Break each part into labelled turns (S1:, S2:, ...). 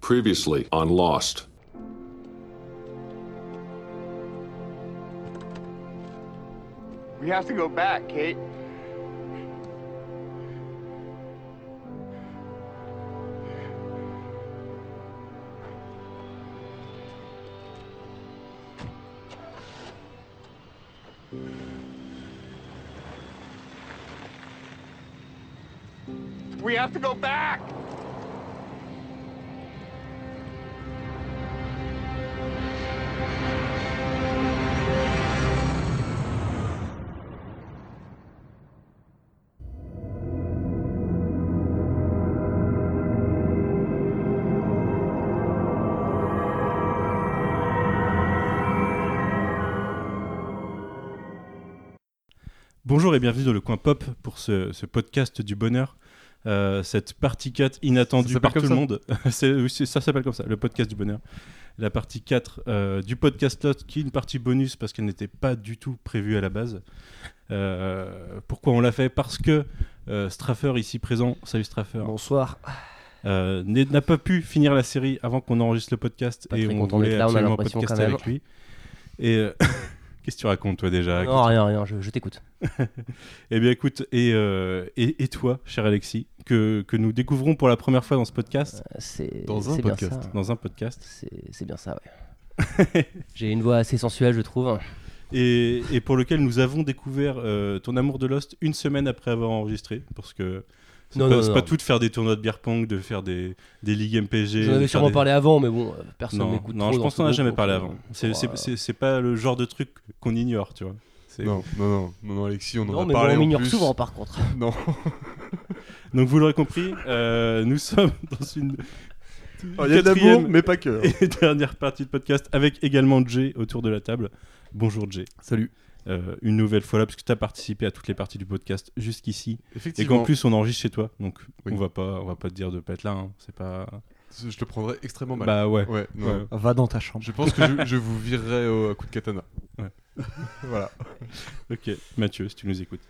S1: Previously on Lost.
S2: We have to go back, Kate. We have to go back!
S3: Bonjour et bienvenue dans le coin pop pour ce, ce podcast du bonheur. Euh, cette partie 4 inattendue
S4: Ça s'appelle
S3: par tout
S4: comme
S3: le
S4: ça
S3: monde. C'est- oui, c'est- ça s'appelle comme ça, le podcast du bonheur. La partie 4 euh, du podcast Lost, qui est une partie bonus parce qu'elle n'était pas du tout prévue à la base. Euh, pourquoi on l'a fait Parce que euh, Straffer, ici présent, salut Straffer,
S5: Bonsoir.
S3: euh, n'est- n'a pas pu finir la série avant qu'on enregistre le podcast
S5: Pas
S3: et
S5: très
S3: on
S5: content d'être
S3: voulait
S5: là, on a
S3: absolument
S5: l'impression
S3: podcaster
S5: quand même.
S3: avec lui. Et euh, qu'est-ce que tu racontes toi déjà
S5: Non, rien, rien, je, je t'écoute.
S3: Eh bien, écoute, et, euh, et, et toi, cher Alexis, que, que nous découvrons pour la première fois dans ce podcast,
S5: Euh, C'est
S4: Dans un
S5: c'est bien
S4: podcast.
S5: ça.
S3: dans un podcast,
S5: C'est c'est bien ça, ouais. J'ai une voix assez sensuelle, je trouve.
S3: et, et pour lequel nous avons découvert euh, ton amour de Lost une semaine après avoir enregistré, parce que c'est
S5: Non,
S3: pas,
S5: non,
S3: c'est
S5: non.
S3: pas tout de faire des tournois de beer pong, de faire des, des ligues MPG.
S5: J'en
S3: de
S5: avais
S3: faire
S5: sûrement
S3: des-
S5: parlé avant, mais bon, euh, personne
S3: Non,
S5: m'écoute
S3: non
S5: trop
S3: je
S5: dans
S3: pense
S5: ce
S3: qu'on en a
S5: groupe,
S3: jamais
S5: donc,
S3: parlé
S5: euh,
S3: avant. C'est-
S5: crois,
S3: C'est
S5: euh,
S3: c'est- c'est pas le genre de truc qu'on ignore, tu vois. C'est-
S4: Non, non, non, non, non, Alexis, on en
S5: Non,
S4: a
S5: mais bon,
S4: parlé
S5: on
S4: en
S5: m'ignore
S4: plus.
S5: souvent, par contre.
S4: Non,
S3: Donc, vous l'aurez compris, euh, nous sommes dans une.
S4: Oh, il y a de l'amour,
S3: quatrième-
S4: mais pas que. hein.
S3: Et dernière partie de podcast avec également Jay autour de la table. Bonjour Jay.
S4: Salut.
S3: Euh, une nouvelle fois là, parce que tu as participé à toutes les parties du podcast jusqu'ici. Et
S4: Effectivement,
S3: qu'en plus, on enregistre chez toi. Donc,
S4: Oui.
S3: on, va pas, on va pas te dire de pas être là. hein. C'est pas.
S4: je te prendrais extrêmement mal.
S3: Bah ouais.
S4: ouais, non.
S3: Ouais.
S6: Va dans ta chambre.
S4: Je pense que je, je vous virerai au à coup de katana.
S3: Ouais.
S4: voilà.
S3: Ok, Mathieu, si tu nous écoutes.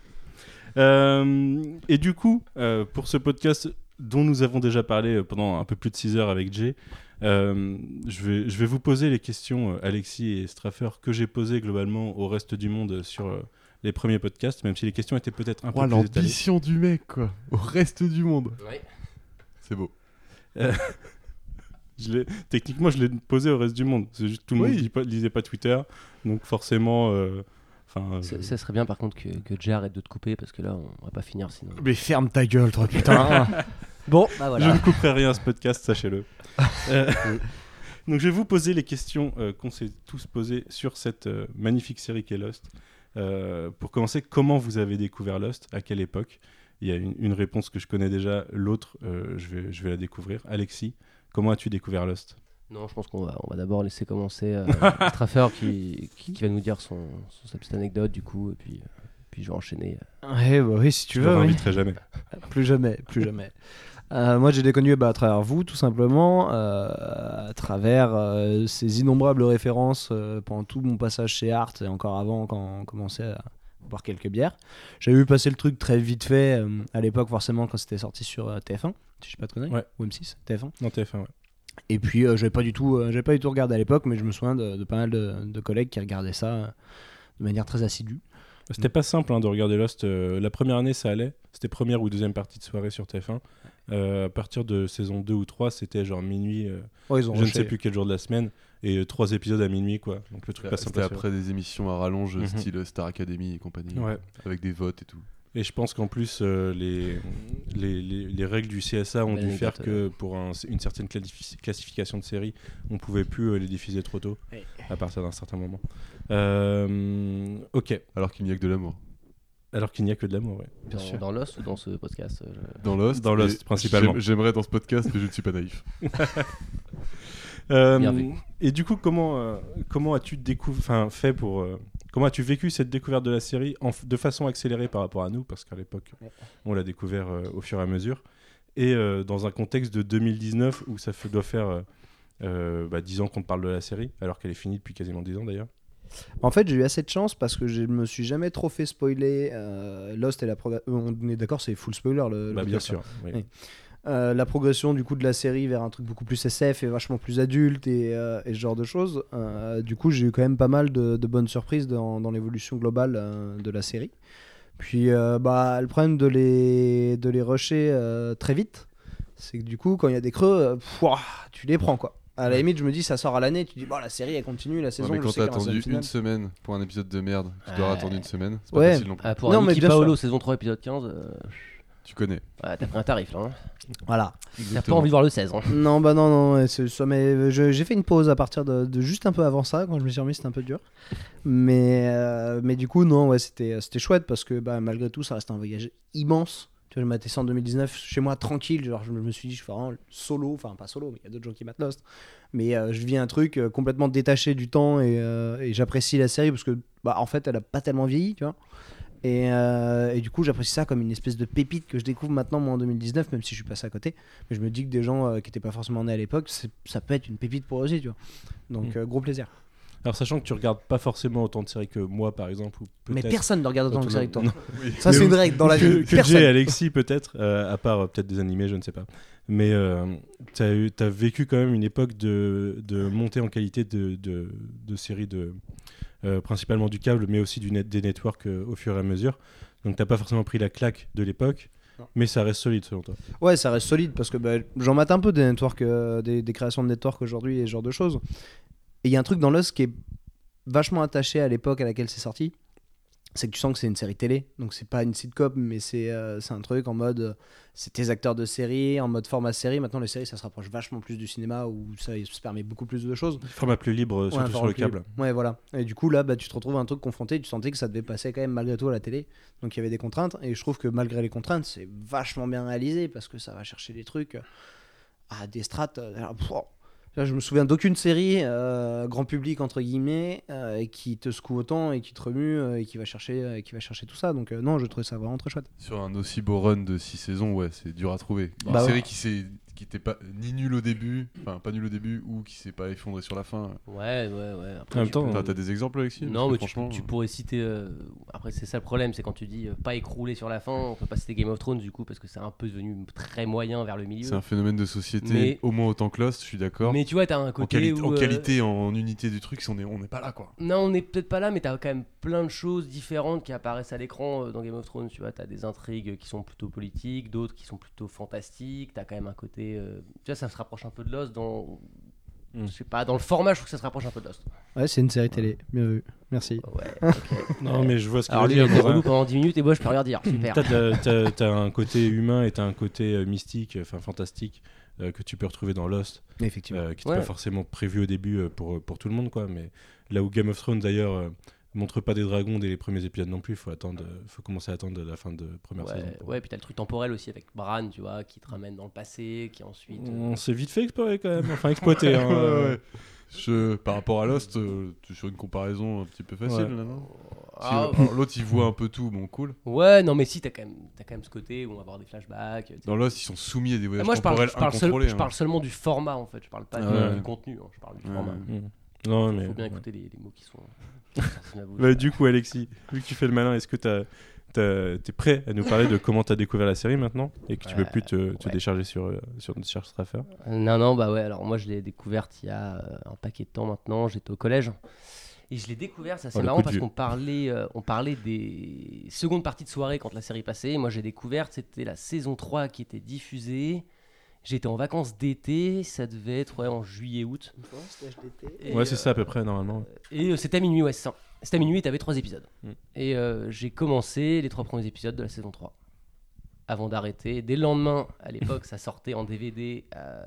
S3: Euh, et du coup, euh, pour ce podcast dont nous avons déjà parlé euh, pendant un peu plus de 6 heures avec Jay, euh, je, vais, je vais vous poser les questions, euh, Alexis et Straffer, que j'ai posées globalement au reste du monde euh, sur euh, les premiers podcasts, même si les questions étaient peut-être un peu
S4: Oh,
S3: plus étalées.
S4: l'ambition du mec, quoi. Au reste du monde.
S5: Ouais.
S4: C'est beau.
S3: Je l'ai- techniquement, je l'ai posé au reste du monde. C'est juste tout le
S4: Oui.
S3: monde lit pas- lisait pas Twitter, donc forcément. euh, Enfin, euh,
S5: Ça ça serait bien, par contre, que, que Jay arrête de te couper, parce que là, on va pas finir sinon.
S6: Mais ferme ta gueule, toi, putain.
S5: Bon, bah voilà.
S3: Je ne couperai rien à ce podcast, sachez-le. Euh, donc je vais vous poser les questions euh, qu'on s'est tous posées sur cette euh, magnifique série qu'est Lost. Euh, pour commencer, comment vous avez découvert Lost À quelle époque Il y a une, une réponse que je connais déjà, l'autre, euh, je, vais, je vais la découvrir. Alexis, comment as-tu découvert Lost
S5: Non, je pense qu'on va, on va d'abord laisser commencer euh, Straffer qui, qui, qui va nous dire son, son- sa petite anecdote, du coup, et puis, euh, puis je vais enchaîner. euh,
S6: ouais, bah oui, si tu
S3: Je
S6: veux.
S3: ne
S6: oui.
S3: réinviterai jamais.
S6: Plus jamais, plus jamais. Euh, moi, j'ai déconnu bah, à travers vous, tout simplement, euh, à travers euh, ces innombrables références euh, pendant tout mon passage chez Art et encore avant quand on commençait à boire quelques bières. J'avais vu passer le truc très vite fait euh, à l'époque, forcément, quand c'était sorti sur euh, TF1, si je ne pas de conneries,
S3: Ouais.
S6: ou M6, TF1.
S3: Non, TF1, ouais.
S6: Et puis, euh, j'avais pas du tout, euh, j'avais pas du tout regardé à l'époque, mais je me souviens de, de pas mal de, de collègues qui regardaient ça euh, de manière très assidue.
S3: C'était pas simple hein, de regarder Lost. Euh, la première année, ça allait. C'était première ou deuxième partie de soirée sur TF1. Euh, à partir de saison 2 ou 3, c'était genre minuit, euh,
S6: Oh, ils ont
S3: je ne
S6: rushé.
S3: sais plus quel jour de la semaine, et euh, trois épisodes à minuit, quoi. Donc le truc pas simple.
S4: Bah, C'était
S3: à suivre.
S4: après des émissions à rallonge,
S3: Mhm.
S4: style Star Academy et compagnie.
S3: Ouais.
S4: Avec des votes et tout.
S3: Et je pense qu'en plus, euh, les, les, les- les règles du CSA ont
S5: Belle
S3: dû faire
S5: anecdote,
S3: que pour un- une certaine classifi- classification de séries, on pouvait plus euh, les diffuser trop tôt,
S6: Ouais.
S3: à partir d'un certain moment. Euh, ok.
S4: Alors qu'il n'y a que de l'amour.
S3: Alors qu'il n'y a que de l'amour, ouais.
S5: Dans, dans Lost ou dans ce podcast euh, je-
S4: Dans Lost.
S3: Dans Lost,
S4: et
S3: principalement.
S4: j'aime- J'aimerais dans ce podcast, mais je ne suis pas naïf.
S3: Euh,
S5: Bien vu.
S3: et du coup, comment, euh, comment as-tu découv- enfin, fait pour. euh, comment as-tu vécu cette découverte de la série en f- de façon accélérée par rapport à nous Parce qu'à l'époque, on l'a découvert euh, au fur et à mesure. Et euh, dans un contexte de 2019 où ça fait- doit faire euh, euh, bah, 10 ans qu'on parle de la série, alors qu'elle est finie depuis quasiment 10 ans d'ailleurs.
S6: En fait, j'ai eu assez de chance parce que je me suis jamais trop fait spoiler. euh, Lost et la progra- euh, On est d'accord, c'est full spoiler le. le
S3: Bah, bien
S6: podcast,
S3: sûr. oui.
S6: Oui. euh, la progression du coup de la série vers un truc beaucoup plus SF et vachement plus adulte et, euh, et ce genre de choses. Euh, du coup, j'ai eu quand même pas mal de, de bonnes surprises dans, dans l'évolution globale euh, de la série. Puis, euh, bah, le problème de les, de les rusher euh, très vite, c'est que du coup, quand il y a des creux, euh, pff, ouah, tu les prends quoi. À la limite, je me dis, ça sort à l'année, tu dis, bon, la série elle continue, la saison,
S4: mais
S6: je
S4: quand
S6: sais
S4: t'as
S6: qu'il y aura saison
S4: attendu
S6: finale.
S4: une semaine pour un épisode de merde, tu dois
S5: Ouais.
S4: attendre une semaine. C'est
S6: Ouais.
S4: pas facile non plus.
S5: Ah, pour
S6: Non,
S5: un
S6: mais
S5: Niki
S6: bien sûr.
S5: Paolo, saison 3, épisode 15, euh,
S4: Tu connais.
S5: ouais, t'as pris un tarif là. hein.
S6: Voilà.
S5: T'as pas envie de voir le 16. hein.
S6: Non, bah non, non, ouais, c'est ça, mais euh, je- j'ai fait une pause à partir de, de juste un peu avant ça, quand je me suis remis, c'était un peu dur. Mais, euh, mais du coup, non, ouais, c'était euh, c'était chouette parce que bah, malgré tout, ça reste un voyage immense. Tu vois, je matais ça en 2019 chez moi, tranquille. Genre, je me je me suis dit, je fais vraiment solo, enfin, pas solo, mais il y a d'autres gens qui matent Lost. Mais euh, je vis un truc euh, complètement détaché du temps et, euh, et j'apprécie la série parce que, bah, en fait, elle a pas tellement vieilli, tu vois. Et, euh, et du coup, j'apprécie ça comme une espèce de pépite que je découvre maintenant, moi, en 2019, même si je suis passé à côté. Mais je me dis que des gens euh, qui n'étaient pas forcément nés à l'époque, c'est- ça peut être une pépite pour eux aussi, tu vois. Donc,
S3: Mm.
S6: euh, gros plaisir.
S3: Alors, sachant que tu regardes pas forcément autant de séries que moi, par exemple, ou
S6: Mais
S3: peut-être-
S6: personne ne regarde autant de
S3: Tout le
S6: séries que toi.
S3: monde.
S6: Ça, c'est une règle dans la
S3: que,
S6: vie.
S3: que Jay et
S6: Personne.
S3: Alexis peut-être, euh, à part euh, peut-être des animés, je ne sais pas. Mais euh, t'as eu- t'as vécu quand même une époque de, de montée en qualité de, de, de séries de euh, principalement du câble, mais aussi du net, des networks euh, au fur et à mesure. Donc t'as pas forcément pris la claque de l'époque,
S6: Non.
S3: mais ça reste solide selon toi.
S6: Ouais, ça reste solide parce que bah, j'en mate un peu des networks, euh, des, des créations de networks aujourd'hui et ce genre de choses. Et il y a un truc dans Lost qui est vachement attaché à l'époque à laquelle c'est sorti. C'est que tu sens que c'est une série télé. Donc c'est pas une sitcom, mais c'est euh, c'est un truc en mode. euh, c'est tes acteurs de série, en mode format série. Maintenant, les séries, ça se rapproche vachement plus du cinéma où ça se permet beaucoup plus de choses.
S3: Format plus libre, euh,
S6: Ouais,
S3: surtout
S6: un
S3: sur le
S6: format
S3: câble.
S6: plus- Ouais, voilà. Et du coup, là, bah, tu te retrouves à un truc confronté. Tu sentais que ça devait passer quand même malgré tout à la télé. Donc il y avait des contraintes. Et je trouve que malgré les contraintes, c'est vachement bien réalisé parce que ça va chercher des trucs euh, à des strates. euh, alors, pff, là, je me souviens d'aucune série euh, grand public entre guillemets euh, qui te secoue autant et qui te remue euh, et qui va chercher, euh, qui va chercher tout ça. Donc euh, non, je trouve ça vraiment très chouette.
S4: Sur un aussi beau run de 6 saisons, ouais, c'est dur à trouver. Une
S6: Bah ouais.
S4: série qui s'est qui était pas ni nulle au début, enfin pas nulle au début ou qui s'est pas effondrée sur la fin.
S5: Ouais, ouais, ouais. Après,
S3: En même
S5: tu
S3: temps,
S6: Oh.
S5: peux-
S4: T'as t'as des exemples Alexis Parce
S5: Non,
S4: que
S5: mais tu,
S4: franchement,
S5: tu pourrais citer. euh, Après, c'est ça le problème, c'est quand tu dis euh, pas écroulé sur la fin, on peut pas citer Game of Thrones du coup, parce que c'est un peu devenu très moyen vers le milieu.
S4: c'est un phénomène de société
S5: Mais-
S4: au moins autant que Lost, je suis d'accord.
S5: Mais tu vois, t'as un
S4: En,
S5: côté.
S4: quali-
S5: où,
S4: en
S5: euh,
S4: qualité, en unité du truc, on est on n'est pas là quoi.
S5: Non, on n'est peut-être pas là, mais t'as quand même plein de choses différentes qui apparaissent à l'écran euh, dans Game of Thrones. Tu vois, t'as des intrigues qui sont plutôt politiques, d'autres qui sont plutôt fantastiques. T'as quand même un côté. euh, Tu vois, ça se rapproche un peu de Lost dans.
S3: Mm.
S5: Je sais pas, dans le format, je trouve que ça se rapproche un peu de Lost.
S6: Ouais, c'est une série télé. Bien vu. Merci.
S5: Ouais.
S3: Non, mais je vois ce qu'il
S5: Alors
S3: veut
S5: lui, euh,
S3: dire.
S5: Hmm. il a été
S3: dans un-
S5: relou pendant 10 minutes et moi, je peux rien dire. Super.
S3: T'as, de la- t'as- t'as un côté humain et t'as un côté euh, mystique, enfin fantastique, euh, que tu peux retrouver dans Lost.
S6: Effectivement.
S3: euh, qui n'était
S5: Ouais.
S3: pas forcément prévu au début euh, pour, pour tout le monde, quoi. Mais là où Game of Thrones, d'ailleurs, euh, montre pas des dragons dès les premiers épisodes non plus, faut attendre, euh, faut commencer à attendre la fin de première
S5: Ouais,
S3: saison. pour-
S5: ouais, puis t'as le truc temporel aussi avec Bran, tu vois, qui te ramène dans le passé, qui ensuite. euh,
S3: On s'est vite fait explorer quand même, enfin exploiter. hein.
S6: euh,
S4: Ouais, ouais. Je, par rapport à Lost, euh, tu- sur une comparaison un petit peu facile
S3: Ouais.
S4: là, non Si,
S5: ah,
S4: alors, L'autre il voit un peu tout, bon cool.
S5: ouais, non, mais si, t'as quand, même- t'as quand même ce côté où on va avoir des flashbacks. tu sais.
S4: Dans Lost, ils sont soumis à des
S5: Ah,
S3: Euh,
S4: voyages
S5: Moi, je parle,
S4: temporels
S5: je, parle seul-
S4: incontrôlés.
S5: je
S4: hein.
S5: parle seulement du format en fait, je parle pas
S4: Ah
S5: du,
S3: ouais.
S5: du contenu, hein, je parle du
S4: Ouais.
S5: format.
S3: Mm. Non, mais.
S5: Faut bien
S3: ouais.
S5: écouter les, les mots qui sont.
S3: Bah, du coup, Alexis, vu que tu fais le malin, est-ce que t'as, t'as- t'es prêt à nous parler de comment t'as découvert la série maintenant et que tu peux
S5: Euh,
S3: plus te, te
S5: ouais.
S3: décharger sur, euh, sur une charge Straffer
S5: Non, non, bah ouais, alors moi je l'ai découverte il y a euh, un paquet de temps maintenant, j'étais au collège. Et je l'ai découverte, ça c'est
S3: Oh, le coup
S5: marrant
S3: de
S5: parce
S3: vieux.
S5: qu'on parlait, euh, on parlait des secondes parties de soirée quand la série passait. Et moi j'ai découvert, c'était la saison 3 qui était diffusée. J'étais en vacances d'été, ça devait être ouais, en juillet-août. Et,
S3: Ouais, c'est
S5: euh,
S3: ça à peu près, normalement.
S5: Et euh, c'était à minuit, ouais, c'est ça. C'était à minuit, t'avais trois épisodes.
S3: Mm.
S5: Et euh, j'ai commencé les trois premiers épisodes de la saison 3. Avant d'arrêter. Dès le lendemain, à l'époque, ça sortait en DVD euh,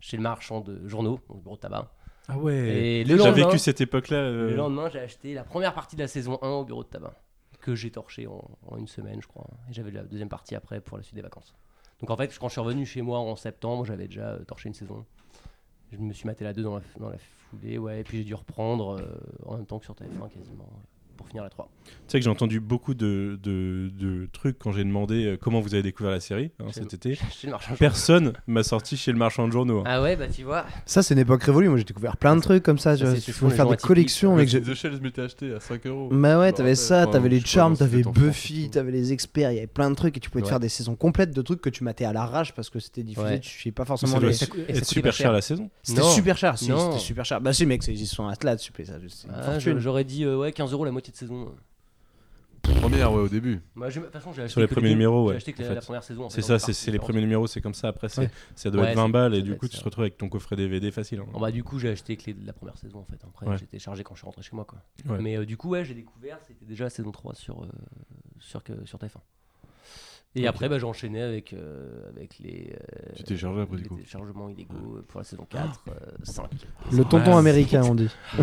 S5: chez le marchand de journaux, donc bureau de tabac.
S3: Ah ouais
S5: Et le
S3: J'ai
S5: lendemain, hein.
S3: vécu cette époque-là. euh,
S5: le lendemain, j'ai acheté la première partie de la saison 1 au bureau de tabac, que j'ai torché en, en une semaine, je crois. Et j'avais la deuxième partie après pour la suite des vacances. Donc en fait, quand je suis revenu chez moi en septembre, j'avais déjà euh, torché une saison. Je me suis maté la 2 dans la, dans la foulée, ouais, et puis j'ai dû reprendre euh, en même temps que sur TF1 quasiment. pour finir la 3.
S3: Tu sais que j'ai entendu beaucoup de, de- de trucs quand j'ai demandé euh, comment vous avez découvert la série hein,
S5: Chez-
S3: cet été.
S5: Chez le marchand.
S3: Personne m'a sorti chez le marchand de journaux. hein.
S5: Ah ouais, bah tu vois.
S6: Ça, c'est une époque révolue. Moi, j'ai découvert plein de trucs comme ça.
S5: Ça,
S6: Je
S5: c'est-
S6: je
S5: ce sont
S6: pouvais
S5: les
S6: faire
S5: gens
S6: des
S5: atypiques.
S6: collections. Mec, je-
S4: The Shell, je m'étais acheté à 5 euros. Je
S6: Bah ouais,
S4: me
S6: t'avais
S4: rappelle.
S6: ça,
S4: Enfin,
S6: t'avais les
S4: je sais pas,
S6: charms,
S4: moi, c'était
S6: t'avais
S4: en France,
S6: Buffy,
S4: surtout.
S6: t'avais les experts, il y avait plein de trucs et tu pouvais te
S5: Ouais.
S6: faire des saisons complètes de trucs que tu matais à l'arrache parce que c'était diffusé,
S5: Ouais.
S6: tu suis pas
S3: Ça
S6: forcément
S3: doit
S6: les...
S5: ça-
S3: su-
S5: et
S3: être
S5: ça coûtait
S3: super
S5: pas
S3: cher
S5: cher.
S3: la saison.
S6: C'était
S5: Non.
S6: super cher, si,
S5: Non.
S6: c'était super cher. Bah si mec, c'est- ils sont à là-dessus, ça, c'est une
S5: Ah,
S6: fortune.
S5: je- J'aurais dit euh, ouais, 15 euros la moitié de saison.
S4: Première, ouais, au début.
S5: Moi, j'ai- de toute façon, j'ai acheté.
S3: les
S5: que
S3: premiers
S5: débuts.
S3: numéros,
S5: J'ai
S3: ouais,
S5: acheté que
S3: en
S5: la,
S3: fait.
S5: la première saison. en fait,
S3: C'est
S5: en
S3: ça,
S5: partie,
S3: c'est c'est les
S5: en
S3: premiers numéros, c'est comme ça. Après, c'est-
S6: Ouais.
S3: ça doit
S5: Ouais,
S3: être 20
S5: c'est-
S3: balles
S5: ça
S3: et
S5: doit
S3: du
S5: être
S3: coup, tu
S5: ça.
S3: te retrouves avec ton coffret DVD facile. hein.
S5: Bon, bah, du coup, j'ai acheté que les- la première saison en fait. Après,
S3: Ouais.
S5: j'étais chargé quand je suis rentré chez moi. Quoi.
S3: Ouais.
S5: Mais euh, du coup, ouais, j'ai découvert, c'était déjà la saison 3 sur, euh, sur, que- sur TF1. Et
S3: Ok.
S5: après, bah, j'ai enchaîné avec, euh, avec les, euh,
S4: Tu t'es chargé après, du
S5: les
S4: coup.
S5: téléchargements illégaux pour la saison 4,
S3: Ah.
S5: euh, 5.
S6: Le tonton
S5: Ouais.
S6: américain, on dit.
S5: bah.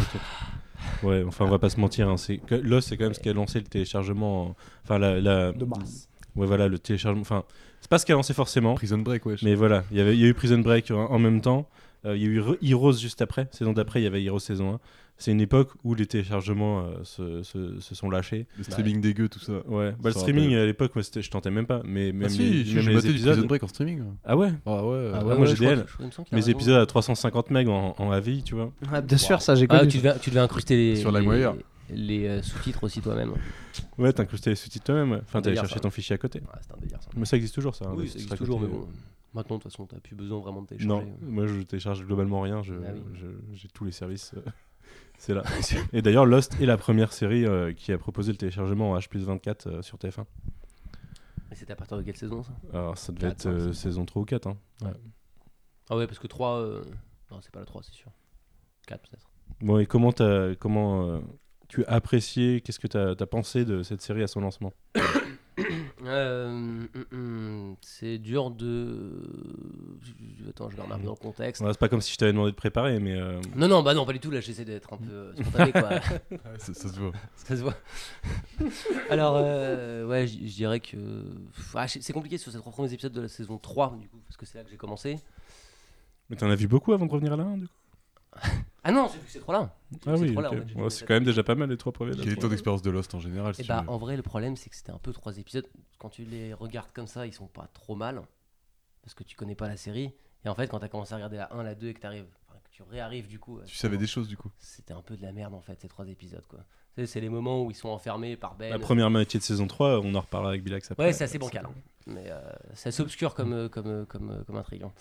S3: Ouais, enfin, on va pas se mentir. Hein, c'est que- Lost, c'est quand même ce qui a lancé le téléchargement. en- Enfin, la, la-
S6: mars.
S3: Ouais, voilà, le téléchargement. Enfin, c'est pas ce qui a lancé forcément.
S4: Prison Break, ouais. je-
S3: Mais voilà, il y avait- il y a eu Prison Break en en même temps. Euh, Il y a eu Re- Heroes juste après. Saison d'après, il y avait Heroes saison 1. C'est une époque où les téléchargements euh, se, se- se sont lâchés.
S4: Le streaming dégueu, tout ça.
S3: Ouais, bah, le
S4: Ça
S3: streaming
S4: rappelle.
S3: à l'époque, moi, c'était- je tentais même pas. Mais même
S4: ah, si,
S3: les,
S4: je-
S3: même
S4: je
S3: les
S4: matais du Prison
S3: épisodes.
S4: Break en streaming. ouais.
S3: Ah ouais,
S4: Ah ouais. euh,
S3: Ah ouais, moi, j'ai DL. mes
S5: les
S3: épisodes à 350 megs en, en AVI, tu vois.
S6: bien sûr, ça, j'ai
S5: Ah,
S6: connu.
S5: tu devais, tu devais incruster les,
S4: Sur
S5: les,
S4: LimeWire.
S5: les, euh, sous-titres aussi toi-même. Ouais,
S3: Ouais, t'incrustais les sous-titres toi-même. ouais. Enfin,
S5: Un
S3: t'allais
S5: délire,
S3: chercher
S5: ça.
S3: ton fichier à côté.
S5: c'est un délire ça.
S3: Mais ça existe toujours, ça. hein,
S5: oui,
S3: les
S5: ça
S3: sous-titres
S5: existe
S3: à
S5: toujours, mais
S3: côté.
S5: bon. Maintenant, de toute façon, t'as plus besoin vraiment de
S3: Non,
S5: télécharger.
S3: moi je télécharge globalement rien, je-
S5: Ah oui.
S3: je- j'ai tous les services, euh, c'est là. et d'ailleurs, Lost est la première série euh, qui a proposé le téléchargement en H24 euh, sur TF1.
S5: Et c'était à partir de quelle saison ça
S3: Alors ça devait être
S5: Quatre,
S3: euh,
S5: hein, c'est-
S3: saison 3 ou 4. Hein.
S5: Ah ouais, parce que 3. euh, Non, c'est pas la 3, c'est sûr. 4 peut-être.
S3: Bon, et comment, t'as- comment euh, tu as apprécié, qu'est-ce que tu as, pensé de cette série à son lancement
S5: Euh, hum, hum, c'est dur de. Attends, je vais remarquer dans le contexte.
S3: Ouais, C'est pas comme si je t'avais demandé de préparer, mais euh,
S5: Non, non, bah non, pas du tout. Là, j'essaie d'être un peu euh, spontané, quoi.
S4: ouais, Ça ça se voit.
S5: Ça se voit. Alors, euh, ouais, je je dirais que. Ah, c'est c'est compliqué sur ces trois premiers épisodes de la saison 3, du coup, parce que c'est là que j'ai commencé.
S3: mais t'en as vu beaucoup avant de revenir à la 1 du coup
S5: Ah non, j'ai vu que ces trois-là.
S3: Ah
S5: C'est
S3: oui,
S5: trop là,
S3: ok.
S5: en fait, j'ai
S3: Ouais,
S5: fait
S3: c'est
S5: ça.
S3: quand même déjà pas mal les trois premiers. là,
S4: Quelle est
S3: je
S4: ton
S3: trouve.
S4: expérience de Lost en général si
S5: Et
S4: tu
S5: bah,
S4: veux
S5: en vrai, le problème, c'est que c'était un peu trois épisodes. Quand tu les regardes comme ça, ils sont pas trop mal. Parce que tu connais pas la série. Et en fait, quand t'as commencé à regarder la 1, la 2 et que t'arrives. enfin, que tu réarrives, du coup. à
S4: Tu
S5: ce
S4: savais
S5: moment,
S4: des choses, du coup.
S5: C'était un peu de la merde, en fait, ces trois épisodes, quoi. Tu sais, C'est les moments où ils sont enfermés par Ben.
S3: La première moitié de saison 3, on en reparlera avec Bilax après.
S5: Ouais, c'est assez bancal. hein. Mais euh, c'est assez obscur comme, euh, comme, euh, comme, euh, comme intrigue. hein.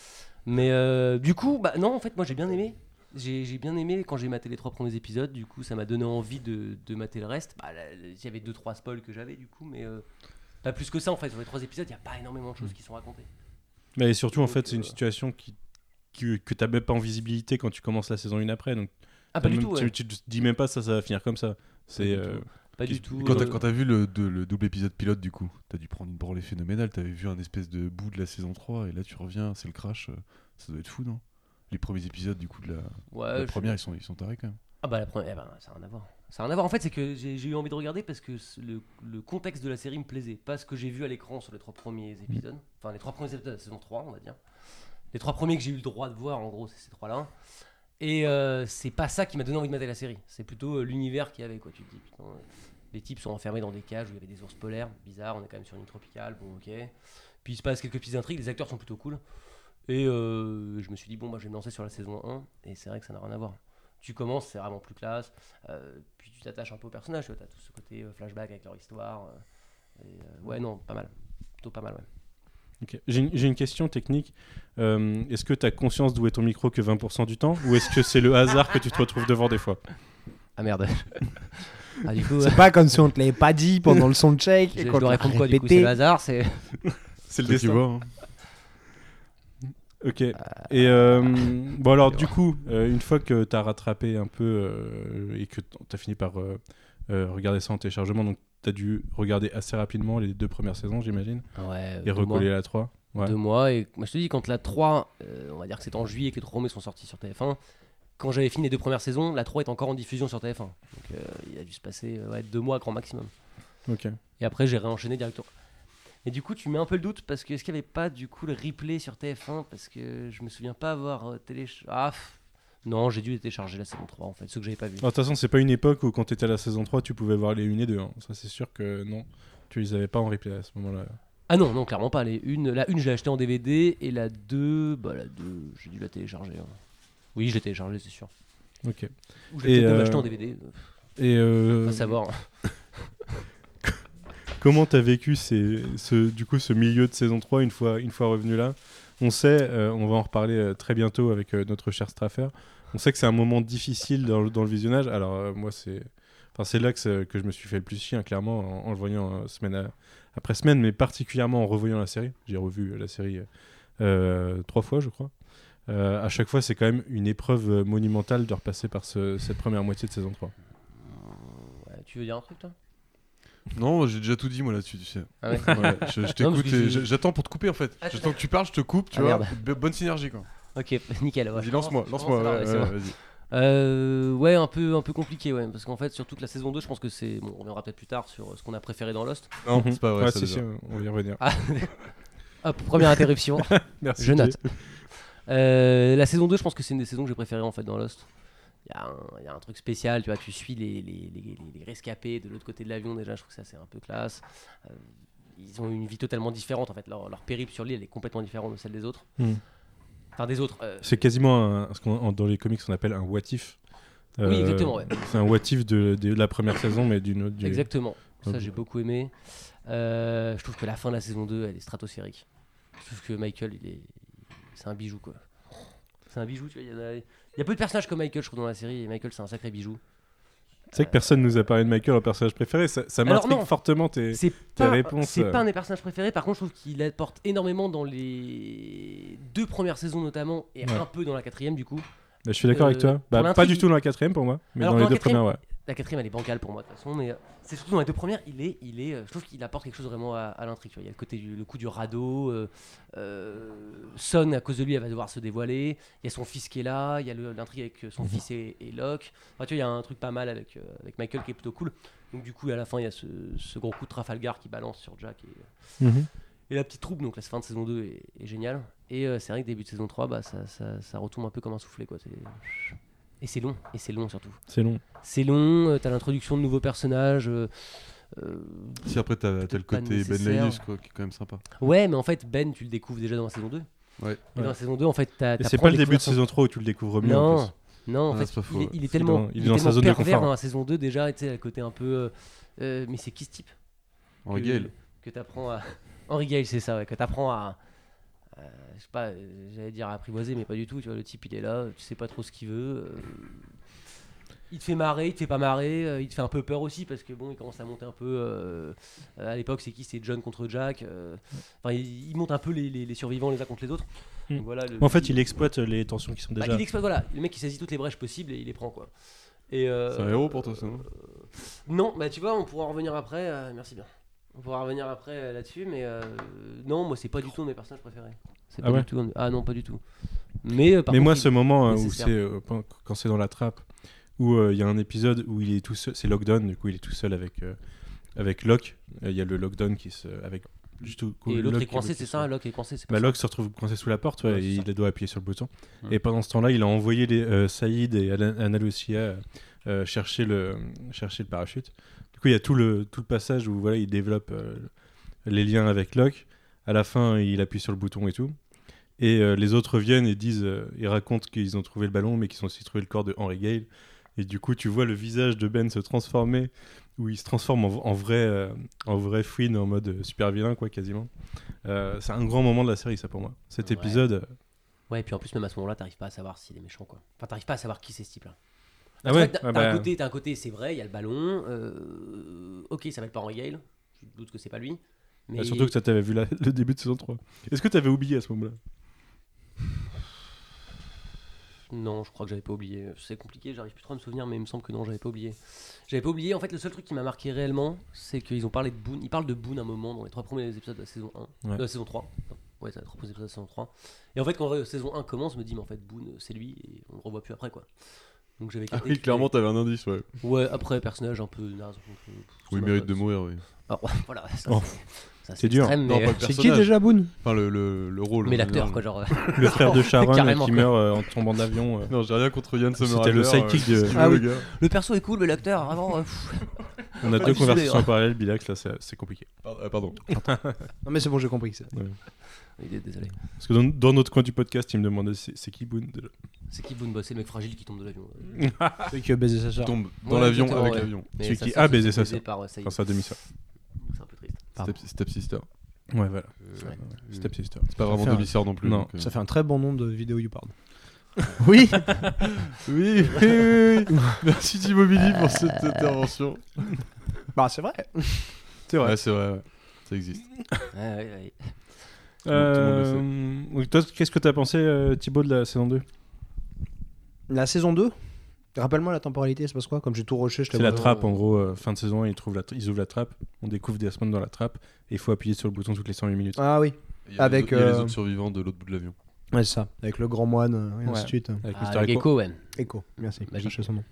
S5: Mais euh, du coup, bah non, en fait, moi j'ai bien aimé. J'ai j'ai bien aimé quand j'ai maté les trois premiers épisodes. Du coup, ça m'a donné envie de, de mater le reste. Bah, là, là, il y avait deux, trois spoils que j'avais, du coup, mais euh, pas plus que ça en fait. Sur les trois épisodes, il n'y a pas énormément de choses qui sont racontées.
S3: Mais surtout, en
S5: Donc,
S3: fait, c'est une
S5: euh,
S3: situation qui, que, que t'as même pas en visibilité quand tu commences la saison 1 après. Donc,
S5: Ah,
S3: t'as
S5: pas du
S3: même-
S5: tout.
S3: tu,
S5: ouais.
S3: tu te dis même pas ça, ça va finir comme ça. C'est.
S5: Pas du
S3: euh,
S5: tout. Pas du tout.
S4: Quand
S5: euh,
S4: t'as- quand t'as vu le, de- le double épisode pilote, du coup, t'as dû prendre une branlée phénoménale. T'avais vu un espèce de bout de la saison 3 et là tu reviens, c'est le crash. euh, Ça doit être fou, non Les premiers épisodes, du coup, de la,
S5: ouais,
S4: la
S5: Ah, je-
S4: première, ils sont, ils sont tarés quand même.
S5: Ah bah la première, eh ben, ça a rien à voir. Ça a rien à voir. En fait, c'est que j'ai j'ai eu envie de regarder parce que c- le, le contexte de la série me plaisait. Pas ce que j'ai vu à l'écran sur les trois premiers épisodes. Enfin, les trois premiers épisodes de la saison 3, on va dire. Les trois premiers que j'ai eu le droit de voir, en gros, c'est ces trois-là. Et euh, c'est pas ça qui m'a donné envie de mater la série. C'est plutôt euh, l'univers qu'il y avait, quoi. Tu te dis, putain, euh, les types sont enfermés dans des cages où il y avait des ours polaires. Bizarre, on est quand même sur une île tropicale. Bon, ok. Puis il se passe quelques petites intrigues. Les acteurs sont plutôt cool. Et euh, je me suis dit, bon, moi, je vais me lancer sur la saison 1. Et c'est vrai que ça n'a rien à voir tu commences, c'est vraiment plus classe. euh, puis tu t'attaches un peu au personnage, tu as tout ce côté euh, flashback avec leur histoire. euh, et, euh, ouais, non, pas mal. Plutôt pas mal, ouais.
S3: ok. J'ai une- j'ai une question technique. Euh, est-ce que t'as conscience d'où est ton micro que 20% du temps Ou est-ce que c'est le hasard que tu te retrouves devant des fois
S5: Ah merde. ah, du coup, euh,
S6: C'est pas comme si on te l'avait pas dit pendant le soundcheck.
S5: je,
S6: et
S5: je
S6: qu'on te
S5: dois
S6: l'a
S5: répondre quoi du coup
S6: répété.
S5: C'est le hasard, c'est.
S3: C'est le
S4: Toi qui
S3: destin.
S4: vois, hein.
S3: Ok. Et euh, bon, alors, du coup, euh, une fois que t'as rattrapé un peu euh, et que t- t'as fini par euh, euh, regarder ça en téléchargement, donc t'as dû regarder assez rapidement les deux premières saisons, j'imagine,
S5: Ouais, euh,
S3: et
S5: deux
S3: recoller
S5: mois.
S3: la 3. Ouais.
S5: Deux mois. Et moi, je te dis, quand la 3, euh, on va dire que c'est en juillet que les trois premiers sont sortis sur TF1. Quand j'avais fini les deux premières saisons, la 3 est encore en diffusion sur TF1. Donc euh, il a dû se passer euh, ouais, deux mois grand maximum.
S3: Ok.
S5: Et après, j'ai réenchaîné directement. Et du coup, tu mets un peu le doute parce que est-ce qu'il n'y avait pas du coup le replay sur TF1 Parce que je me souviens pas avoir euh, téléchargé. Ah, pff, Non, j'ai dû télécharger la saison 3 en fait, ceux que j'avais pas vu.
S3: Alors, Bah, De toute façon, c'est pas une époque où quand t'étais à la saison 3, tu pouvais voir les 1 et 2. hein. Ça, c'est sûr que non. Tu les avais pas en replay à ce moment-là.
S5: Ah non, non, clairement pas. Les une, la une, je l'ai achetée en DVD et la 2, bah la 2, j'ai dû la télécharger. hein. Oui, je l'ai téléchargée, c'est sûr.
S3: Ok. Et.
S5: Ou je l'ai peut-être même
S3: euh,
S5: achetée en DVD, euh,
S3: euh,
S5: faut pas savoir.
S3: Comment t'as vécu ces, ce, du coup, ce milieu de saison 3 une fois, une fois revenu là On sait, euh, on va en reparler euh, très bientôt avec euh, notre cher Straffer, on sait que c'est un moment difficile dans, le- dans le visionnage. Alors euh, moi, c'est enfin, c'est là que, c'est- que je me suis fait le plus chier, hein, clairement, en, en le voyant euh, semaine à- après semaine, mais particulièrement en revoyant la série. J'ai revu euh, la série euh, trois fois, je crois. Euh, à chaque fois, c'est quand même une épreuve euh, monumentale de repasser par ce- cette première moitié de saison 3.
S5: Ouais, tu veux dire un truc toi
S4: Non, j'ai déjà tout dit moi là-dessus, tu sais.
S5: Ah ouais.
S4: Ouais, je je
S5: Non, parce
S4: t'écoute
S5: que
S4: et
S5: j'ai-
S4: je- j'attends pour te couper en fait.
S5: Ah,
S4: J'attends que tu parles, je te coupe, tu
S5: Ah,
S4: vois.
S5: merde.
S4: B- Bonne synergie quoi.
S5: Ok, nickel. ouais.
S4: Vas-y, lance-moi,
S5: Je commence,
S4: lance-moi.
S5: je commence,
S4: ouais,
S5: alors, ouais, c'est bon.
S4: ouais, vas-y.
S5: Euh, ouais, un peu, un peu compliqué, ouais, parce qu'en fait, surtout que la saison 2, je pense que c'est. Bon, on reviendra peut-être plus tard sur euh, ce qu'on a préféré dans Lost.
S4: Non, c'est pas vrai.
S3: Ouais,
S4: ça,
S3: Ah, si,
S4: déjà.
S3: si, on va y revenir.
S5: Ah, hop, première interruption.
S3: Merci,
S5: Je
S3: Jay.
S5: note. Euh, la saison 2, je pense que c'est une des saisons que j'ai préférées en fait dans Lost. Il y, a un- il y a un truc spécial, tu vois, tu suis les, les- les- les- les rescapés de l'autre côté de l'avion déjà, je trouve que ça c'est un peu classe. Euh, ils ont une vie totalement différente en fait, leur, leur périple sur l'île elle est complètement différente de celle des autres.
S3: Hmm.
S5: Enfin des autres. euh,
S3: C'est quasiment un- ce qu'on en- dans les comics on appelle un what if. Euh,
S5: Oui, exactement, ouais.
S3: C'est un what if de, de la première saison, mais d'une autre. du-
S5: Exactement. Ça,
S3: Ok.
S5: j'ai beaucoup aimé. Euh, je trouve que la fin de la saison 2, elle est stratosphérique. Je trouve que Michael, il est... c'est un bijou, quoi. C'est un bijou, tu vois. Il y, en a... il y a peu de personnages comme Michael, je trouve, dans la série. Et Michael, c'est un sacré bijou.
S3: Tu sais que personne nous a parlé de Michael en personnage préféré. Ça, ça
S5: Alors
S3: m'intrigue
S5: non.
S3: fortement. Tes...
S5: C'est
S3: ta
S5: pas,
S3: réponse,
S5: c'est
S3: euh.
S5: pas un des personnages préférés. Par contre, je trouve qu'il apporte énormément dans les deux premières saisons, notamment, et
S3: Ouais.
S5: un peu dans la quatrième, du coup.
S3: Je suis d'accord
S5: Euh,
S3: avec toi. Bah,
S5: pour
S3: pas
S5: l'intrigue,
S3: du tout dans la quatrième pour moi, mais
S5: Alors,
S3: dans les
S5: dans la
S3: deux
S5: quatrième,
S3: premières, ouais.
S5: La quatrième, elle est bancale pour moi, de toute façon. Mais euh, c'est surtout dans les deux premières, il est, il est, euh, je trouve qu'il apporte quelque chose vraiment à, à l'intrigue. tu vois. Il y a le, côté du, le coup du radeau. euh, euh, Son, à cause de lui, elle va devoir se dévoiler. Il y a son fils qui est là. Il y a le- l'intrigue avec euh, son fils et, et Locke. Enfin, tu vois, il y a un truc pas mal avec, euh, avec Michael qui est plutôt cool. Donc, du coup, à la fin, il y a ce, ce gros coup de Trafalgar qui balance sur Jack. Et,
S3: Mhm.
S5: et la petite troupe, donc la fin de saison 2 est, est géniale. Et euh, c'est vrai que début de saison 3, bah, ça, ça, ça retombe un peu comme un soufflé. Quoi. C'est- Et c'est long. Et c'est long surtout.
S3: C'est long.
S5: C'est long, euh, t'as l'introduction de nouveaux personnages. euh, euh,
S4: Si après t'as t'as le
S5: Peut-être pas
S4: côté Ben
S5: nécessaire.
S4: Linus quoi, qui est quand même sympa.
S5: Ouais, mais en fait, Ben, tu le découvres déjà dans la saison 2.
S4: Ouais.
S5: Et dans la saison 2, en fait, t'as.
S3: Et c'est
S5: t'apprends
S3: pas le
S5: les
S3: début de
S5: premières
S3: saison 3 où tu le découvres mieux. en
S5: Non,
S3: plus.
S5: non, en
S4: Ah,
S5: fait,
S4: c'est pas faux,
S5: il, est,
S4: ouais.
S5: il est tellement,
S3: dans- il est
S5: il est
S3: dans sa
S5: tellement
S3: zone de
S5: pervers
S3: confort.
S5: dans la saison 2 déjà, et tu sais, à le côté un peu. euh, euh, mais c'est qui ce type
S4: En
S5: que-
S4: Gale.
S5: Que t'apprends à. Henri Gale, c'est ça, ouais, que t'apprends à. à- je sais pas, euh, j'allais dire à apprivoiser, mais pas du tout. Tu vois, le type, il est là, tu sais pas trop ce qu'il veut. euh, il te fait marrer, il te fait pas marrer, euh, il te fait un peu peur aussi, parce que bon, il commence à monter un peu. euh, euh, à l'époque, c'est qui C'est John contre Jack. euh, Enfin, il, il monte un peu les, les- les survivants les uns contre les autres.
S3: Mm.
S5: Donc voilà, le-
S3: En fait, il exploite euh, les tensions qui sont
S5: bah,
S3: déjà.
S5: il exploite, voilà, le mec, il saisit toutes les brèches possibles et il les prend, quoi. Et, euh,
S4: C'est un héros pour toi, ça, non
S5: non, bah tu vois, on pourra en revenir après. euh, merci bien. On pourra revenir après euh, là-dessus, mais euh, non, moi c'est pas du tout un de mes personnages préférés. C'est
S3: Ah
S5: pas
S3: ouais
S5: du tout. un- Ah non, pas du tout. Mais euh, par
S3: mais
S5: contre,
S3: moi,
S5: il-
S3: ce moment euh, où
S5: nécessaire.
S3: c'est euh, pen- quand c'est dans la trappe, où euh, il y a un épisode où il est tout seul, c'est Lockdown, du coup, il est tout seul avec euh, avec Locke. Euh, Il y a le Lockdown qui se avec du tout.
S5: et l'autre
S3: Locke
S5: est
S3: qui
S5: coincé,
S3: bloqué
S5: c'est
S3: sur-
S5: ça, Locke est coincé, c'est pas
S3: Bah,
S5: ça.
S3: Locke se retrouve coincé sous la porte ouais,
S5: Ouais, c'est
S3: et
S5: ça.
S3: il doit appuyer sur le bouton.
S5: Mm.
S3: Et pendant ce temps-là, il a envoyé les, euh, Saïd et Alan- Anna Lucia euh, chercher, le, chercher le parachute. Du coup, il y a tout le, tout le passage où voilà, il développe euh, les liens avec Locke. À la fin, il appuie sur le bouton et tout. Et euh, les autres viennent et disent, euh, ils racontent qu'ils ont trouvé le ballon, mais qu'ils ont aussi trouvé le corps de Henry Gale. Et du coup, tu vois le visage de Ben se transformer, où il se transforme en, en vrai, euh, en vrai fouine, en mode euh, super vilain, quoi, quasiment. Euh, c'est un grand moment de la série, ça pour moi. Cet
S5: Ouais.
S3: épisode. euh,
S5: Ouais, et puis en plus, même à ce moment-là, t'arrives pas à savoir s'il est méchant, quoi. Enfin, t'arrives pas à savoir qui c'est ce type-là.
S3: Ah
S5: Parce
S3: ouais,
S5: que T'as
S3: ah
S5: t'as un
S3: bah,
S5: côté, t'as un côté, c'est vrai, il y a le ballon. euh, Ok, il s'appelle pas Henry Gale. Je doute que c'est pas lui. Mais
S3: bah, surtout que ça t'avais vu la- le début de saison 3. Est-ce que t'avais oublié à ce moment-là
S5: Non, je crois que j'avais pas oublié. C'est compliqué, j'arrive plus trop à me souvenir, mais il me semble que non, j'avais pas oublié. J'avais pas oublié. En fait, le seul truc qui m'a marqué réellement, c'est qu'ils ont parlé de Boone. Ils parlent de Boone un moment dans les trois premiers épisodes de la saison 1.
S3: Ouais.
S5: De la saison 3. Non, Ouais, c'est les trois premiers épisodes de la saison 3. Et en fait, quand la saison 1 commence, je me dis, mais en fait, Boone, euh, c'est lui, et on le revoit plus après, quoi. Donc j'avais
S4: Ah
S5: capté
S4: oui,
S5: que-
S4: clairement t'avais un indice, ouais.
S5: Ouais, après, personnage un peu naze. donc, euh, pff, ça
S4: Oui, il
S5: m'a
S4: mérite
S5: pas-
S4: de mourir, oui.
S5: Alors, voilà, ça,
S3: Oh.
S5: c'est- ça, ça,
S3: C'est dur.
S5: extrême,
S4: Non,
S5: mais,
S4: pas
S5: euh,
S4: le
S6: C'est qui
S4: personnage.
S6: déjà Boone
S4: Enfin, le, le, le rôle.
S5: mais
S4: en
S5: l'acteur,
S4: général.
S5: quoi, genre. euh,
S3: Le frère de Sharon
S5: Carrément,
S3: qui
S5: quoi.
S3: meurt euh, en tombant d'avion. euh.
S4: Non, j'ai rien contre Yann
S3: C'était
S4: Sommer.
S3: le sidekick de-
S6: Ah oui.
S4: gars.
S5: le perso est cool, mais l'acteur, vraiment. euh, pff,
S3: On a
S5: Pas
S3: deux
S5: du
S3: conversations
S5: sourire.
S3: en parallèle, Bilax, là, c'est- c'est compliqué.
S4: Par- euh, Pardon.
S6: Non, mais c'est bon, j'ai compris. ça.
S5: il est- Désolé.
S3: Parce que dans, dans notre coin du podcast, il me demandait c'est c'est qui Boone déjà
S5: C'est qui Boone Boss C'est le mec fragile qui tombe de l'avion. euh,
S6: C'est qui a baisé sa
S4: Il
S6: sœur.
S4: tombe dans
S5: Ouais,
S4: l'avion
S5: exactement,
S4: avec
S5: ouais.
S4: l'avion.
S5: mais
S3: Celui
S5: sa
S3: qui
S5: sœur
S3: a
S5: se
S3: baisé
S5: fait
S3: sa
S5: baiser
S3: sœur.
S5: par, euh, sa-
S3: Enfin, sa demi-sœur.
S5: donc C'est un peu triste.
S6: Pardon.
S4: Step, Step Sister.
S3: Ouais, voilà.
S4: Euh,
S5: C'est vrai.
S3: Step Sister.
S4: C'est pas
S6: Ça
S4: vraiment
S6: fait un-
S4: demi-sœur non plus.
S3: Non.
S4: donc, euh,
S6: Ça fait un très bon nom de vidéo YouPorn.
S4: Oui Oui, oui, oui, oui. Merci Timobili pour cette intervention.
S6: Bah, c'est vrai.
S3: C'est
S4: Ouais, c'est vrai, ouais. ça existe.
S5: Ouais, ouais, ouais.
S3: Euh, donc toi, qu'est-ce que t'as pensé, euh, Thibaut, de la saison 2
S6: La saison 2 Rappelle-moi la temporalité, c'est passe quoi Comme j'ai tout rushé, je
S3: C'est
S6: t'avoue.
S3: la trappe, en gros. euh, fin de saison, ils, trouvent la tra- ils ouvrent la trappe. On découvre des Desmond dans la trappe. Et il faut appuyer sur le bouton toutes les 108 minutes.
S6: Ah oui,
S4: Il y a
S6: Avec,
S4: les, autres- il y a les
S6: euh,
S4: autres survivants de l'autre bout de l'avion.
S6: ouais, c'est ça. Avec le grand moine euh, et
S3: Ouais.
S6: ainsi de suite.
S3: Avec
S5: Ah,
S3: Mr.
S5: le
S3: Echo.
S5: gecko, ouais.
S6: Echo, merci.
S5: Magique.
S6: Cherchez son nom.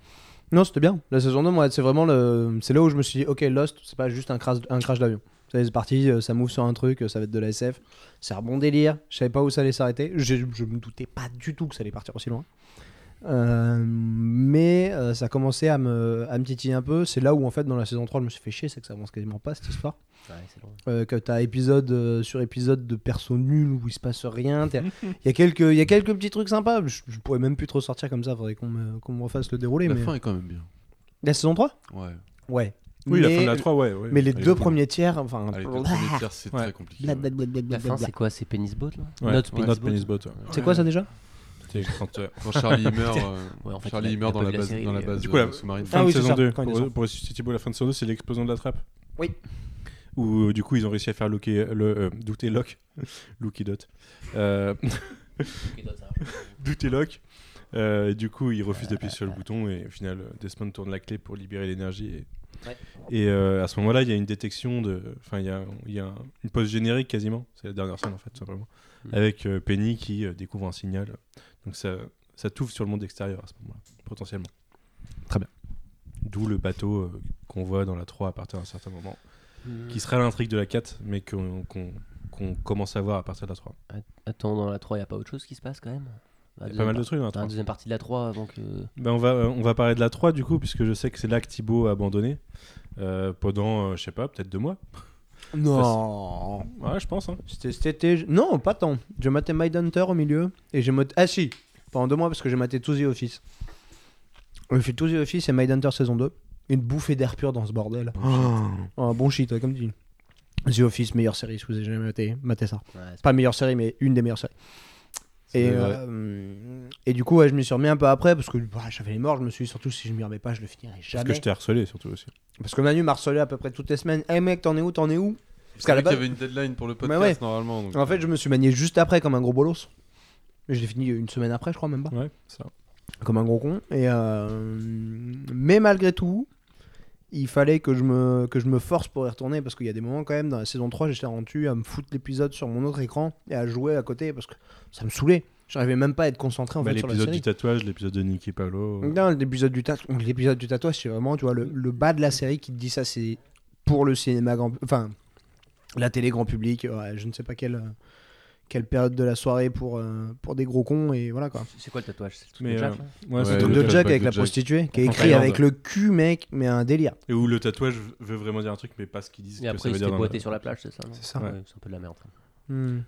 S6: Non, c'était bien. La saison 2, moi, c'est vraiment le. C'est là où je me suis dit, ok, Lost, c'est pas juste un crash, un crash d'avion. Ça, C'est parti, euh, ça move sur un truc, euh, ça va être de la SF. C'est un bon délire. Je savais pas où ça allait s'arrêter. Je, je me doutais pas du tout que ça allait partir aussi loin. Euh, mais euh, ça commençait à me, à me titiller un peu. C'est là où, en fait, dans la saison 3, je me suis fait chier, c'est que ça avance quasiment pas cette histoire.
S5: Ouais, c'est long.
S6: Euh, que t'as épisode euh, sur épisode de perso nul où il se passe rien. t'as- Il y, a quelques- il y a quelques petits trucs sympas. Je, je pourrais même plus trop sortir comme ça. Faudrait qu'on me, qu'on me refasse le déroulé.
S4: La
S6: mais...
S4: fin est quand même bien.
S6: la saison 3
S4: Ouais.
S6: Ouais.
S3: Oui,
S6: mais,
S3: la fin de la 3, ouais. ouais.
S6: mais les
S3: Elle est
S6: deux
S3: cool.
S6: premiers tiers, enfin.
S4: Allez,
S6: blah,
S4: le premier tiers, c'est
S3: Ouais.
S4: très compliqué.
S6: blah,
S4: ouais.
S6: blah, blah, blah, blah,
S5: La fin,
S6: blah.
S5: c'est quoi C'est Penis Boat là
S3: Ouais,
S5: Not Penis
S3: Not
S5: Boat.
S3: Penis Boat, ouais.
S6: C'est quoi ça déjà
S3: C'est quand,
S6: Ah
S3: euh,
S4: Quand Charlie il meurt, euh,
S5: Ouais, en fait,
S4: Charlie
S5: il a-
S4: il meurt
S5: il a pas
S4: dans la
S5: vu la
S4: base,
S5: série,
S4: dans la
S5: euh.
S4: base
S3: Du coup, la-
S4: euh, sous-marine.
S3: Fin
S6: Ah
S3: de
S6: oui, c'est
S3: saison
S6: ça,
S3: 2.
S6: quand il
S3: Pour,
S6: descend.
S3: pour citer Thibaut, la fin de saison 2, c'est l'explosion de la trappe.
S6: Oui.
S3: Où euh, du coup, ils ont réussi à faire looker, le, euh, douter Locke. Looky Dot. Euh, douter Locke. Euh, et du coup, ils refusent d'appuyer sur le bouton et au final, euh, Desmond tourne la clé pour libérer l'énergie. Et,
S5: Ouais.
S3: et, euh, à ce moment-là, il y a une détection de. Enfin, il y a, il y a un- une pause générique quasiment. C'est la dernière scène en fait, tout simplement.
S5: Mm.
S3: Avec euh, Penny qui euh, découvre un signal. Donc ça, ça touffe sur le monde extérieur à ce moment-là, potentiellement.
S6: Très bien.
S3: D'où le bateau euh, qu'on voit dans la 3 à partir d'un certain moment,
S5: Mm.
S3: qui sera l'intrigue de la 4, mais qu'on qu'on- qu'on commence à voir à partir de la 3.
S5: Attends, dans la 3, il a pas autre chose qui se passe quand même
S3: Il y a
S5: La
S6: Ah,
S5: deuxième
S3: pas mal de
S5: par-
S3: trucs dans la
S5: dans la
S3: 3.
S5: deuxième partie de la 3 avant que.
S3: Ben, on, va, euh, on va parler de la 3 du coup, puisque je sais que c'est là que Thibaut a abandonné euh, pendant, euh, je sais pas, peut-être deux mois.
S6: Non.
S3: Ouais, je pense. hein.
S6: C'était cet été. je- Non, pas tant. Je matais My Hunter au milieu et j'ai maté. Ah si, pendant deux mois parce que j'ai maté To The Office. J'ai fait To The Office et My Hunter saison 2. Une bouffée d'air pur dans ce bordel.
S3: Ah.
S6: Oh, un bon shit, ouais, comme tu dis. The Office, meilleure série, si vous avez jamais maté, matez ça.
S5: Ouais, c'est-
S6: Pas meilleure série, mais une des meilleures séries. Et,
S4: C'est vrai.
S6: euh, et du coup, ouais, je m'y suis remis un peu après parce que bah, j'avais les morts. Je me suis dit, surtout si je m'y remets pas, je le finirai
S3: Parce
S6: jamais.
S3: que je t'ai harcelé surtout aussi.
S6: Parce que Manu m'a harcelé à peu près toutes les semaines. Eh mec, t'en es où T'en es où Parce qu'à la
S4: Parce qu'il y
S6: base.
S4: avait une deadline pour le
S6: Mais ouais.
S4: podcast normalement. donc,
S6: En fait,
S4: euh,
S6: je me suis manié juste après comme un gros bolos. Mais Je l'ai fini une semaine après, je crois même pas.
S3: Ah. Ouais, ça.
S6: Comme un gros con. Et euh, Mais malgré tout, il fallait que je me, que je me force pour y retourner parce qu'il y a des moments quand même dans la saison 3, j'étais rendu à me foutre l'épisode sur mon autre écran et à jouer à côté parce que ça me saoulait. J'arrivais même pas à être concentré en
S3: Bah,
S6: fait sur la
S3: l'épisode
S6: série.
S3: du tatouage, l'épisode de Nicky Palo. euh,
S6: Non, l'épisode du, tatou- l'épisode du tatouage, c'est vraiment tu vois, le, le bas de la série qui te dit ça, c'est pour le cinéma grand Enfin, la télé grand public, ouais, je ne sais pas quelle, euh, quelle période de la soirée pour, euh, pour des gros cons, et voilà quoi.
S5: C'est quoi le tatouage C'est le truc
S3: Mais,
S5: de Jack
S3: euh,
S5: là
S3: ouais,
S6: Le
S3: c'est
S4: Ouais,
S6: truc
S3: tout
S4: le
S3: à
S6: de
S3: fait.
S6: Jack
S4: flashback
S6: avec
S4: de
S6: la
S4: Jack.
S6: prostituée, qui est
S3: En
S6: écrit
S3: Thaïlande.
S6: avec le cul, mec, mais un délire.
S3: Et où le tatouage veut vraiment dire un truc, mais pas ce qu'ils disent.
S5: Et
S3: que ça
S5: après,
S3: veut
S5: il se
S3: dire
S5: fait
S3: dans
S5: boiter
S3: le...
S5: sur la plage, c'est ça non
S6: C'est ça.
S3: Ouais.
S5: C'est un peu de la merde.
S6: Hmm.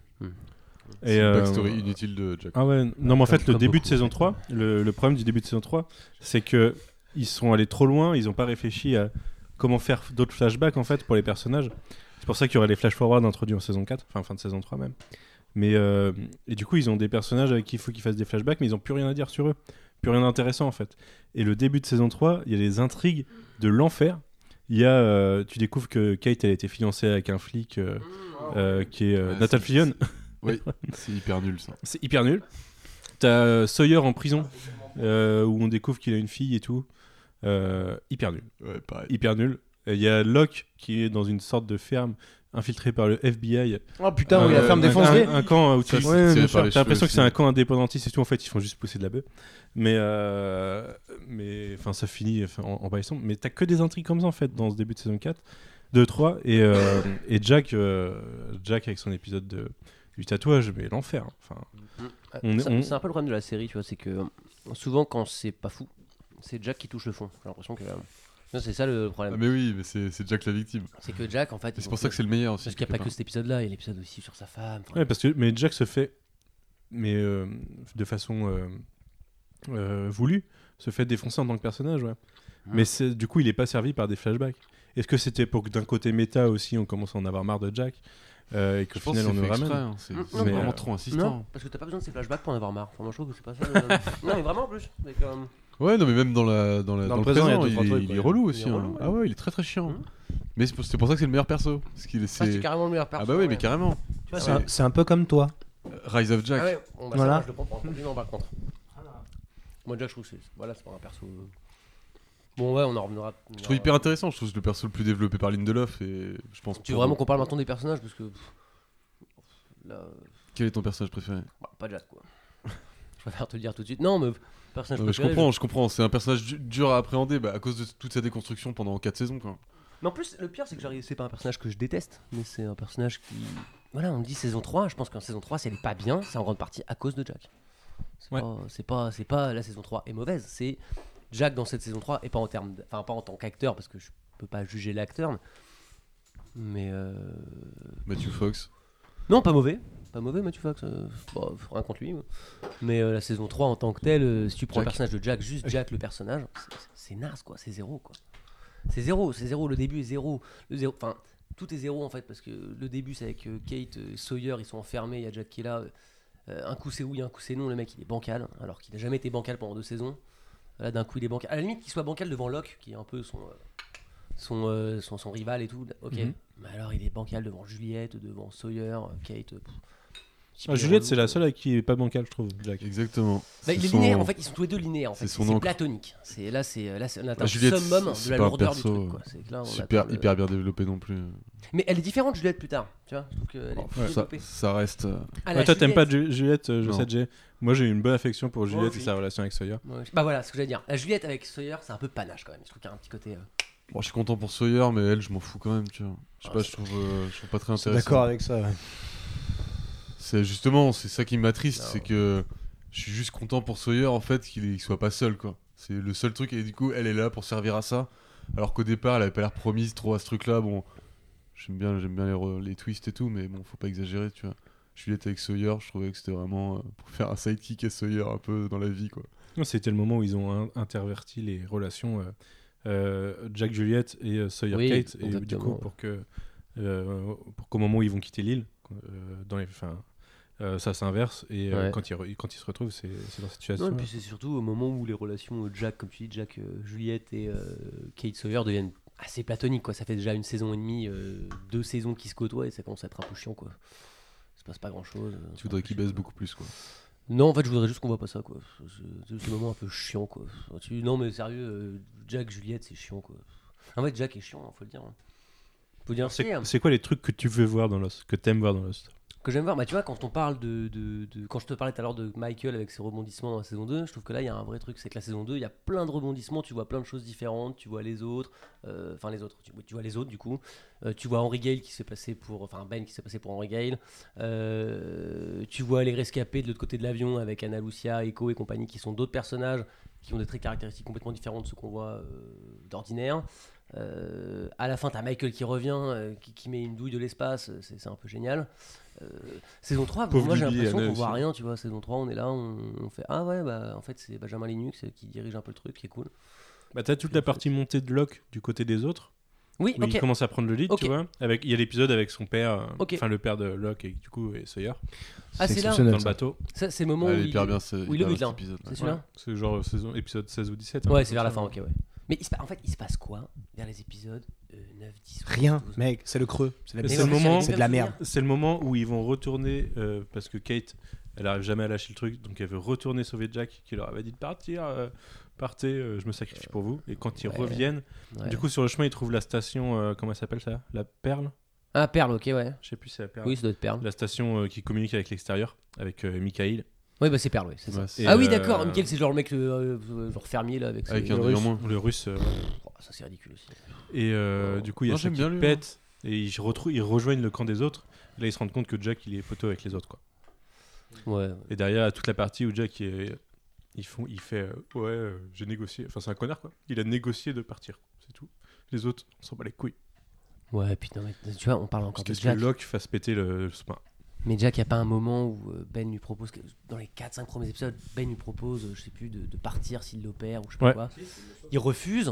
S4: C'est
S3: Et,
S4: une
S3: euh,
S4: backstory inutile de Jack.
S3: Ah ouais, non, mais en fait,
S5: comme
S3: le début de
S5: beaucoup.
S3: saison 3, le, le problème du début de saison 3, c'est que ils sont allés trop loin, ils n'ont pas réfléchi à comment faire d'autres flashbacks en fait pour les personnages. C'est pour ça qu'il y aurait les flash forward introduits en saison 4, enfin fin de saison 3 même. Mais euh, et du coup, ils ont des personnages avec qui il faut qu'ils fassent des flashbacks, mais ils n'ont plus rien à dire sur eux, plus rien d'intéressant en fait. Et le début de saison 3, il y a les intrigues de l'enfer. Il y a, euh, tu découvres que Kate, elle a été fiancée avec un flic euh, euh, qui est euh,
S4: Mmh, oh, Ouais,
S3: Nathan
S4: c'est-
S3: Fillion.
S4: Oui, c'est hyper nul ça.
S3: C'est hyper nul. T'as euh, Sawyer en prison, euh, où on découvre qu'il a une fille et tout. Euh, hyper nul.
S4: Ouais, pareil.
S3: Hyper nul. Et Il y a Locke qui est dans une sorte de ferme infiltrée par le FBI.
S6: Oh putain,
S3: Euh,
S6: oui, la ferme
S3: un-
S6: défoncée.
S3: Un, un camp où tu,
S4: Ça, c'est
S6: Ouais,
S4: tiré
S6: bien
S4: par
S6: sûr.
S4: les
S3: T'as l'impression
S4: cheveux
S3: que c'est un
S4: aussi.
S3: camp indépendantiste et tout. En fait, ils font juste pousser de la bœuf. Mais, euh, mais enfin, ça finit enfin, en, en bail sombre. Mais t'as que des intrigues comme ça en fait dans ce début de saison 4. 2, 3. Et, euh, et Jack, euh, Jack, avec son épisode de, du tatouage, mais l'enfer. hein. Enfin, On est-
S5: C'est
S3: on-
S5: c'est un peu le problème de la série, tu vois, c'est que euh, souvent quand c'est pas fou, c'est Jack qui touche le fond. J'ai l'impression que. euh, non, c'est ça le
S4: Ah,
S5: problème.
S4: mais oui, mais c'est c'est Jack la victime.
S5: Ah, C'est que Jack, en fait.
S4: Et
S5: ils
S4: C'est
S5: ont
S4: pour ça
S5: fait-
S4: que c'est le meilleur aussi.
S5: Parce qu'il n'y a pas
S4: quelque
S5: que cet épisode-là, il y a l'épisode aussi sur sa femme. enfin,
S3: Ouais, parce que mais Jack se fait, mais euh, de façon euh, euh, voulue, se fait défoncer en tant que personnage. Ouais.
S4: Ah.
S3: Mais c'est- du coup, il n'est pas servi par des flashbacks. Est-ce que c'était pour que d'un côté méta aussi, on commence à en avoir marre de Jack euh, et
S4: part.
S3: que
S4: Je
S3: au
S4: pense que
S3: final,
S4: c'est
S3: on nous
S4: fait exprès,
S3: ramène
S4: hein, C'est
S5: Mm,
S4: c'est
S3: non, mais,
S4: vraiment
S3: euh,
S4: trop
S5: Non,
S4: insistant.
S5: parce que t'as pas besoin de ces flashbacks pour en avoir marre. Enfin, moi je trouve que c'est pas ça. le- non, mais vraiment en plus. Mais comme-
S4: Ouais, non, mais même dans, la, dans, la,
S6: Dans
S4: dans,
S6: le
S4: le
S6: présent,
S4: présent,
S6: il y a deux, trois
S4: il, est-
S6: trucs,
S4: il
S6: ouais. Mmh.
S4: est relou aussi.
S5: Il est
S4: hein.
S5: relou, ouais.
S4: Ah ouais, il est très très chiant.
S5: Mhm.
S4: Mais c'est pour c'est pour ça que c'est le meilleur perso. Parce qu'il est.
S5: Ça, c'est
S4: c'est-
S5: carrément le meilleur
S4: Ah
S5: perso.
S4: bah oui, mais
S5: ouais.
S4: carrément.
S5: Tu vois,
S6: Ah, C'est un- C'est un peu comme toi.
S4: Euh, Rise of Jack.
S5: Ah ouais, on va
S6: Voilà.
S5: voilà. je le prends pour un compliment par contre. Moi Jack, je trouve que c'est voilà, c'est pas un perso. euh. Bon ouais, on en reviendra.
S4: Je trouve hyper intéressant. Je trouve que c'est le perso le plus développé par Lindelof. Et je pense.
S5: Tu veux
S4: pour-
S5: vraiment qu'on parle maintenant des personnages parce que pff, là, euh,
S4: Quel est ton personnage préféré
S5: bah, pas Jack quoi. je préfère te le dire tout de suite. Non, mais personnage.
S4: Non, mais Je
S5: préféré,
S4: comprends, je comprends. C'est un personnage du- dur à appréhender bah, à cause de toute sa déconstruction pendant 4 saisons. Quoi.
S5: Mais en plus, le pire, c'est que j'arrive. C'est pas un personnage que je déteste, mais c'est un personnage qui. Voilà, on me dit saison 3. Je pense qu'en saison 3, si elle est pas bien, c'est en grande partie à cause de Jack. C'est
S3: Ouais.
S5: pas, c'est pas, c'est pas la saison 3 est mauvaise. C'est Jack dans cette saison 3 et pas en termes, de- enfin pas en tant qu'acteur parce que je peux pas juger l'acteur. Mais euh,
S4: Matthew Fox.
S5: non, pas mauvais, pas mauvais, Matthew Fox. euh, bah, rien contre lui. moi. Mais euh, la saison 3 en tant que telle, euh, si tu prends le
S4: Jack.
S5: personnage de Jack, juste Jack le personnage, c'est- c'est- c'est naze quoi, c'est zéro quoi. C'est zéro, c'est zéro, le début est zéro. Le zéro, enfin, tout est zéro en fait, parce que le début c'est avec euh, Kate, euh, Sawyer, ils sont enfermés, il y a Jack qui est là. euh, un coup c'est oui, un coup c'est non, le mec il est bancal, alors qu'il n'a jamais été bancal pendant deux saisons. Là d'un coup il est bancal. À la limite qu'il soit bancal devant Locke, qui est un peu son. euh, son, euh, son, son rival et tout, ok.
S3: Mhm.
S5: Mais alors il est bancal devant Juliette, devant Sawyer, euh, Kate. euh, pff.
S3: Ah, Juliette, c'est la seule avec qui il est pas bancal, je trouve, Jack.
S4: Exactement.
S5: Bah,
S4: C'est
S5: il est
S4: son-
S5: linéaire, en fait, ils sont tous les deux linéaires. En fait.
S4: c'est son
S5: C'est
S4: encre.
S5: platonique. C'est là, c'est là, c'est- on atteint
S4: Ah, Juliette,
S5: le summum
S4: c'est
S5: de la
S4: pas un
S5: lourdeur du
S4: perso, euh,
S5: truc. quoi. C'est que là, on
S4: Super,
S5: atteint le-
S4: hyper bien développé non plus.
S5: Mais elle est différente Juliette plus tard. Tu vois, je trouve qu'elle est plus
S4: Ça- ça,
S5: développée.
S4: reste. euh,
S5: Ah, la
S3: Ouais, toi, t'aimes pas
S5: Juliette-
S3: Ju- Juliette, euh, je
S4: Non.
S3: sais, Jay. Moi, j'ai eu une bonne affection pour Juliette et
S5: aussi.
S3: sa relation avec Sawyer.
S5: Ouais, je- Bah voilà, ce que j'allais dire. La Juliette avec Sawyer, c'est un peu panache quand même. Je trouve qu'il y a un petit côté. euh,
S4: Bon, je suis content pour Sawyer, mais elle, je m'en fous quand même. Tu vois. Je sais
S5: Ah,
S4: pas,
S5: c'est-
S4: je trouve, euh, je trouve pas très intéressant.
S6: D'accord avec ça. ouais.
S4: C'est justement, c'est ça qui m'attriste,
S5: Non.
S4: c'est que je suis juste content pour Sawyer en fait qu'il est- qu'il soit pas seul quoi. C'est le seul truc et du coup elle est là pour servir à ça. Alors qu'au départ elle avait pas l'air promise trop à ce truc là. Bon, j'aime bien, j'aime bien les, re- les twists et tout, mais bon faut pas exagérer tu vois. Juliette avec Sawyer, je trouvais que c'était vraiment euh, pour faire un sidekick à Sawyer un peu dans la vie quoi.
S3: Non, C'était le moment où ils ont in- interverti les relations euh, euh, Jack Juliette et euh, Sawyer
S5: Oui,
S3: Kate et du
S5: exactement,
S3: coup
S5: ouais.
S3: pour que euh, pour qu'au moment où ils vont quitter l'île euh, dans les enfin, euh, ça s'inverse et euh,
S5: Ouais.
S3: quand ils re- quand ils se retrouvent c'est c'est dans cette
S5: Non,
S3: situation
S5: et puis c'est surtout au moment où les relations euh, Jack, comme tu dis, Jack, euh, Juliette et euh, Kate Sawyer deviennent assez platoniques. Quoi. Ça fait déjà une saison et demie, euh, deux saisons qui se côtoient et ça commence à être un peu chiant. Quoi. Il se passe pas grand chose.
S4: Tu voudrais qu'il baisse beaucoup plus quoi.
S5: Non, en fait, je voudrais juste qu'on voit pas ça. quoi. C'est- C'est ce moment un peu chiant. quoi. Tu- Non, mais sérieux, euh, Jack, Juliette, c'est chiant. quoi. En fait, Jack est chiant, hein, faut le dire. hein. Faut dire
S3: C'est-
S5: si, hein.
S3: c'est quoi les trucs que tu veux voir dans Lost que t'aimes voir dans Lost
S5: que j'aime voir. Bah, tu vois, quand on parle de, de- de- Quand je te parlais tout à l'heure de Michael avec ses rebondissements dans la saison 2, je trouve que là, il y a un vrai truc. C'est que la saison 2, il y a plein de rebondissements. Tu vois plein de choses différentes. Tu vois les autres. euh, Enfin, les autres. Tu, oui, tu vois les autres, du coup. Euh, tu vois Henry Gale qui s'est passé pour. Enfin, Ben qui s'est passé pour Henry Gale. Euh, tu vois les rescapés de l'autre côté de l'avion avec Anna Lucia, Echo et compagnie qui sont d'autres personnages qui ont des traits caractéristiques complètement différents de ce qu'on voit euh, d'ordinaire. Euh, à la fin, t'as Michael qui revient, euh, qui, qui met une douille de l'espace, euh, c'est c'est un peu génial. Euh, saison 3,
S3: Pauvre
S5: moi j'ai
S3: Lily,
S5: l'impression
S3: Anna
S5: qu'on voit
S3: aussi.
S5: rien, tu vois. Saison 3, on est là, on, on fait Ah ouais, bah en fait c'est Benjamin Linux euh, qui dirige un peu le truc, qui est cool.
S3: bah t'as toute la partie montée de Locke du côté des autres
S5: Oui,
S3: où
S5: ok.
S3: il commence à prendre le lead
S5: Ok.
S3: tu vois avec il y a l'épisode avec son père euh,
S5: Ok.
S3: enfin le père de Locke et du coup et Sawyer
S5: Ah, c'est là.
S6: exceptionnel,
S3: dans le
S6: ça.
S3: bateau
S5: Ça, c'est le moment
S3: Ah,
S4: Elle
S5: où.
S4: est
S5: il-
S4: hyper bien ce
S5: où il
S4: hyper
S5: le bute,
S4: bien
S5: là.
S4: cet épisode.
S5: C'est celui-là
S3: Ouais. c'est genre euh, saison, épisode 16 ou 17 hein,
S5: Ouais, c'est vers la
S3: comme
S5: fin,
S3: ça.
S5: ok, ouais. Mais il se pa- en fait, il se passe quoi vers les épisodes euh, 9, 10, 11,
S6: Rien,
S5: 12?
S6: mec, c'est le creux. C'est la
S3: Mais
S5: Mais
S3: c'est
S6: merde.
S3: le
S5: ouais,
S3: moment-
S5: j'ai
S6: C'est de la
S5: bien
S6: merde.
S5: souvenir.
S3: C'est le moment où ils vont retourner euh, parce que Kate, elle arrive jamais à lâcher le truc, donc elle veut retourner sauver Jack qui leur avait dit de partir, euh, partez, euh, je me sacrifie pour vous. Et quand ils
S5: Ouais.
S3: reviennent,
S5: Ouais.
S3: du coup sur le chemin ils trouvent la station, euh, comment elle s'appelle ça La Perle
S5: Ah, Perle, ok, ouais.
S3: Je sais plus si c'est la Perle.
S5: Oui, ça doit être Perle.
S3: La station euh, qui communique avec l'extérieur, avec euh, Michael.
S5: Oui, bah c'est Perle, oui, c'est ça.
S4: Ouais, c'est-
S3: Et,
S5: ah oui,
S3: euh,
S5: d'accord. Michael, c'est genre le mec, le, euh, genre fermier là, avec.
S4: Avec
S5: ses-
S4: un
S5: le
S4: délire
S5: russe.
S4: moins.
S3: Le russe. euh, ouais.
S5: Oh, Ça, c'est ridicule aussi.
S3: Et euh,
S4: Oh.
S3: du coup, il y a
S4: Non,
S3: Jack
S4: j'aime
S3: qui
S4: bien lui, hein.
S3: pète et ils, retrou- ils rejoignent le camp des autres. Là, ils se rendent compte que Jack il est poteau avec les autres. Quoi.
S5: Ouais.
S3: Et derrière, toute la partie où Jack il, il, font, il fait euh, Ouais, euh, j'ai négocié. Enfin, c'est un connard quoi. Il a négocié de partir. C'est tout. Les autres, on s'en bat les couilles.
S5: Ouais, puis non, Ah, mais tu vois, on parle encore de
S3: Jusqu'à ce
S5: Jack.
S3: que Locke fasse péter le, le sopin.
S5: Mais Jack, il a pas un moment où euh, Ben lui propose, que- dans les 4-5 premiers épisodes, Ben lui propose, euh, je sais plus, de, de partir s'il l'opère ou je sais
S3: Ouais.
S5: pas quoi. Il refuse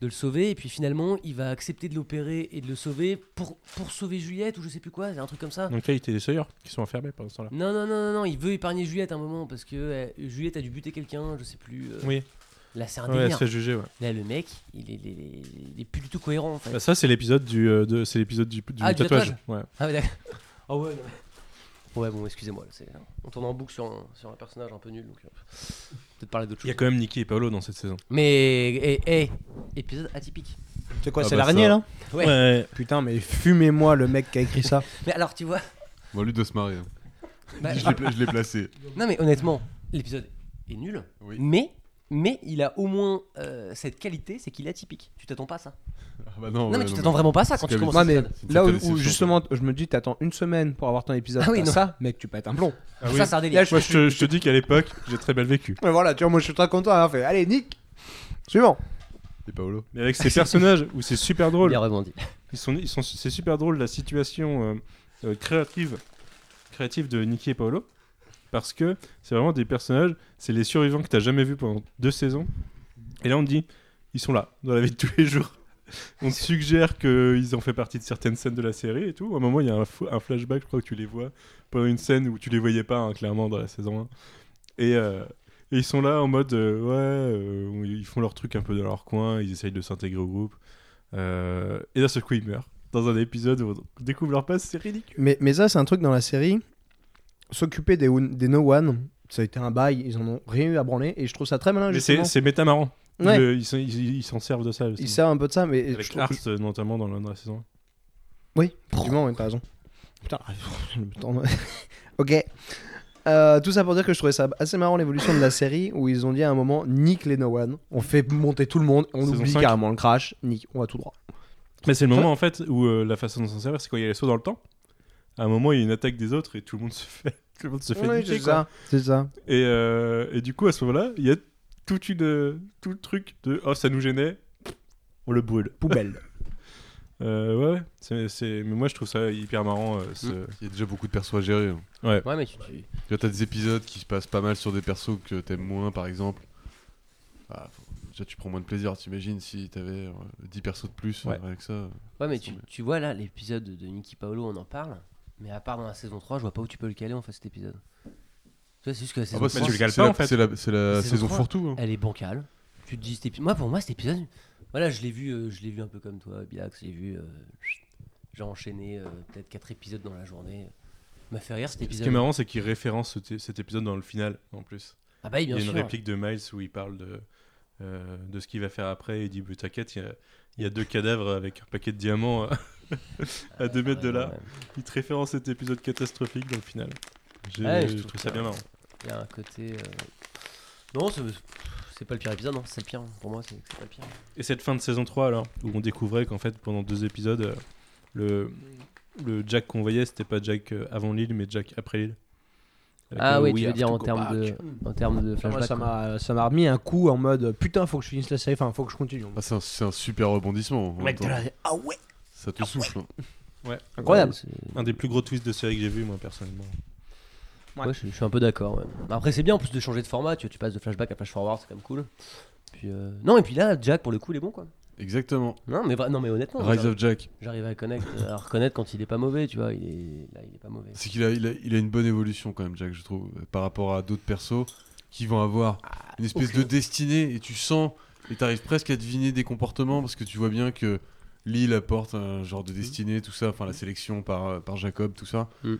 S5: de le sauver et puis finalement, il va accepter de l'opérer et de le sauver pour, pour sauver Juliette ou je sais plus quoi, c'est un truc comme ça.
S3: Donc là, il était des Sawyer qui sont enfermés pendant ce temps-là.
S5: Non, non, non, non, non, il veut épargner Juliette à un moment parce que euh, Juliette a dû buter quelqu'un, je sais plus. euh,
S3: Oui,
S5: Là, c'est un
S3: ouais,
S5: délire.
S3: ça jugé. Ouais.
S5: Là, le mec, il est, il est- il est plus du tout cohérent en fait.
S3: Bah, ça, c'est l'épisode du, euh, de- c'est l'épisode du, du
S5: Ah, du
S3: tatouage.
S5: tatouage.
S3: Ouais.
S5: Ah ouais, d'accord. Ah ouais, non, mais- Ouais, bon, excusez-moi. là, c'est- On tourne en boucle sur un, sur un personnage un peu nul, donc euh, peut-être parler d'autre
S3: Il
S5: chose.
S3: y a quand même Nicky et Paolo dans cette saison.
S5: Mais, eh, eh, épisode atypique.
S6: C'est quoi,
S4: Ah
S6: c'est
S4: bah
S6: l'araignée
S4: ça.
S6: là
S5: Ouais.
S6: Putain, mais fumez-moi le mec qui a écrit ça.
S5: Mais alors, tu vois,
S4: Bon, lui doit se marrer. hein.
S5: bah,
S4: Je l'ai pla- je l'ai placé.
S5: non mais honnêtement, l'épisode est nul,
S4: Oui.
S5: mais, mais il a au moins euh, cette qualité, c'est qu'il est atypique. Tu t'attends pas à ça.
S4: Ah bah non,
S5: non, mais
S4: ouais,
S5: tu
S4: non,
S5: t'attends
S4: mais-
S5: vraiment pas à ça quand
S4: c'est
S5: tu
S4: quand même-
S5: commences
S6: Moi, mais
S5: l'épisode.
S4: C'est une
S6: là où,
S4: totale
S6: où
S4: déception,
S6: justement, je me dis, t'attends une semaine pour avoir ton épisode.
S5: Ah oui,
S6: t'as
S5: non.
S6: ça, mec, tu pètes un plomb.
S3: oui.
S5: Ça, c'est un délire.
S6: Là, je-
S3: Moi, je te, je te dis qu'à l'époque, j'ai très mal vécu.
S6: Mais voilà, tu vois, moi je suis très content d'avoir fait. Allez, Nick Suivant
S4: Et Paolo.
S3: Mais avec ces personnages où c'est super drôle,
S5: Bien rebondi.
S3: ils sont, ils sont, c'est super drôle la situation euh, euh, créative, créative de Nicky et Paolo, parce que c'est vraiment des personnages, c'est les survivants que t'as jamais vus pendant deux saisons. Et là, on te dit, ils sont là, dans la vie de tous les jours. On te suggère qu'ils ont fait partie de certaines scènes de la série et tout. À un moment, il y a un, fo- un flashback, je crois que tu les vois, pendant une scène où tu les voyais pas, hein, clairement, dans la saison 1. Et, euh, et ils sont là en mode, euh, ouais, euh, ils font leur truc un peu dans leur coin, ils essayent de s'intégrer au groupe. Euh, et d'un seul coup, ils meurent. Dans un épisode où on découvre leur passe, c'est ridicule.
S6: mais, mais ça, c'est un truc dans la série. S'occuper des, un- des No One, ça a été un bail, ils en ont rien eu à branler, et je trouve ça très malin.
S3: Mais c'est
S6: justement.
S3: c'est méta marrant.
S6: Ouais.
S3: Le- ils s'en- ils- ils s'en servent de ça.
S6: Ils
S3: justement.
S6: servent un peu de ça, mais. je
S3: Avec
S6: trouve
S3: Art,
S6: que-
S3: euh, notamment dans la, dans la saison.
S6: Oui, effectivement, oui, t'as raison. Putain, ah, le temps- ok. Euh, tout ça pour dire que je trouvais ça assez marrant l'évolution de la série où ils ont dit à un moment nique les no one, on fait monter tout le monde, on
S3: Saison
S6: oublie
S3: cinq.
S6: carrément le crash, nique, on va tout droit.
S3: Mais c'est le moment en fait où euh, la façon dont s'en servir, c'est quand il y a les sauts dans le temps. À un moment, il y a une attaque des autres et tout le monde se fait, tout le monde se fait
S6: Oui,
S3: niquer,
S6: c'est
S3: quoi.
S6: ça, c'est ça.
S3: Et, euh, et du coup, à ce moment-là, il y a toute une, euh, tout le truc de oh, ça nous gênait, on le brûle.
S6: Poubelle.
S3: Euh, ouais, ouais. C'est- c'est- mais moi, je trouve ça hyper marrant. euh, ce-
S4: Il y a déjà beaucoup de persos à gérer. hein.
S5: Ouais, mais tu, tu-
S4: Tu vois, t'as des épisodes qui se passent pas mal sur des persos que t'aimes moins, par exemple. Ah, faut- déjà, tu prends moins de plaisir. T'imagines si t'avais euh, 10 persos de plus
S3: Ouais.
S4: euh, avec ça.
S5: ouais, mais tu, tu vois là, l'épisode de Nicky Paolo, on en parle, mais à part dans la saison 3, je vois pas où tu peux le caler en fait cet épisode. Tu vois, c'est
S3: Ah,
S5: juste que la saison
S4: bah,
S5: 3,
S4: c'est-
S3: tu le cales
S4: c'est
S3: pas,
S4: la-
S3: en fait.
S4: C'est la, c'est la
S5: La saison
S4: saison
S5: trois.
S4: fourre-tout. hein.
S5: elle est bancale. Tu te dis, cet épi- moi pour moi cet épisode, voilà, je l'ai vu, euh, je l'ai vu un peu comme toi, Bilax, j'ai vu, euh, chut, j'ai enchaîné euh, peut-être quatre épisodes dans la journée. M'a fait rire
S6: Mmh.
S5: cet
S3: Ce
S5: épisode.
S3: qui est marrant, c'est qu'il référence cet- cet épisode dans le final, en plus.
S5: ah bah oui, bien
S3: il y a
S5: sûr.
S3: une réplique de Miles où il parle de, euh, de ce qu'il va faire après. et Il dit Bah, T'inquiète, il y a- il y, a deux cadavres avec un paquet de diamants à- à deux mètres de
S5: Ouais,
S3: là.
S5: ouais.
S3: Il te référence cet épisode catastrophique dans le final. J'ai-
S5: Ouais,
S3: je trouve ça bien marrant.
S5: Il y a un côté. euh, Non, c'est c'est pas le pire épisode, non, c'est le pire. Pour moi, c'est c'est pas le pire.
S3: Et cette fin de saison 3, alors, où on découvrait qu'en fait, pendant deux épisodes, euh, le, le Jack qu'on voyait, c'était pas Jack euh, avant l'île, mais Jack après l'île. Euh,
S5: Ah
S3: que
S5: oui,
S3: we
S5: tu veux
S3: have
S5: dire
S3: to
S5: en
S3: go
S5: termes
S3: back.
S5: de, en termes de
S6: Ah, Moi,
S5: flashback.
S6: ça
S5: quoi.
S6: m'a ça m'a remis un coup en mode putain, faut que je finisse la série, enfin, faut que je continue.
S4: Ah, c'est un, c'est un super rebondissement. en même temps.
S6: ah ouais,
S4: Ça te souffle. hein.
S6: incroyable.
S5: Ouais, c'est-
S3: Un des plus gros twists de série que j'ai vu, moi, personnellement.
S6: Ouais.
S5: ouais, je, je suis un peu d'accord. ouais. Après, c'est bien en plus de changer de format. Tu, vois, tu passes de flashback à flash forward, c'est quand même cool. Puis, euh, Non, et puis là, Jack, pour le coup, il est bon quoi.
S4: hein. Exactement.
S5: Non, mais, vra- non, mais
S3: Oh,
S5: honnêtement,
S4: Rise of Jack.
S5: J'arrive à, connecte- à reconnaître quand il est pas mauvais, tu vois. Il est... Là, il est pas mauvais.
S4: C'est qu'il a, il a, il a une bonne évolution quand même, Jack, je trouve, euh, par rapport à d'autres persos qui vont avoir une espèce de destinée et tu sens et t'arrives presque à deviner des comportements parce que tu vois bien que Lille apporte un genre de destinée, tout ça, enfin la sélection par, euh, par Jacob, tout ça.
S5: Mm.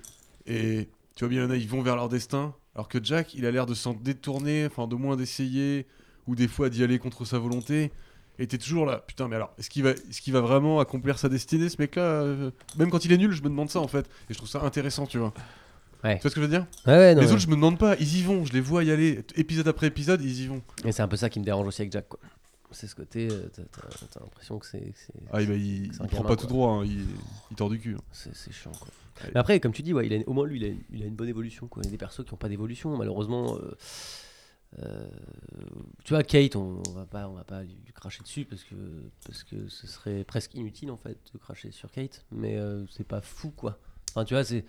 S4: Et tu vois bien, il y en a, ils vont vers leur destin, alors que Jack, il a l'air de s'en détourner, enfin de moins d'essayer, ou des fois d'y aller contre sa volonté. Et t'es toujours là, putain, mais alors, est-ce qu'il va, est qu'il va vraiment accomplir sa destinée, ce mec-là euh, Même quand il est nul, je me demande ça, en fait. Et je trouve ça intéressant, tu vois.
S5: Ouais.
S4: Tu vois ce que je veux dire
S5: Ouais, ouais, non,
S4: Les
S5: mais-
S4: autres, je me demande pas, ils y vont, je les vois y aller, épisode après épisode, ils y vont.
S5: mais c'est un peu ça qui me dérange aussi avec Jack, quoi. C'est ce côté, euh, t'as- t'as t'as l'impression que c'est- que c'est
S4: Ah, et bah, il,
S5: C'est un
S4: il prend
S5: gamin,
S4: pas tout
S5: quoi.
S4: droit, hein, il, il tord du cul.
S5: C'est c'est chiant quoi.
S4: Ouais.
S5: Mais après, comme tu dis, ouais, il a, une- au moins lui, il a, une- il a une bonne évolution. Quoi. Il y a des persos qui n'ont pas d'évolution, malheureusement. euh, euh, tu vois, Kate, on, on va pas, on va pas lui, lui cracher dessus parce que parce que ce serait presque inutile en fait de cracher sur Kate. Mais euh, c'est pas fou quoi. Enfin, tu vois, c'est.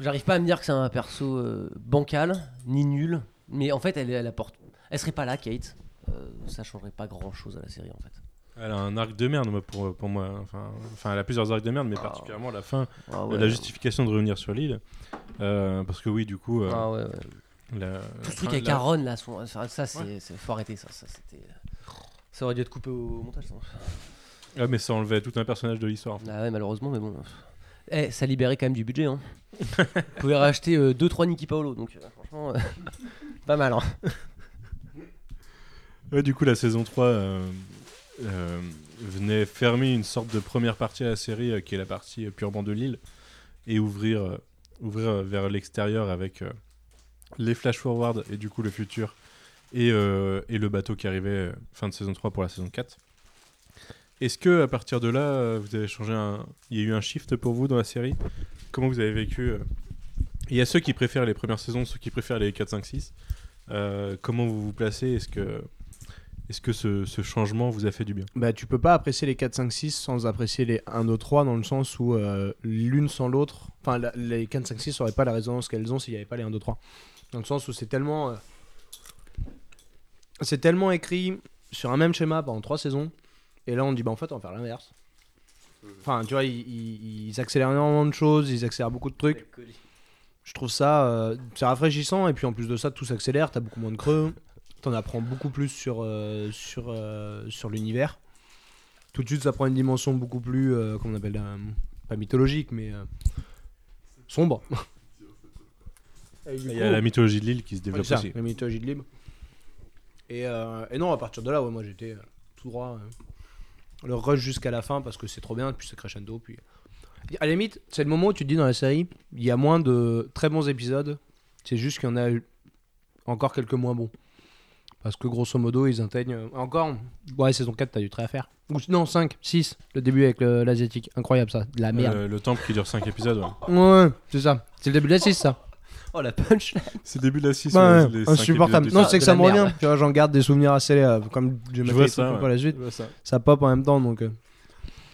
S5: J'arrive pas à me dire que c'est un perso euh, bancal ni nul, mais en fait, elle, elle apporte. Elle serait pas là, Kate. Euh, ça changerait pas grand chose à la série en fait.
S3: Elle a un arc de merde moi, pour, pour moi. hein. Enfin, enfin, elle a plusieurs arcs de merde, mais
S5: Ah.
S3: particulièrement la fin,
S5: Ah
S3: euh, la justification de revenir sur l'île. Euh, parce que oui, du coup, euh,
S5: Ah ouais, ouais.
S3: la-
S5: Tout ce
S3: enfin,
S5: truc avec
S3: la-
S5: Aaron là, son- ça, ça, c'est, c'est- faut arrêter ça. Ça, c'était... ça aurait dû être coupé au montage. Ça.
S3: Ah, mais ça enlevait tout un personnage de l'histoire. en fait.
S5: Ah ouais, malheureusement, mais bon. Eh, ça libérait quand même du budget. Hein. Vous pouvez racheter 2-3 Niki Paolo, donc euh, franchement, euh, pas mal. Hein.
S3: Ouais, du coup, la saison 3 euh, euh, venait fermer une sorte de première partie à la série, euh, qui est la partie euh, purement de l'île, et ouvrir, euh, ouvrir euh, vers l'extérieur avec euh, les flash-forward et du coup le futur, et, euh, et le bateau qui arrivait euh, fin de saison 3 pour la saison 4. Est-ce que à partir de là, euh, vous avez changé un... Il y a eu un shift pour vous dans la série Comment vous avez vécu euh, Il y a ceux qui préfèrent les premières saisons, ceux qui préfèrent les 4, 5, 6. Euh, comment vous vous placez Est-ce que est-ce que ce, ce changement vous a fait du bien
S6: Bah, tu peux pas apprécier les 4, 5, 6 sans apprécier les 1, 2, 3 dans le sens où euh, l'une sans l'autre, enfin la- les 4, 5, 6 n'auraient pas la résonance qu'elles ont s'il n'y avait pas les 1, 2, 3. Dans le sens où c'est tellement. euh, c'est tellement écrit sur un même schéma pendant 3 saisons, et là on dit bah en fait on va faire l'inverse. Enfin, tu vois, ils, ils- ils accélèrent énormément de choses, ils accélèrent beaucoup de trucs. Je trouve ça euh, c'est rafraîchissant, et puis en plus de ça, tout s'accélère, t'as beaucoup moins de creux. T'en apprends beaucoup plus sur, euh, sur, euh, sur l'univers. Tout de suite, ça prend une dimension beaucoup plus, euh, comment on appelle, euh, pas mythologique, mais euh, sombre. Et du
S3: Il y
S6: coup,
S3: a la mythologie de l'île qui se
S6: ouais,
S3: développe
S6: c'est oh. ça,
S3: aussi.
S6: la mythologie de Libre. Et, euh, et non, à partir de là, ouais, moi j'étais euh, tout droit. euh, le rush jusqu'à la fin parce que c'est trop bien, puis c'est crescendo. Puis... euh. À la limite, c'est le moment où tu te dis dans la série, il y a moins de très bons épisodes, c'est juste qu'il y en a eu encore quelques moins bons. Parce que grosso modo, ils intègrent euh, encore. Ouais, saison 4, t'as du trait à faire. Ou, non, 5, 6, le début avec le- l'asiatique. Incroyable ça, de la merde.
S3: Euh, le temple qui dure 5 épisodes. ouais.
S6: Ouais, c'est ça. C'est le début de la 6, ça.
S5: Oh la punch là.
S3: C'est début de la 6.
S6: Bah ouais, insupportable. Non,
S5: ça,
S6: c'est que
S5: de
S6: ça
S5: la
S6: me
S5: merde.
S6: revient. Tu vois, j'en garde des souvenirs assez. euh, comme je
S3: vois
S6: me
S3: ça,
S6: ça
S3: ouais.
S6: pas la suite. Ça pop en même temps, donc. euh,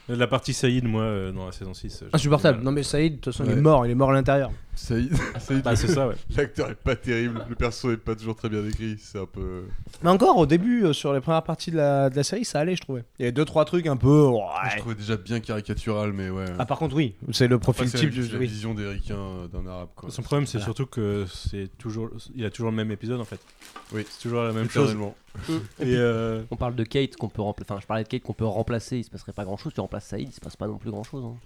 S3: La partie Saïd, moi, euh, dans la saison 6. euh, j'ai
S6: Insupportable.
S3: du
S6: Non,
S3: mal.
S6: mais Saïd, de toute façon, il
S4: Ouais.
S6: est mort. Il est mort à l'intérieur.
S4: Saïd, Saïd,
S3: Bah, c'est ça, ouais.
S4: l'acteur est pas terrible, le perso est pas toujours très bien décrit, c'est un peu.
S6: Mais encore, au début, euh, sur les premières parties de la, de la série, ça allait, je trouvais. Il y avait deux, trois trucs un peu. ouais.
S4: Je trouvais déjà bien caricatural, mais ouais.
S6: Ah, par contre, oui. C'est le
S4: Enfin,
S6: profil
S4: c'est
S6: type
S4: la,
S6: du.
S4: c'est la
S6: oui.
S4: vision d'Éricain euh, d'un arabe quoi.
S3: Son problème, c'est
S6: Voilà.
S3: surtout que c'est toujours, il y a toujours le même épisode en fait.
S4: Oui.
S3: c'est toujours la même chose.
S4: Éternellement.
S3: Et euh,
S5: On parle de Kate qu'on peut remplacer. Enfin, je parlais de Kate qu'on peut remplacer, il se passerait pas grand chose. Tu remplaces Saïd, il se passe pas non plus hein. grand chose.
S3: ouais,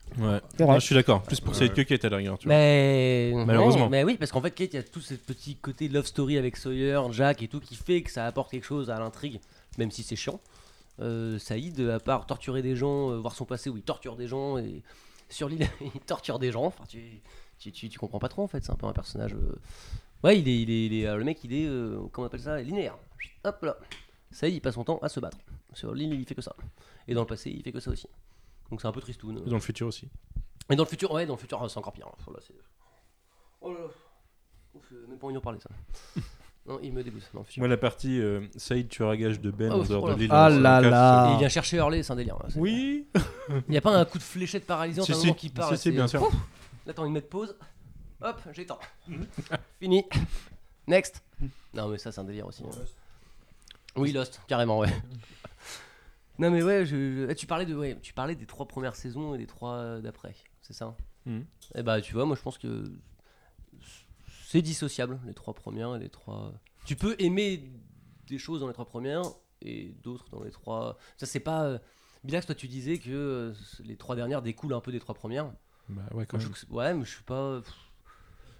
S6: C'est vrai.
S3: Moi, je suis d'accord. Plus pour
S4: Ouais.
S3: Saïd que Kate à la rigueur, tu vois.
S5: Mais
S3: Malheureusement.
S5: Mais oui, parce qu'en fait, Kate, il y a tout ce petit côté love story avec Sawyer, Jack et tout qui fait que ça apporte quelque chose à l'intrigue, même si c'est chiant. Euh, Saïd, à part torturer des gens, euh, voir son passé où il torture des gens et sur l'île il torture des gens. Enfin, tu, tu, tu, tu comprends pas trop en fait. C'est un peu un personnage. euh, Ouais, il est, il est, il est- euh, le mec, il est euh, comment on appelle ça, linéaire. Hop là. Saïd, il passe son temps à se battre. Sur l'île, il fait que ça. Et dans le passé, il fait que ça aussi. Donc c'est un peu tristoun. euh,
S3: Dans le futur aussi.
S5: Et dans le futur, ouais, dans le futur, c'est encore pire. hein. Oh là, c'est- Oh là là. Ouf, euh, même pas envie d'en parler, ça. non, il me dégoûte dans le futur.
S3: Moi, la partie euh, Saïd tu ragages de Ben
S5: Ah,
S3: en
S5: oui,
S3: dehors
S5: oh
S3: de
S5: là.
S3: l'île.
S6: Ah
S3: dans la
S6: là
S3: saison
S6: là.
S3: 4,
S5: Et il vient chercher Hurley, c'est un délire. hein.
S3: c'est-
S5: C'est-
S3: Oui.
S5: Il n'y a pas un coup de fléchette paralysante
S3: Si,
S5: à un
S3: si.
S5: moment qui part.
S3: Si,
S5: là,
S3: si,
S5: c'est-
S3: bien sûr.
S5: Ouf. Là, t'as envie de mettre pause. Hop, j'étends. Fini. Next. Non, mais ça, c'est un délire aussi. hein. Oui, Lost, carrément, ouais. non, mais ouais, je- je- eh, tu, parlais de, ouais, tu parlais des trois premières saisons et des trois euh, d'après, c'est ça
S3: Mhm.
S5: Et bah, tu vois, moi, je pense que c'est dissociable, les trois premières et les trois. Tu peux aimer des choses dans les trois premières et d'autres dans les trois. Ça, c'est pas. euh, Bilax, toi, tu disais que euh, les trois dernières découlent un peu des trois premières.
S3: Bah ouais, quand
S5: Moi, je
S3: même.
S5: trouve que- ouais, mais je suis pas. pff.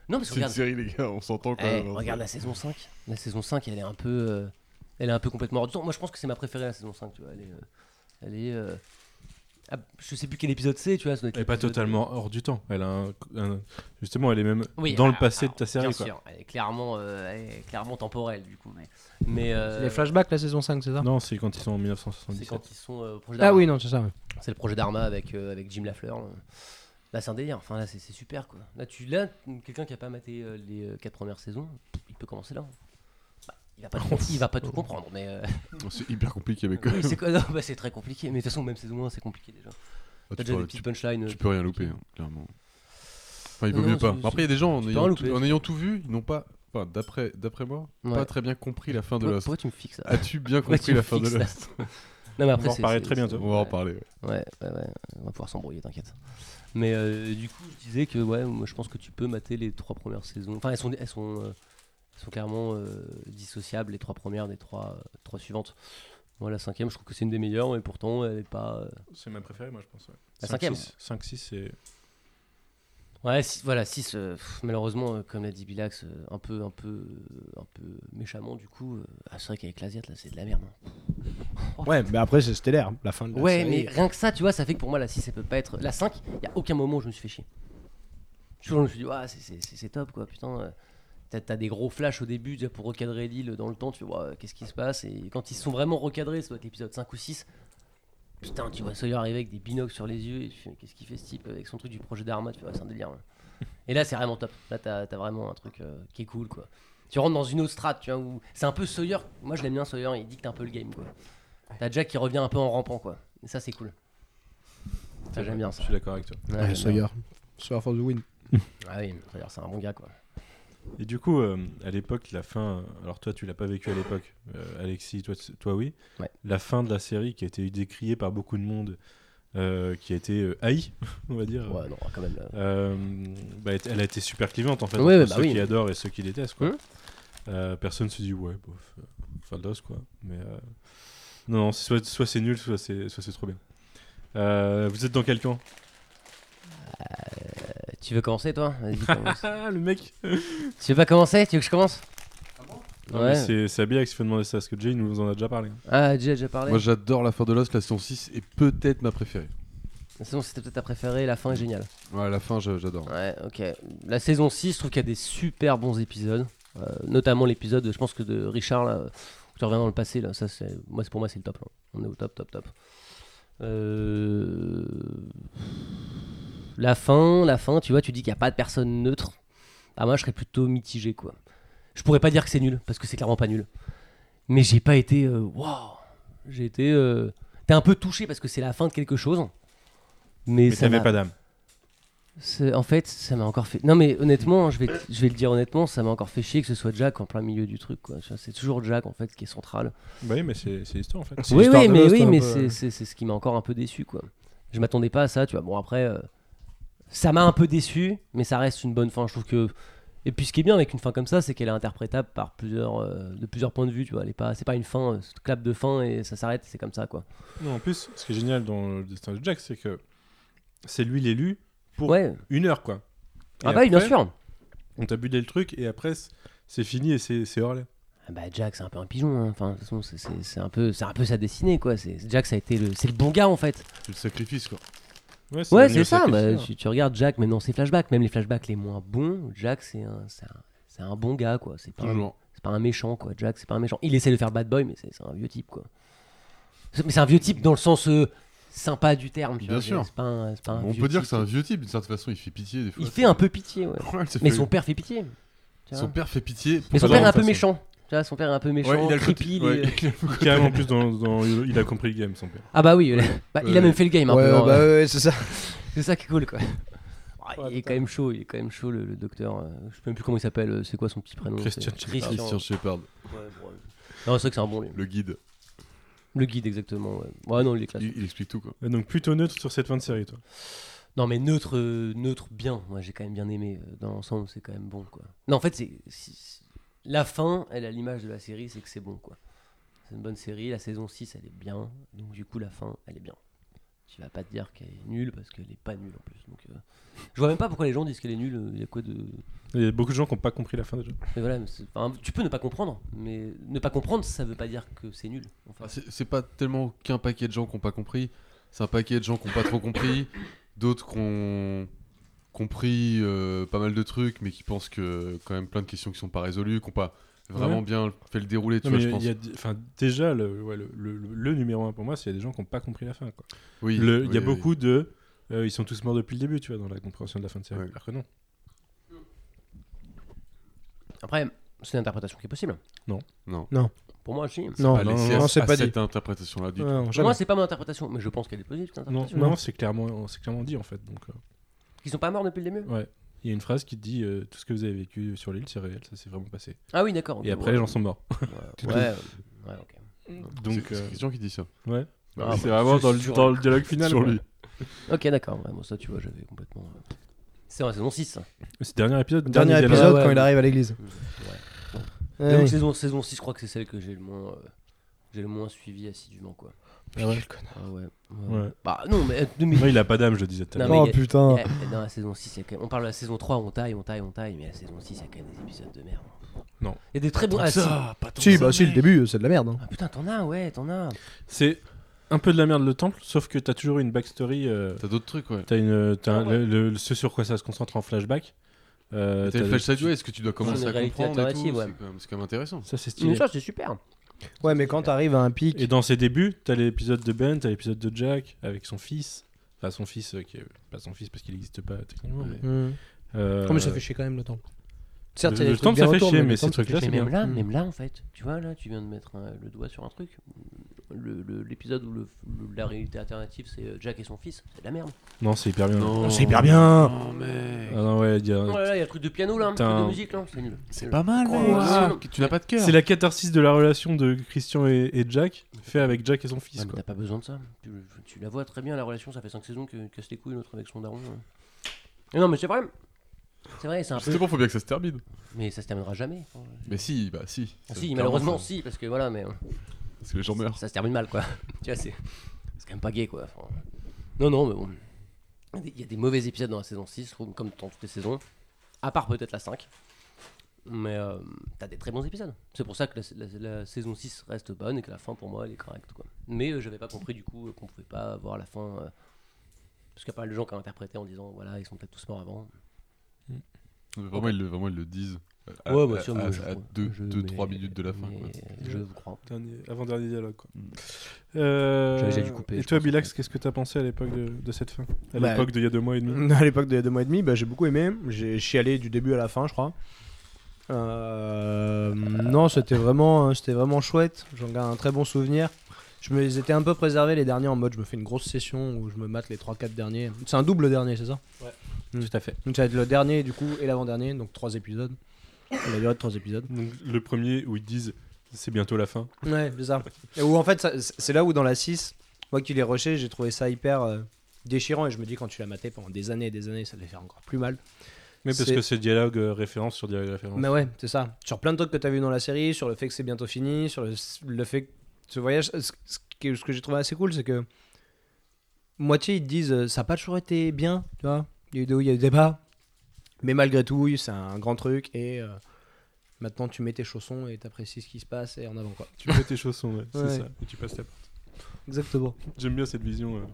S5: Non, parce que
S4: C'est une
S5: regarde,
S4: série, les gars, on s'entend quand
S5: eh,
S4: même. hein.
S5: regarde la saison 5. La saison 5, elle est un peu. euh, elle est un peu complètement hors du temps. Moi, je pense que c'est ma préférée, la saison 5. Tu vois. Elle est. euh, elle est, euh, Ah, je sais plus quel épisode c'est, tu vois. ça doit être
S3: Elle est pas
S5: l'épisode-
S3: totalement hors du temps. Elle a un- un- justement, elle est même
S5: Oui,
S3: dans
S5: alors,
S3: le passé
S5: alors,
S3: de ta série.
S5: Bien
S3: quoi.
S5: sûr, elle est clairement, euh, elle est clairement temporelle du coup. Mais, mais euh,
S6: Les flashbacks, la saison 5, c'est ça
S3: Non, c'est quand ils sont en
S5: c'est
S3: 1977.
S5: quand ils sont euh, au projet
S6: Ah
S5: d'Arma.
S6: oui, non, c'est ça. ouais.
S5: C'est le projet d'Arma avec, euh, avec Jim Lafleur. là. Là, c'est un délire. Enfin, là, c'est c'est super quoi. Là, tu là, quelqu'un qui a pas maté euh, les euh, quatre premières saisons, il peut commencer là. Bah, il va pas tout, il va pas tout comprendre, mais euh,
S4: C'est hyper compliqué, mais quand
S5: oui,
S4: même.
S5: c'est quoi- non, bah, c'est très compliqué. Mais de toute façon, même saison 1, c'est compliqué déjà.
S4: Ah,
S5: T'as
S4: tu
S5: déjà
S4: peux-
S5: des
S4: tu-
S5: petites punchlines.
S4: Tu
S5: euh,
S4: peux rien louper, hein, clairement. Enfin, il
S5: Non,
S4: vaut
S5: non,
S4: mieux pas.
S5: c'est-
S4: Après, il y a des gens, en
S5: tu peux rien
S4: ayant,
S5: louper,
S4: tout, en
S5: c'est-
S4: ayant tout vu, ils n'ont pas, enfin, d'après d'après moi,
S5: Ouais.
S4: pas très bien compris la fin de
S5: pourquoi,
S4: Lost.
S5: pourquoi tu me fixes ça
S4: As-tu bien
S5: Pourquoi tu
S4: compris
S5: me
S4: la fin de
S5: fixes
S4: Lost
S5: ça Non, mais après,
S3: en
S5: c'est-
S3: reparler
S5: c'est-
S3: très bientôt.
S5: c'est-
S4: On va en parler. ouais.
S5: Ouais, ouais, ouais, on va pouvoir s'embrouiller, t'inquiète. Mais euh, du coup, je disais que ouais, moi je pense que tu peux mater les trois premières saisons. Enfin, elles sont, elles sont, euh, elles sont clairement euh, dissociables, les trois premières des trois, euh, trois suivantes. Moi, la cinquième, je trouve que c'est une des meilleures, mais pourtant, elle est pas. euh,
S3: C'est ma préférée, moi, je pense.
S5: La cinquième.
S3: 5-6, c'est.
S5: Ouais, si- voilà, 6, malheureusement, euh, comme l'a dit Bilax, euh, un peu, un peu, un peu méchamment, du coup, euh, ah, c'est vrai qu'avec l'Asiat, là, c'est de la merde. hein.
S6: Ouais, mais après, c'est stellaire, la fin de la
S5: Ouais,
S6: série.
S5: mais rien que ça, tu vois, ça fait que pour moi, la 6, elle peut pas être. La 5, il y a aucun moment où je me suis fait chier. Toujours, je me suis dit, Ouah, c'est- c'est c'est- c'est top, quoi, putain. euh, T'as t'as des gros flashs au début tu vois, pour recadrer l'île dans le temps, tu vois, qu'est-ce qui se passe Et quand ils sont vraiment recadrés, ça doit être l'épisode 5 ou 6. Putain, tu vois Sawyer arriver avec des binocles sur les yeux, et tu fais, mais qu'est-ce qu'il fait ce type euh, avec son truc du projet d'Arma Tu vois, c'est un délire. hein. Et là, c'est vraiment top. Là, t'as t'as vraiment un truc euh, qui est cool, quoi. Tu rentres dans une autre strate, tu vois, où c'est un peu Sawyer. Moi, je l'aime bien, Sawyer, il dicte un peu le game, quoi. T'as Jack qui revient un peu en rampant, quoi. Et ça, c'est cool. Ça, j'aime bien
S3: Je
S5: ça.
S3: suis d'accord avec toi.
S5: Ouais,
S6: Ouais,
S5: j'aime
S6: Sawyer. Sawyer for the win.
S5: bien. Ah oui, Sawyer, c'est un bon gars, quoi.
S3: Et du coup, euh, à l'époque, la fin. euh, Alors, toi, tu l'as pas vécu à l'époque, euh, Alexis, toi, t- toi oui.
S5: Ouais.
S3: La fin de la série qui a été décriée par beaucoup de monde, euh, qui a été euh, haïe, on va dire.
S5: Ouais, non, quand même. là.
S3: Euh, bah, elle a été super clivante en fait.
S5: Ouais,
S3: entre
S5: ouais, bah
S3: ceux
S5: oui.
S3: qui adorent et ceux qui détestent quoi.
S5: Hum.
S3: Euh, personne se dit ouais, bof, euh, faldos quoi. Mais euh, non, non, c'est soit, soit c'est nul, soit c'est, soit c'est trop bien. Euh, vous êtes dans quel camp
S5: Euh, Tu veux commencer, toi Vas-y, commence.
S3: Ah, le mec
S5: Tu veux pas commencer Tu veux que je commence Ouais.
S3: Ah, C'est, c'est Abia qui se fait demander ça parce que Jay il nous en a déjà parlé. hein.
S5: Ah, j'ai déjà parlé.
S4: Moi, j'adore la fin de Lost, la saison 6 est peut-être ma préférée.
S5: La saison, c'était peut-être ta préférée, la fin est géniale.
S4: Ouais, la fin, je- j'adore.
S5: Ouais, ok. La saison 6, je trouve qu'il y a des super bons épisodes. Euh, notamment l'épisode, je pense que de Richard, là, où tu reviens dans le passé, là, ça, c'est, moi, c'est- pour moi, c'est le top. là. On est au top, top, top. Euh, La fin, la fin, tu vois, tu dis qu'il n'y a pas de personne neutre. Ah, moi, je serais plutôt mitigé, quoi. Je pourrais pas dire que c'est nul, parce que c'est clairement pas nul. Mais j'ai pas été. euh, Waouh J'ai été. euh, T'es un peu touché parce que c'est la fin de quelque chose. Mais,
S3: Mais
S5: ça
S3: t'avais
S5: m'a-
S3: pas d'âme.
S5: c'est- En fait, ça m'a encore fait. Non, mais honnêtement, je vais, je vais le dire honnêtement, ça m'a encore fait chier que ce soit Jack en plein milieu du truc. quoi. Tu vois, C'est toujours Jack en fait qui est central.
S3: Bah oui, mais c'est, c'est l'histoire en fait.
S6: C'est
S5: Oui,
S6: l'histoire
S5: oui,
S6: de
S5: mais
S6: Lost, hein,
S5: oui,
S6: un
S5: mais
S6: peu. euh.
S5: c'est- c'est c'est ce qui m'a encore un peu déçu quoi. Je m'attendais pas à ça, tu vois. Bon après, euh, ça m'a un peu déçu, mais ça reste une bonne fin. Je trouve que. Et puis ce qui est bien avec une fin comme ça, c'est qu'elle est interprétable par plusieurs, euh, de plusieurs points de vue. Tu vois, elle est pas, c'est pas une fin, euh, clap de fin et ça s'arrête, c'est comme ça quoi.
S3: Non, en plus, ce qui est génial dans le destin de Jack, c'est que c'est lui l'élu pour
S5: Ouais.
S3: une heure quoi.
S5: Ah
S3: Et
S5: bah oui, bien
S3: après,
S5: sûr.
S3: On t'a budé le truc et après c'est- c'est fini et c'est, c'est hors
S5: Ah Bah Jack c'est un peu un pigeon, hein. enfin de toute façon, c'est- c'est c'est un peu c'est un peu sa dessinée quoi. C'est Jack ça a été le c'est le bon gars en fait.
S4: Tu le sacrifices, quoi.
S3: Ouais, c'est,
S5: Ouais
S3: le
S5: c'est ça.
S3: sacrifice,
S5: bah,
S3: hein.
S5: tu, tu regardes Jack mais dans ses flashbacks, même les flashbacks les moins bons, Jack c'est un c'est un, c'est un bon gars quoi. C'est pas un,
S4: Toujours.
S5: c'est pas un méchant quoi. Jack c'est pas un méchant. Il essaie de faire bad boy mais c'est c'est un vieux type quoi. C'est- Mais c'est un vieux type dans le sens euh, sympa du terme. tu
S4: Bien
S5: vois,
S4: sûr.
S5: C'est pas un- c'est pas un
S4: On
S5: vieux
S4: peut dire
S5: type.
S4: que c'est un vieux type, d'une certaine façon, il fait pitié des fois.
S5: Il fait un peu pitié ouais.
S4: Ouais, il se
S5: Mais
S4: fait-
S5: son père fait pitié. tu vois.
S4: son père fait pitié.
S5: Mais son
S4: Pas
S5: père est un
S4: grave,
S5: peu
S4: de toute façon.
S5: méchant. Tu vois, son père est un peu méchant,
S4: Ouais, il a le
S5: creepy,
S4: côté-
S5: il est-
S4: ouais, il a le côté-
S3: Carrément en plus dans, dans- il a compris le game son père.
S5: Ah bah oui, bah, il a
S4: Euh,
S5: même fait le game un
S6: Ouais,
S5: peu, hein.
S6: bah ouais, c'est ça.
S5: C'est ça qui est cool quoi. Ah, il est
S3: putain.
S5: quand même chaud, il est quand même chaud le, le docteur. euh, je sais même plus comment il s'appelle, euh, c'est quoi son petit prénom
S3: Christian
S5: c'est-
S3: Shepard.
S5: Christian.
S4: Christian Shepard,
S5: Ouais, bon, ouais. Non, c'est vrai que c'est un bon lui.
S4: le guide.
S5: Le guide exactement. Ouais, Ouais, non, il est classe.
S4: Il, il explique tout, quoi.
S3: Ouais, Donc plutôt neutre sur cette fin de série, toi.
S5: Non mais neutre, euh, neutre bien. Moi j'ai quand même bien aimé. euh, Dans l'ensemble c'est quand même bon quoi. Non en fait c'est si- si- la fin, elle a l'image de la série, c'est que c'est bon quoi. C'est une bonne série. La saison 6 elle est bien. Donc du coup la fin elle est bien. Tu vas pas te dire qu'elle est nulle parce qu'elle est pas nulle en plus. Donc euh, je vois même pas pourquoi les gens disent qu'elle est nulle. euh, Il y a quoi de
S3: Il y a beaucoup de gens qui n'ont pas compris la fin déjà.
S5: Mais voilà, mais c'est- enfin, tu peux ne pas comprendre, mais ne pas comprendre, ça veut pas dire que c'est nul. en fait.
S4: Ah, c'est c'est pas tellement qu'un paquet de gens qui n'ont pas compris. C'est un paquet de gens qui n'ont pas trop compris, d'autres qui ont compris euh, pas mal de trucs, mais qui pensent que quand même plein de questions qui sont pas résolues, qui n'ont pas vraiment
S3: Ouais.
S4: bien fait le déroulé, tu
S3: Non,
S4: vois,
S3: mais
S4: je
S3: il
S4: pense.
S3: y a d- enfin, déjà, le, ouais, le, le- le- le numéro un pour moi, c'est il y a des gens qui n'ont pas compris la fin. quoi.
S4: Oui,
S3: Le- Il y a
S4: oui, oui.
S3: beaucoup de. euh, ils sont tous morts depuis le début, tu vois, dans la compréhension de la fin de série.
S4: Ouais.
S3: Alors que non.
S5: Après, c'est une interprétation qui est possible.
S4: Non.
S5: Pour moi, si.
S6: Non,
S4: Pas
S6: non,
S4: laissé
S6: non,
S4: à-
S6: non, Ah, c'est
S4: Ah, à
S6: pas dit.
S4: cette interprétation-là du tout.
S6: Non,
S5: Pour
S6: jamais.
S5: moi, c'est pas mon interprétation, mais je pense qu'elle est possible. cette
S3: Non,
S5: interprétation.
S3: non, c'est clairement, c'est clairement dit en fait. Donc, euh,
S5: Qu'ils sont pas morts depuis le début
S3: ouais. Il y a une phrase qui dit euh, Tout ce que vous avez vécu sur l'île, c'est réel, ça s'est vraiment passé.
S5: Ah oui, d'accord.
S4: Oh,
S3: Et après, les gens sont morts.
S5: Ouais, ouais, ouais, ok.
S4: C'est
S3: Donc,
S4: c'est
S3: euh,
S4: Christian qui dit ça.
S3: ouais.
S5: Ah,
S3: c'est
S5: bah,
S3: vraiment dans
S5: sur-
S3: le, dans le dialogue final.
S4: Sur
S3: quoi.
S4: lui.
S5: Ok, d'accord. Ouais, bon, ça, tu vois, j'avais complètement. euh, C'est la saison hein. 6.
S3: C'est le dernier épisode.
S6: Dernier
S3: dialogue.
S6: épisode
S5: ouais,
S6: quand
S5: ouais.
S6: il arrive à l'église. Ouais.
S5: Donc, saison, saison 6, je crois que c'est celle que j'ai le moins. euh, J'ai le moins suivi assidûment quoi.
S3: Ah ouais.
S5: Ah ouais. ouais.
S3: Ouais.
S5: Bah non mais, euh, mais-
S3: Non, il a pas d'âme, je le disais tout à
S5: Non,
S3: l'heure.
S5: mais
S6: Oh
S5: il y a-
S6: putain.
S5: Eh, eh, non, la saison 6, il y a quand même- on parle de la saison 3, on taille, on taille, on taille, mais la saison 6, il y a quand même des épisodes de merde.
S3: Non.
S5: Il y a des très bons. Ah, si.
S6: Si, bah si, le début, c'est de la merde. hein.
S5: Ah, putain, t'en as, ouais, t'en as.
S3: C'est un peu de la merde le temple, sauf que t'as toujours une backstory. euh,
S4: T'as d'autres trucs, ouais.
S3: t'as une, t'as
S5: Ah ouais.
S3: le- le- le- ce sur quoi ça se concentre en flashback. Euh,
S4: T'as
S3: t'as-
S4: le flash sideways, est-ce que tu dois
S5: C'est
S4: commencer
S5: une
S4: à
S5: réalité
S4: comprendre et tout C'est
S5: alternative,
S4: quand,
S5: ouais.
S4: même- c'est quand même intéressant.
S3: Ça, c'est stylé.
S5: Mais ça, c'est super.
S6: Ouais, mais quand t'arrives à un pic,
S3: Et dans ses débuts, t'as l'épisode de Ben, t'as l'épisode de Jack avec son fils. Enfin, son fils, euh, qui est pas son fils parce qu'il n'existe pas techniquement. mais,
S6: Hum.
S3: euh,
S7: Comme Hmm. ça fait chier quand même le temps.
S3: le-
S7: Certes, il y a
S3: le
S7: des trucs
S3: temps,
S7: bien
S3: ça fait
S7: autour,
S3: chier, mais
S7: le
S3: ces
S7: temps, ça fait
S3: trucs-là,
S7: chier.
S5: Mais
S3: c'est
S5: même
S3: bien.
S5: là,
S6: Hmm.
S3: Mm.
S5: même là, en fait, tu vois, là, tu viens de mettre euh, le doigt sur un truc. Le- le- L'épisode où le- le- la réalité alternative, c'est euh, Jack et son fils, c'est de la merde.
S3: Non, c'est hyper bien.
S4: c'est hyper bien. Non, mec.
S3: Ah non, ouais, il y a-
S5: Oh là là, il y a le truc de piano là, le truc
S3: Putain.
S5: de musique là, c'est nul.
S4: C'est pas mal,
S5: Quoi
S4: mec. Tu n'as pas de cœur.
S3: hein. C'est la catharsis de la relation de Christian et, et Jack, fait avec Jack et son
S5: Ouais,
S3: fils.
S5: Ah, mais
S3: quoi.
S5: t'as pas besoin de ça. Tu, tu la vois très bien, la relation, ça fait 5 saisons que casse les couilles l'autre avec son daron. euh. Non, mais c'est vrai. C'est vrai, c'est un peu.
S4: Justement, faut bien que ça se termine.
S5: Mais ça se terminera jamais. enfin.
S4: Mais si, bah si.
S5: Ah,
S4: Ça-
S5: si,
S4: clairement,
S5: malheureusement,
S4: ça-
S5: si, parce que voilà, mais. euh,
S4: Parce que les gens
S5: ça,
S4: meurent.
S5: se termine mal, quoi. tu vois, c'est. C'est quand même pas gay, quoi. Enfin, Non, non, mais bon. Il y a des- Il y a des mauvais épisodes dans la saison 6, je trouve, comme dans toutes les saisons. À part peut-être la 5. Mais euh, t'as des très bons épisodes. C'est pour ça que la, la- la saison 6 reste bonne et que la fin pour moi elle est correcte. Quoi. Mais euh, j'avais pas compris du coup euh, qu'on pouvait pas avoir la fin. euh, parce qu'il y a pas mal de gens qui ont interprété en disant voilà, ils sont peut-être tous morts avant.
S4: Mais Vraiment, ils le, vraiment, ils le disent. À-
S5: Ouais,
S4: à-
S5: bah, sûr, mais je-
S4: À
S5: je-
S4: 2-3
S5: mais-
S4: minutes de la fin. quoi.
S5: mais Je vous crois.
S3: Dernier- Avant-dernier dialogue. Quoi.
S4: Mm.
S3: Euh,
S5: J'avais déjà dû couper,
S3: Et
S5: je
S3: toi,
S5: pense, en
S3: Bilax, qu'est-ce que t'as pensé à l'époque de, de cette fin À
S6: Bah,
S3: l'époque d'il y a deux mois et demi
S6: à l'époque de deux mois et demi, bah, j'ai beaucoup aimé. J'ai chialé du début à la fin, je crois. Euh, non, c'était vraiment, c'était vraiment chouette. J'en garde un très bon souvenir. Je me les étais un peu préservé les derniers en mode je me fais une grosse session où je me mate les 3-4 derniers. C'est un double dernier, c'est ça Ouais,
S3: Tout à fait.
S6: Donc ça va être le dernier du coup et l'avant-dernier, donc 3 épisodes. La durée de 3 épisodes.
S3: Donc, mm. le premier où ils disent c'est bientôt la fin.
S6: Ouais, bizarre. Et où en fait, ça- c'est là où dans la 6, moi qui l'ai rushé, j'ai trouvé ça hyper euh, déchirant et je me dis quand tu l'as maté pendant des années et des années, ça devait faire encore plus mal.
S3: Mais parce
S6: C'est-
S3: que c'est dialogue euh, référence sur dialogue référence.
S6: Mais ouais, c'est ça. Sur plein de trucs que t'as vu dans la série, sur le fait que c'est bientôt fini, sur le, le fait que ce voyage. Ce, ce que, ce que j'ai trouvé assez cool, c'est que moitié ils te disent euh, ça a pas toujours été bien, tu vois. Il y a eu des hauts, il y a eu des bas. Mais malgré tout, oui, c'est un grand truc et euh, maintenant tu mets tes chaussons et t'apprécies ce qui se passe et en avant quoi.
S3: Tu mets tes chaussons, ouais,
S6: Ouais.
S3: c'est ça. Et tu passes la porte.
S6: Exactement.
S3: J'aime bien cette vision. euh.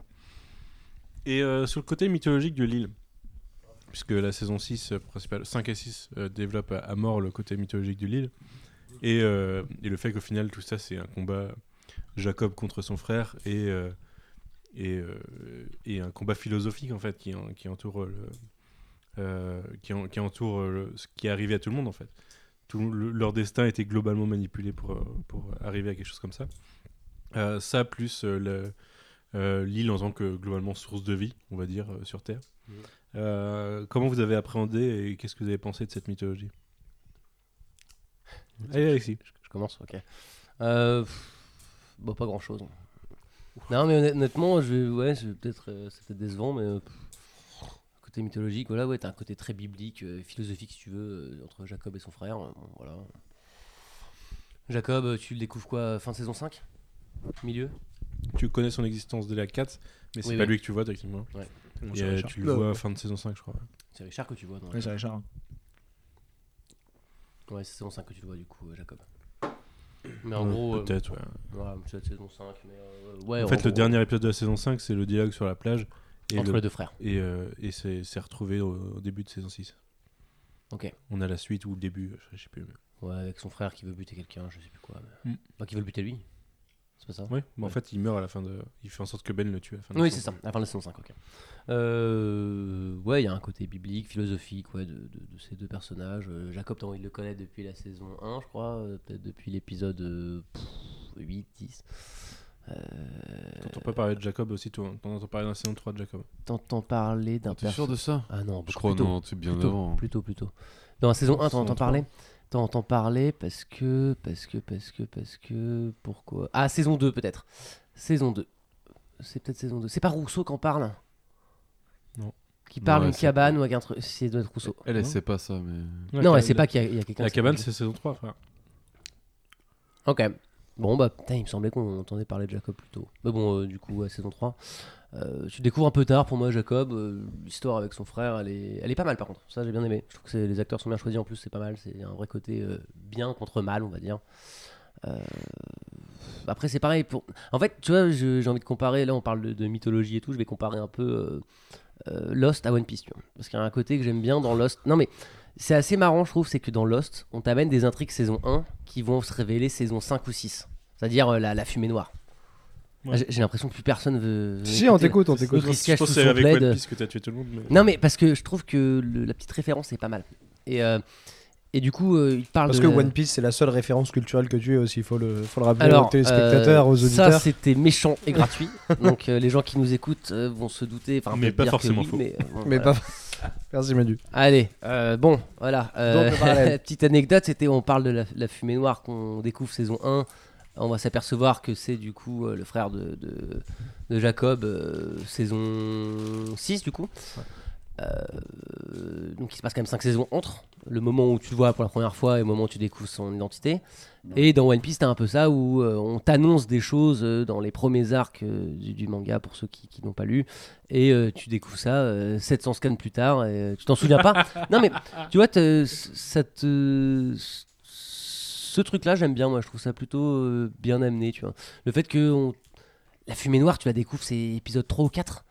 S3: Et euh, sur le côté mythologique de l'île, puisque la saison 6, euh, principale, 5 et 6, euh, développe à, à mort le côté mythologique de l'île, et, euh, et le fait qu'au final, tout ça, c'est un combat Jacob contre son frère, et, euh, et, euh, et un combat philosophique, en fait, qui, en- qui entoure, euh, le, euh, qui, en- qui entoure euh, le- ce qui est arrivé à tout le monde, en fait. Tout, le- leur destin était globalement manipulé pour, euh, pour arriver à quelque chose comme ça. Euh, ça, plus euh, le- euh, l'île en tant que globalement source de vie, on va dire, euh, sur Terre.
S5: Mm.
S3: Euh, comment vous avez appréhendé et qu'est-ce que vous avez pensé de cette mythologie Allez, Alexis.
S5: Je, je commence, ok. Euh, pff, bon, pas grand chose. Non, mais honnêt- honnêtement, je vais, ouais, je vais peut-être, euh, c'est peut-être décevant, mais euh, pff, côté mythologique, voilà, ouais, t'as un côté très biblique, euh, philosophique, si tu veux, euh, entre Jacob et son frère. euh, bon, voilà. Jacob, euh, tu le découvres quoi Fin de saison 5 Milieu
S3: Tu connais son existence de la 4, mais c'est
S5: Oui,
S3: pas
S5: oui.
S3: lui que tu vois, techniquement. Et, euh, tu le vois fin de saison 5, je crois.
S5: C'est Richard que tu vois dans la-
S6: Ouais, c'est Richard.
S5: Ouais, c'est saison 5 que tu le vois, du coup, euh, Jacob. Mais en gros, euh,
S3: Peut-être, ouais.
S5: ouais, c'est la saison 5. Mais euh, ouais,
S3: En fait,
S5: gros,
S3: le dernier épisode de la saison 5, c'est le dialogue sur la plage. Et,
S5: Entre
S3: le-
S5: les deux frères.
S3: et, euh, et c'est c'est retrouvé au, au début de saison 6.
S5: Ok.
S3: On a la suite ou le début, je sais- je sais plus. mais-
S5: Ouais, avec son frère qui veut buter quelqu'un, je sais plus quoi. Mais...
S3: Mm.
S5: Enfin, qui veut le buter lui. C'est pas ça
S3: Ouais, mais en fait, il meurt à la fin de. Il fait en sorte que Ben le tue à la fin de la
S5: Oui,
S3: saison.
S5: c'est ça, à la fin de la saison 5, ok. Euh, ouais, il y a un côté biblique, philosophique ouais, de, de- de ces deux personnages. Euh, Jacob, tant il le connaît depuis la saison 1, je crois, euh, peut-être depuis l'épisode euh, pff, 8, 10. Euh,
S3: T'entends pas parler de Jacob aussitôt. hein. T'en entends parler dans la saison 3 de Jacob.
S5: T'entends parler d'un
S4: T'es sûr
S5: perso-
S4: de ça
S5: Ah non,
S4: Je
S5: beaucoup
S4: crois
S5: plus tôt.
S4: non, c'est bien
S5: plutôt,
S4: avant.
S5: plutôt, plutôt. Dans la saison 1, t'en
S4: Saison
S5: entends
S4: trois.
S5: parler T'en entends parler parce que, parce que, parce que, parce que, pourquoi Ah, saison 2 peut-être. Saison 2. C'est peut-être saison 2. C'est pas Rousseau qu'en parle
S3: Non.
S5: Qui parle
S4: Non,
S5: d'une
S4: c'est-
S5: cabane ou avec un truc. C'est doit être Rousseau.
S4: Elle,
S3: Non.
S4: elle sait pas ça, mais.
S5: non, elle sait pas qu'il y a, il y a quelqu'un.
S3: La
S5: qui
S3: cabane,
S5: s'appelle-
S3: c'est saison 3, frère.
S5: Ok. Bon, bah, putain, il me semblait qu'on entendait parler de Jacob plus tôt. Mais bon, euh, du coup, à saison 3. Euh, tu découvres un peu tard pour moi Jacob, euh, l'histoire avec son frère, elle est, elle est pas mal par contre, ça j'ai bien aimé. Je trouve que c'est- les acteurs sont bien choisis en plus, c'est pas mal, c'est un vrai côté euh, bien contre mal on va dire. Euh, Après c'est pareil, pour... en fait tu vois je- j'ai envie de comparer, là on parle de, de mythologie et tout, je vais comparer un peu euh, euh, Lost à One Piece, tu vois. parce qu'il y a un côté que j'aime bien dans Lost, non mais c'est assez marrant je trouve, c'est que dans Lost on t'amène des intrigues saison 1 qui vont se révéler saison 5 ou 6, c'est-à-dire euh, la, la fumée noire.
S3: Ouais.
S5: Ah, j'ai- J'ai l'impression que plus personne veut. veut
S8: Si, on
S5: écouter, là.
S8: t'écoute, on t'écoute.
S5: L'autre, il se cache
S3: je pense
S5: sous
S3: que c'est
S5: son
S3: avec
S5: plaid. euh,
S3: One Piece que t'as tué tout le monde. Mais...
S5: Non, mais parce que je trouve que le- la petite référence est pas mal. Et, euh, et du coup, euh, il parle
S8: Parce
S5: de
S8: que
S5: la-
S8: One Piece, c'est la seule référence culturelle que tu aies aussi. Il faut le, faut le rappeler
S5: Alors,
S8: aux téléspectateurs,
S5: euh,
S8: aux
S5: Ça,
S8: auditeurs.
S5: c'était méchant et gratuit. Donc, euh, les gens qui nous écoutent euh, vont se douter. Enfin,
S3: Mais
S5: peut-être
S3: pas
S5: dire que
S3: forcément
S5: oui,
S3: faux.
S5: Mais, euh, bon,
S8: mais
S5: voilà.
S8: pas. Merci, Manu.
S5: Allez, euh, bon, voilà. euh,
S8: Donc, le parallèle.
S5: la petite anecdote, c'était on parle de la, la fumée noire qu'on découvre saison 1. On va s'apercevoir que c'est du coup euh, le frère de, de, de Jacob, euh, saison 6 du coup. Euh, donc il se passe quand même 5 saisons entre le moment où tu le vois pour la première fois et le moment où tu découvres son identité. Et dans One Piece, t'as un peu ça où euh, on t'annonce des choses euh, dans les premiers arcs euh, du, du manga pour ceux qui, qui n'ont pas lu. Et euh, tu découvres ça euh, 700 scans plus tard. Et, euh, tu t'en souviens pas Non, mais tu vois, te- ça te- euh, Ce truc-là, j'aime bien, moi, je trouve ça plutôt euh, bien amené, tu vois. Le fait que on- la fumée noire, tu la découvres, c'est épisode 3 ou 4.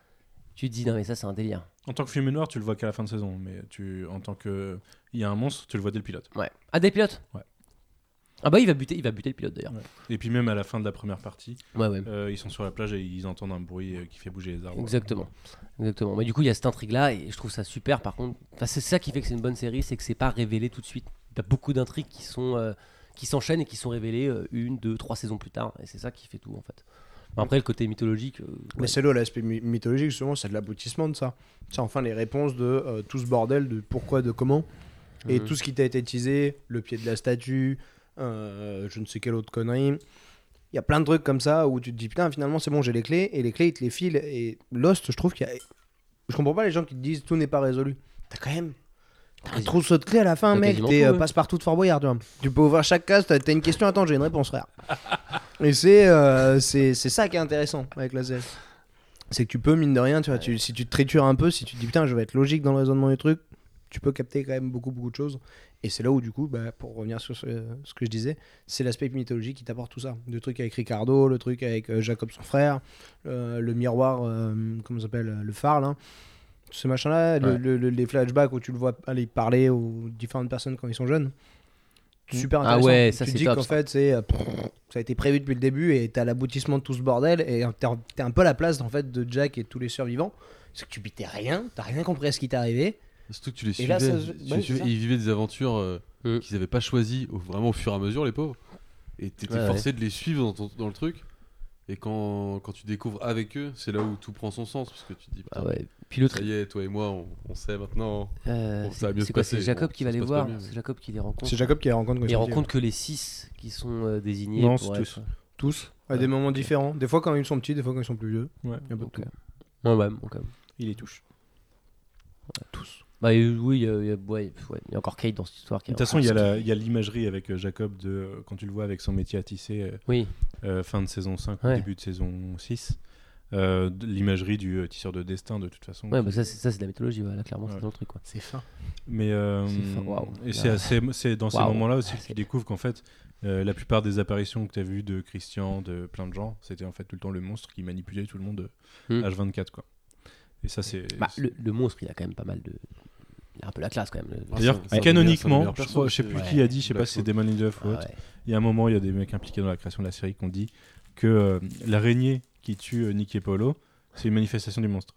S5: Tu te dis, non, mais ça, c'est un délire.
S3: En tant que fumée noire, tu le vois qu'à la fin de saison. Mais tu, en tant que. Il y a un monstre, tu le vois dès le pilote.
S5: Ouais. Ah, des pilotes
S3: Ouais.
S5: Ah, bah, il va buter, il va buter le pilote d'ailleurs.
S3: Et puis même à la fin de la première partie,
S5: Ouais, ouais.
S3: euh, ils sont sur la plage et ils entendent un bruit euh, qui fait bouger les arbres.
S5: Exactement. Exactement. Mais du coup, il y a cette intrigue-là, et je trouve ça super. Par contre, Enfin, c'est ça qui fait que c'est une bonne série, c'est que c'est pas révélé tout de suite. T'as beaucoup d'intrigues qui sont euh, qui s'enchaînent et qui sont révélées euh, une, deux, trois saisons plus tard, et c'est ça qui fait tout en fait. Après, le côté mythologique. euh, ouais.
S6: Mais c'est là l'aspect my- mythologique, justement, c'est de l'aboutissement de ça. C'est enfin les réponses de euh, tout ce bordel, de pourquoi, de comment, et
S5: Mhm.
S6: tout ce qui t'a été teasé, le pied de la statue, euh, je ne sais quelle autre connerie. Il y a plein de trucs comme ça où tu te dis putain, finalement c'est bon, j'ai les clés, et les clés ils te les filent. Et Lost, je trouve qu'il y a. Je comprends pas les gens qui te disent tout n'est pas résolu. T'as quand même. T'as un
S5: Quasi-
S6: trousseau de clés à la fin,
S5: T'as
S6: mec.
S5: quasiment
S6: T'es
S5: tout,
S6: euh,
S5: ouais.
S6: passe-partout de Fort Boyard, tu vois. Tu peux ouvrir chaque case, t'as t'as une question, attends, j'ai une réponse, frère. Et c'est euh, c'est c'est ça qui est intéressant avec la série. C'est que tu peux, mine de rien, tu vois, tu- si tu te tritures un peu, si tu te dis putain, je vais être logique dans le raisonnement du truc, tu peux capter quand même beaucoup, beaucoup de choses. Et c'est là où, du coup, bah, pour revenir sur ce, ce que je disais, c'est l'aspect mythologique qui t'apporte tout ça. Le truc avec Ricardo, le truc avec euh, Jacob, son frère, euh, le miroir, euh, comment ça s'appelle, euh, le phare, là. Tout ce machin-là, le-
S3: Ouais.
S6: le- le- les flashbacks où tu le vois aller parler aux différentes personnes quand ils sont jeunes. Super
S5: Ah
S6: intéressant.
S5: ouais, ça,
S6: tu
S5: c'est
S6: te dis
S5: top,
S6: qu'en
S5: ça.
S6: fait, c'est euh, ça a été prévu depuis le début et t'as l'aboutissement de tout ce bordel et t'es en- t'es un peu à la place en fait de Jack et de tous les survivants. C'est que tu bitais rien, t'as rien compris à ce qui t'est arrivé.
S4: Surtout que tu les
S6: Et
S4: suivais.
S6: là, ça se-
S4: tu les
S6: ouais,
S4: suivais
S6: c'est
S4: et ils vivaient des aventures euh,
S5: Mm.
S4: qu'ils n'avaient pas choisies au- vraiment au fur et à mesure, les pauvres. Et t'étais
S5: Ouais,
S4: forcé de les suivre dans, ton- dans le truc. Et quand, quand tu découvres avec eux, c'est là où tout prend son sens. Parce que tu te dis, putain,
S5: Ah ouais. Puis l'autre.
S4: ça y est, toi et moi, on, on sait maintenant.
S5: euh,
S4: Bon, ça va
S5: c'est
S4: mieux
S5: c'est
S4: se
S5: quoi
S4: passer.
S5: C'est Jacob
S4: Bon,
S5: qui
S4: ça
S5: va
S4: se
S5: les
S4: passe
S5: voir.
S4: pas mieux, mais-
S5: C'est Jacob qui les rencontre.
S6: C'est Jacob qui les rencontre quand
S5: Il
S6: sont petits, hein.
S5: rencontre que les 6 qui sont euh, désignés.
S3: Non,
S5: pour
S3: c'est
S5: être-
S6: ouais. tous à
S5: euh,
S6: des moments différents. Des fois quand ils sont petits, des fois quand ils sont plus vieux.
S3: Ouais.
S6: Il y a un peu de
S5: Ok.
S6: tout.
S5: Ouais, ouais, bon, quand même.
S3: Il les touche.
S5: Bah euh, oui, il y a- il y, a- ouais, pff, ouais, il y a encore Kate dans cette histoire.
S3: De toute façon, il y a la- il y a l'imagerie avec euh, Jacob de, euh, quand tu le vois avec son métier à tisser, euh,
S5: Oui,
S3: euh, fin de saison 5
S5: Ouais.
S3: ou début de saison 6. euh, de- l'imagerie du euh, tisseur de destin de toute façon.
S5: Ouais, bah ça, c'est ça, c'est de la mythologie, voilà, clairement,
S3: Ouais.
S5: c'est dans le truc. Quoi.
S7: C'est fin.
S3: Mais euh,
S5: C'est fa- waouh. Ah.
S3: et c'est assez- c'est dans ces
S5: Waouh.
S3: moments-là aussi que tu
S5: C'est-
S3: découvres qu'en fait euh, la plupart des apparitions que tu as vues de Christian, de plein de gens, c'était en fait tout le temps le monstre qui manipulait tout le monde euh,
S5: Hmm.
S3: H24 quoi. Et ça c'est
S5: Bah, le, le monstre, il a quand même pas mal de. Il a un peu la classe quand même. le-
S4: Ah,
S3: D'ailleurs,
S4: c'est un- c'est un des
S3: canoniquement,
S4: meilleurs
S3: je,
S4: persos,
S3: crois- je sais
S4: c'est-
S3: plus
S5: ouais.
S3: qui a dit, je sais pas
S4: Black
S3: si c'est Damon Lindelof
S5: Ah
S3: ou
S5: ouais.
S3: autre, il y a un moment, il y a des mecs impliqués dans la création de la série qui ont dit que euh, l'araignée qui tue euh, Nick et Paolo, c'est une manifestation du monstre.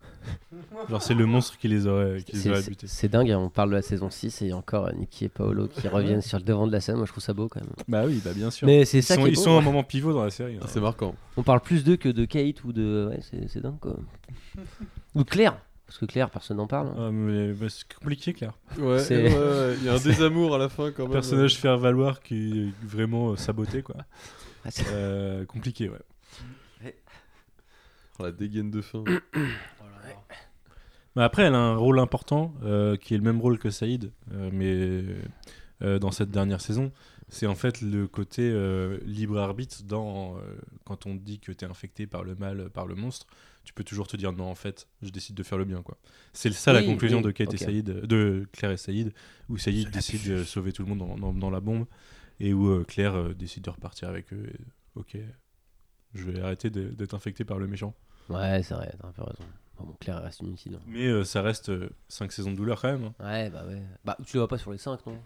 S3: Genre, c'est le monstre qui les aurait, qui les
S5: C'est-
S3: aurait
S5: c'est-
S3: butés.
S5: C'est dingue, hein, on parle de la saison 6 et il y a encore euh, Nicky et Paolo qui reviennent sur le devant de la scène. Moi, je trouve ça beau quand même.
S3: Bah oui, bah bien sûr.
S5: Mais c'est
S3: ils
S5: ça
S3: sont,
S5: qui est
S3: ils
S5: beau,
S3: sont un
S5: ouais.
S3: moment pivot dans la série. hein.
S4: Ah, C'est marquant.
S5: On parle plus d'eux que de Kate ou de. Ouais, c'est c'est dingue quoi. ou de Claire. Parce que Claire, personne n'en parle. hein.
S3: Ah, mais, bah, c'est compliqué, Claire.
S4: Ouais,
S5: C'est-
S4: ouais, ouais, il y a un désamour à la fin quand même.
S3: Personnage faire valoir qui est vraiment euh, saboté, quoi.
S5: Ah, c'est-
S3: Euh, compliqué, ouais.
S4: Oh, la dégaine de fin.
S3: Mais après, elle a un rôle important euh, qui est le même rôle que Saïd, euh, mais euh, dans cette dernière saison. C'est en fait le côté euh, libre arbitre dans euh, quand on te dit que t'es infecté par le mal, euh, par le monstre, tu peux toujours te dire non en fait, je décide de faire le bien quoi. C'est ça la
S5: Oui,
S3: conclusion
S5: oui,
S3: de Kate
S5: ok.
S3: et Saïd, euh, de Claire et Saïd, où Saïd décide de sauver tout le monde dans, dans- dans la bombe et où euh, Claire euh, décide de repartir avec eux. et, ok, je vais arrêter de- d'être infecté par le méchant.
S5: Ouais, c'est vrai, t'as un peu raison. Bon, bon, Claire elle reste inutile. hein.
S3: Mais euh, ça reste 5 saisons de douleur quand même. hein.
S5: Ouais, bah ouais. Bah, tu la vois pas sur les 5, non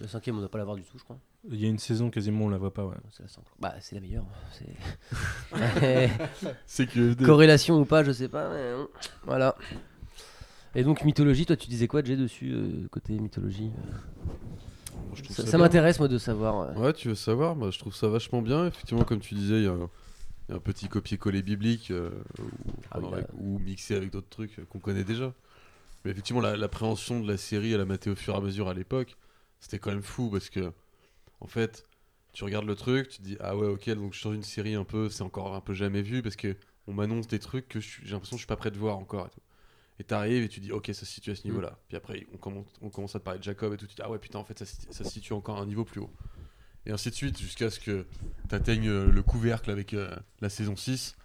S5: La cinquième, on doit pas la voir du tout, je crois.
S3: Il y a une saison quasiment on la voit pas ouais.
S5: C'est la cinq, je crois. Bah, c'est la meilleure. c'est-
S4: C'est que
S5: Corrélation ou pas, je sais pas. mais bon, Voilà. Et donc, mythologie, toi, tu disais quoi, Jay, dessus, euh, côté mythologie euh,
S4: je trouve
S5: Ça, ça
S4: bien.
S5: m'intéresse, moi, de savoir. euh.
S4: Ouais, tu veux savoir, moi je trouve ça vachement bien. Effectivement, comme tu disais, il y a un, il y a un petit copier-coller biblique euh, ou,
S5: Ah oui,
S4: enfin,
S5: là.
S4: avec- ou mixé avec d'autres trucs euh, qu'on connaît déjà. Mais effectivement, la- l'appréhension de la série, à la maté au fur et à mesure à l'époque, c'était quand même fou parce que, en fait, tu regardes le truc, tu te dis ah ouais, ok, donc je change une série un peu, c'est encore un peu jamais vu parce que on m'annonce des trucs que je suis- j'ai l'impression que je suis pas prêt de voir encore. Et tout. Et t'arrives et tu dis, ok, ça se situe à
S5: Mm.
S4: ce niveau-là. Puis après, on commence, on commence à te parler de Jacob et tout. Tu dis, ah ouais, putain, en fait, ça, se- ça se situe encore à un niveau plus haut. Et ainsi de suite, jusqu'à ce que t'atteignes euh, le couvercle avec euh, la saison 6,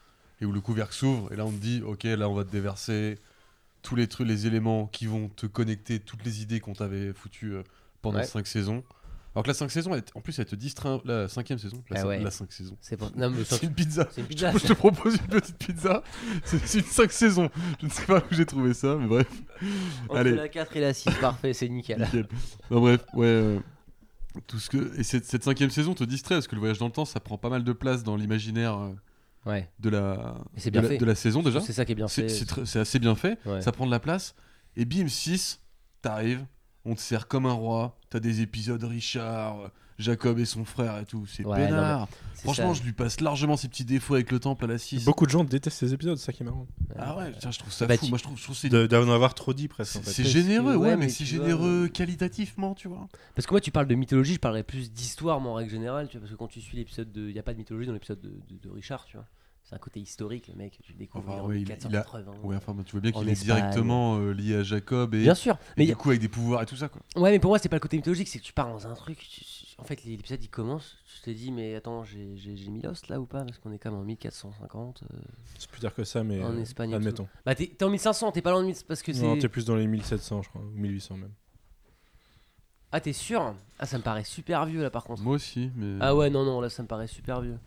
S4: et où le couvercle s'ouvre, et là on te dit, ok, là on va te déverser tous les trucs, les éléments qui vont te connecter, toutes les idées qu'on t'avait foutues euh, pendant
S5: Ouais.
S4: 5 saisons. Alors que la 5 saisons, elle te- en plus, elle te distrait, la 5 saison, la,
S5: Ah
S4: 5
S5: ouais.
S4: saison.
S5: C'est pour- non, Ah, mais
S4: C'est
S5: c'est
S4: une pizza.
S5: c'est une pizza.
S4: Je te propose une petite pizza. C'est c'est une 5 saisons. Je ne sais pas où j'ai trouvé ça, mais bref.
S5: Entre
S4: Allez.
S5: la 4 et la 6, parfait, c'est nickel.
S4: Nickel. Non, bref, ouais. euh, tout ce que... Et cette, cette cinquième saison te distrait parce que le voyage dans le temps, ça prend pas mal de place dans l'imaginaire euh,
S5: Ouais,
S4: de la...
S5: Mais c'est
S4: de
S5: bien
S4: la-
S5: fait.
S4: de la saison déjà.
S5: c'est ça qui est bien
S4: C'est
S5: fait.
S4: c'est tr- c'est assez bien fait.
S5: Ouais.
S4: Ça prend de la place. Et bim, 6, t'arrives, on te sert comme un roi. T'as des épisodes Richard, euh, Jacob et son frère et tout. C'est
S5: Ouais, non,
S4: peinard.
S5: C'est
S4: Franchement,
S5: ça.
S4: je lui passe largement ses petits défauts avec le temple à la 6.
S3: Beaucoup de gens détestent ces épisodes, c'est ça qui est marrant.
S4: Ah ouais, tiens, je trouve ça
S5: Bah,
S4: fou.
S5: tu-
S4: Moi, je trouve, je trouve c'est
S3: De- D'en avoir trop dit presque en
S4: c'est
S3: fait.
S4: c'est généreux,
S5: que-
S4: ouais,
S5: ouais,
S4: mais
S5: mais
S4: c'est
S5: tu vois,
S4: généreux
S5: euh,
S4: qualitativement, tu vois.
S5: Parce que moi, tu parles de mythologie, je parlerais plus d'histoire, moi, en règle générale, tu vois, parce que quand tu suis l'épisode de. Il n'y a pas de mythologie dans l'épisode de, de- de Richard, tu vois. C'est un côté historique, le mec, tu le découvres
S4: Enfin,
S5: en
S4: ouais, il- il a-
S5: 1480.
S4: Ouais, enfin, bah, tu vois bien
S5: En
S4: qu'il est
S5: Espagne.
S4: directement euh, lié à Jacob et,
S5: Bien sûr,
S4: et
S5: mais il y
S4: du
S5: a-
S4: coup avec des pouvoirs et tout ça, quoi.
S5: Ouais, mais pour moi, c'est pas le côté mythologique, c'est que tu pars dans un truc. tu- tu- En fait, l'épisode il commence, tu te dis, mais attends, j'ai j'ai- j'ai mis Lost là ou pas Parce qu'on est quand même en 1450. euh.
S3: C'est plus tard que ça, mais
S5: En
S3: euh,
S5: Espagne et tout.
S3: admettons.
S5: Bah, t'es t'es en 1500, t'es pas loin de 1000 parce que
S3: Non, t'es
S5: c'est.
S3: plus dans les 1700, je crois, ou 1800 même.
S5: Ah, t'es sûr Ah, ça me paraît super vieux là par contre.
S4: Moi aussi, mais.
S5: Ah, ouais, non, non, là ça me paraît super vieux.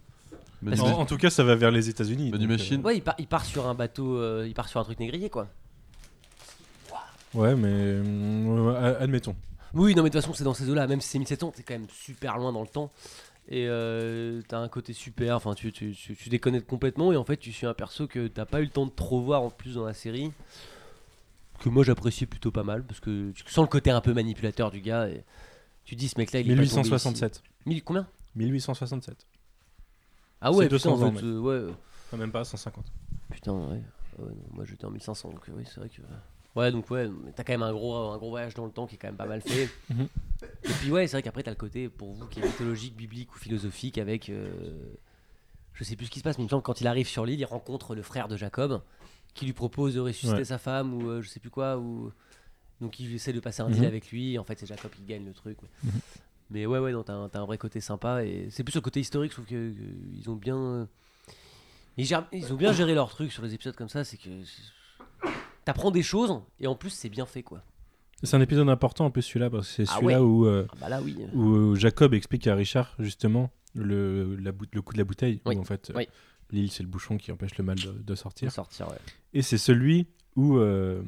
S4: mais
S5: Parce
S3: En,
S5: que-
S3: en tout cas, ça va vers les États-Unis.
S4: Bah, du
S3: donc, euh,
S4: machine.
S5: Ouais, il part, il part sur un bateau, euh, il part sur un truc négrier quoi.
S3: Ouais, mais euh, a- admettons.
S5: Oui, non, mais de toute façon, c'est dans ces eaux-là, même si c'est 1700, t'es quand même super loin dans le temps. Et euh, t'as un côté super, enfin, tu, tu, tu, tu déconnectes complètement, et en fait, tu suis un perso que t'as pas eu le temps de trop voir en plus dans la série. Que moi, j'appréciais plutôt pas mal, parce que tu sens le côté un peu manipulateur du gars. Et tu dis, ce mec-là, il est pas tombé ici.
S3: 1867.
S5: Mille- combien
S3: 1867.
S5: Ah
S3: C'est
S5: ouais,
S3: 200
S5: putain, en
S3: ans,
S5: fait,
S3: mec.
S5: euh, ouais, euh,
S3: Enfin, même pas 150.
S5: putain, ouais. Ah ouais, non, moi, j'étais en 1500, donc euh, oui, c'est vrai que. Ouais, donc ouais, mais t'as quand même un gros, un gros voyage dans le temps qui est quand même pas mal fait.
S3: Mhm.
S5: Et puis ouais, c'est vrai qu'après, t'as le côté, pour vous, qui est mythologique, biblique ou philosophique, avec... euh, je sais plus ce qui se passe, mais il me semble que quand il arrive sur l'île, il rencontre le frère de Jacob, qui lui propose de ressusciter
S3: Ouais.
S5: sa femme, ou euh, je sais plus quoi, ou... Donc il essaie de passer un deal
S3: Mhm.
S5: avec lui, et en fait c'est Jacob qui gagne le truc. Mais, mais ouais, ouais, non, t'as un, t'as un vrai côté sympa, et c'est plus le côté historique, je trouve qu'ils ont bien... euh, Ils, gèrent- ils ont bien géré leur truc sur les épisodes comme ça, c'est que. T'apprends des choses et en plus c'est bien fait quoi.
S3: C'est un épisode important en plus celui-là parce que c'est
S5: Ah
S3: celui-là où, euh,
S5: Ah bah là oui.
S3: où Jacob explique à Richard justement le, la bout- le coup de la bouteille.
S5: Oui.
S3: Où en fait, euh,
S5: Oui.
S3: l'île c'est le bouchon qui empêche le mal de, de sortir.
S5: sortir, ouais.
S3: Et c'est celui où, euh,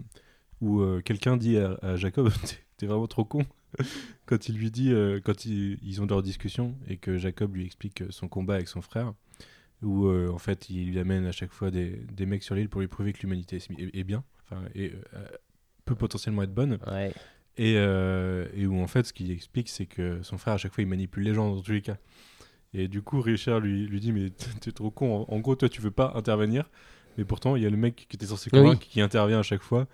S3: où euh, quelqu'un dit à, à Jacob T'es- T'es vraiment trop con. quand il lui dit, euh, quand ils, ils ont leur discussion et que Jacob lui explique euh, son combat avec son frère, où euh, en fait il lui amène à chaque fois des, des mecs sur l'île pour lui prouver que l'humanité est, est- est bien, enfin, et, euh, peut potentiellement être bonne.
S5: Ouais.
S3: Et, euh, et où en fait, ce qu'il explique, c'est que son frère, à chaque fois, il manipule les gens dans tous les cas. Et du coup, Richard lui, lui dit Mais t'es- t'es trop con, en, en gros, toi, tu veux pas intervenir. Mais pourtant, il y a le mec qui était censé
S5: Oui.
S3: convaincre qui intervient à chaque fois.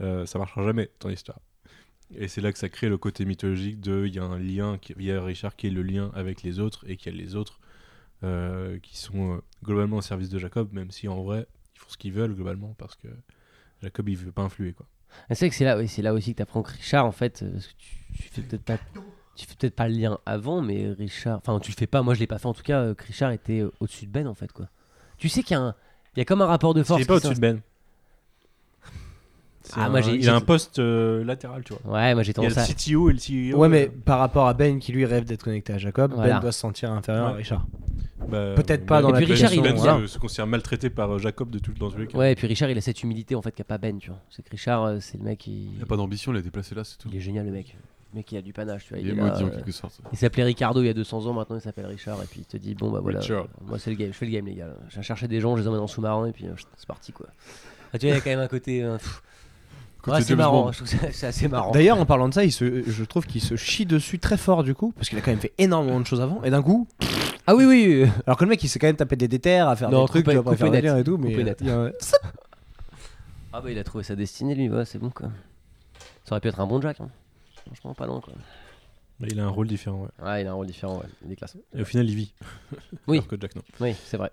S3: Euh, ça marchera jamais, ton histoire. Et c'est là que ça crée le côté mythologique de il y a un lien, qui- il y a Richard qui est le lien avec les autres et qu'il y a les autres euh, qui sont euh, globalement au service de Jacob, même si en vrai, ils font ce qu'ils veulent globalement parce que Jacob, il veut pas influer. Quoi.
S5: Ah, C'est vrai que c'est là, oui, c'est là aussi que t'apprends que Richard en fait, euh, parce que tu, tu fais peut-être pas, tu fais peut-être pas le lien avant, mais Richard, enfin tu le fais pas, moi je l'ai pas fait en tout cas, euh, que Richard était euh, au-dessus de Ben en fait quoi. Tu sais qu'il y a un, il y a comme un rapport de force.
S3: C'est pas
S5: qui
S3: au-dessus de Ben. C'est
S5: Ah,
S3: un-
S5: moi, j'ai-
S3: il
S5: j'ai-
S3: a un poste euh, latéral, tu vois.
S5: s'in- Ouais, moi j'ai
S3: Il y a
S5: tendance à.
S3: le CTO et le CEO.
S6: Ouais,
S3: euh,
S6: mais par rapport à Ben qui lui rêve d'être connecté à Jacob,
S5: Voilà.
S6: Ben doit se sentir inférieur à
S3: Ouais.
S6: Richard.
S3: bah,
S6: peut-être
S3: mais
S6: pas dans hein.
S3: Ben-
S5: la
S3: Ben,
S5: question,
S3: Ben
S5: voilà.
S3: se, se considère maltraité par euh, Jacob de tout, dans tous les cas.
S5: Ouais, et puis Richard il a cette humilité en fait qu'a pas Ben, tu vois. C'est que Richard, euh, c'est le mec qui.
S4: Il a pas d'ambition, il a été placé là, c'est tout.
S5: Il est génial le mec. Le mec il a du panache, tu vois.
S4: Il est
S5: est là,
S4: maudit en
S5: euh,
S4: quelque sorte.
S5: Il s'appelait Ricardo il y a 200 ans, maintenant il s'appelle Richard. Et puis il te dit Bon, bah voilà,
S4: Richard.
S5: euh, moi c'est le game, je fais le game, les gars. J'ai cherché des gens, je les emmène en sous-marin, et puis euh, c'est parti quoi. Ah, tu vois, il y a quand même un côté. euh, pff,
S4: Côté
S5: ouais, c'est
S4: James
S5: marrant,
S4: Bond.
S5: je trouve ça- c'est assez marrant.
S6: D'ailleurs, en parlant de ça, il se, je trouve qu'il se chie dessus très fort du coup, parce qu'il a quand même fait énormément de choses avant, et d'un coup,
S5: Ah oui, oui, oui.
S6: alors que le mec il s'est quand même tapé des déterres à faire
S5: Non,
S6: des trucs,
S5: coupé-
S6: tu vois, pour
S5: coupé
S6: faire des
S5: net.
S6: liens et tout, mais
S5: Coupé net.
S6: il y a un-
S5: Ah bah il a trouvé sa destinée lui, ouais, c'est bon quoi. Ça aurait pu être un bon Jack, hein. franchement pas loin quoi.
S3: Bah, Il a un rôle différent. ouais.
S5: Ouais, il a un rôle différent, ouais. il est classe.
S3: Et au final, il vit.
S5: Oui.
S3: Alors que Jack, non.
S5: Oui, c'est vrai.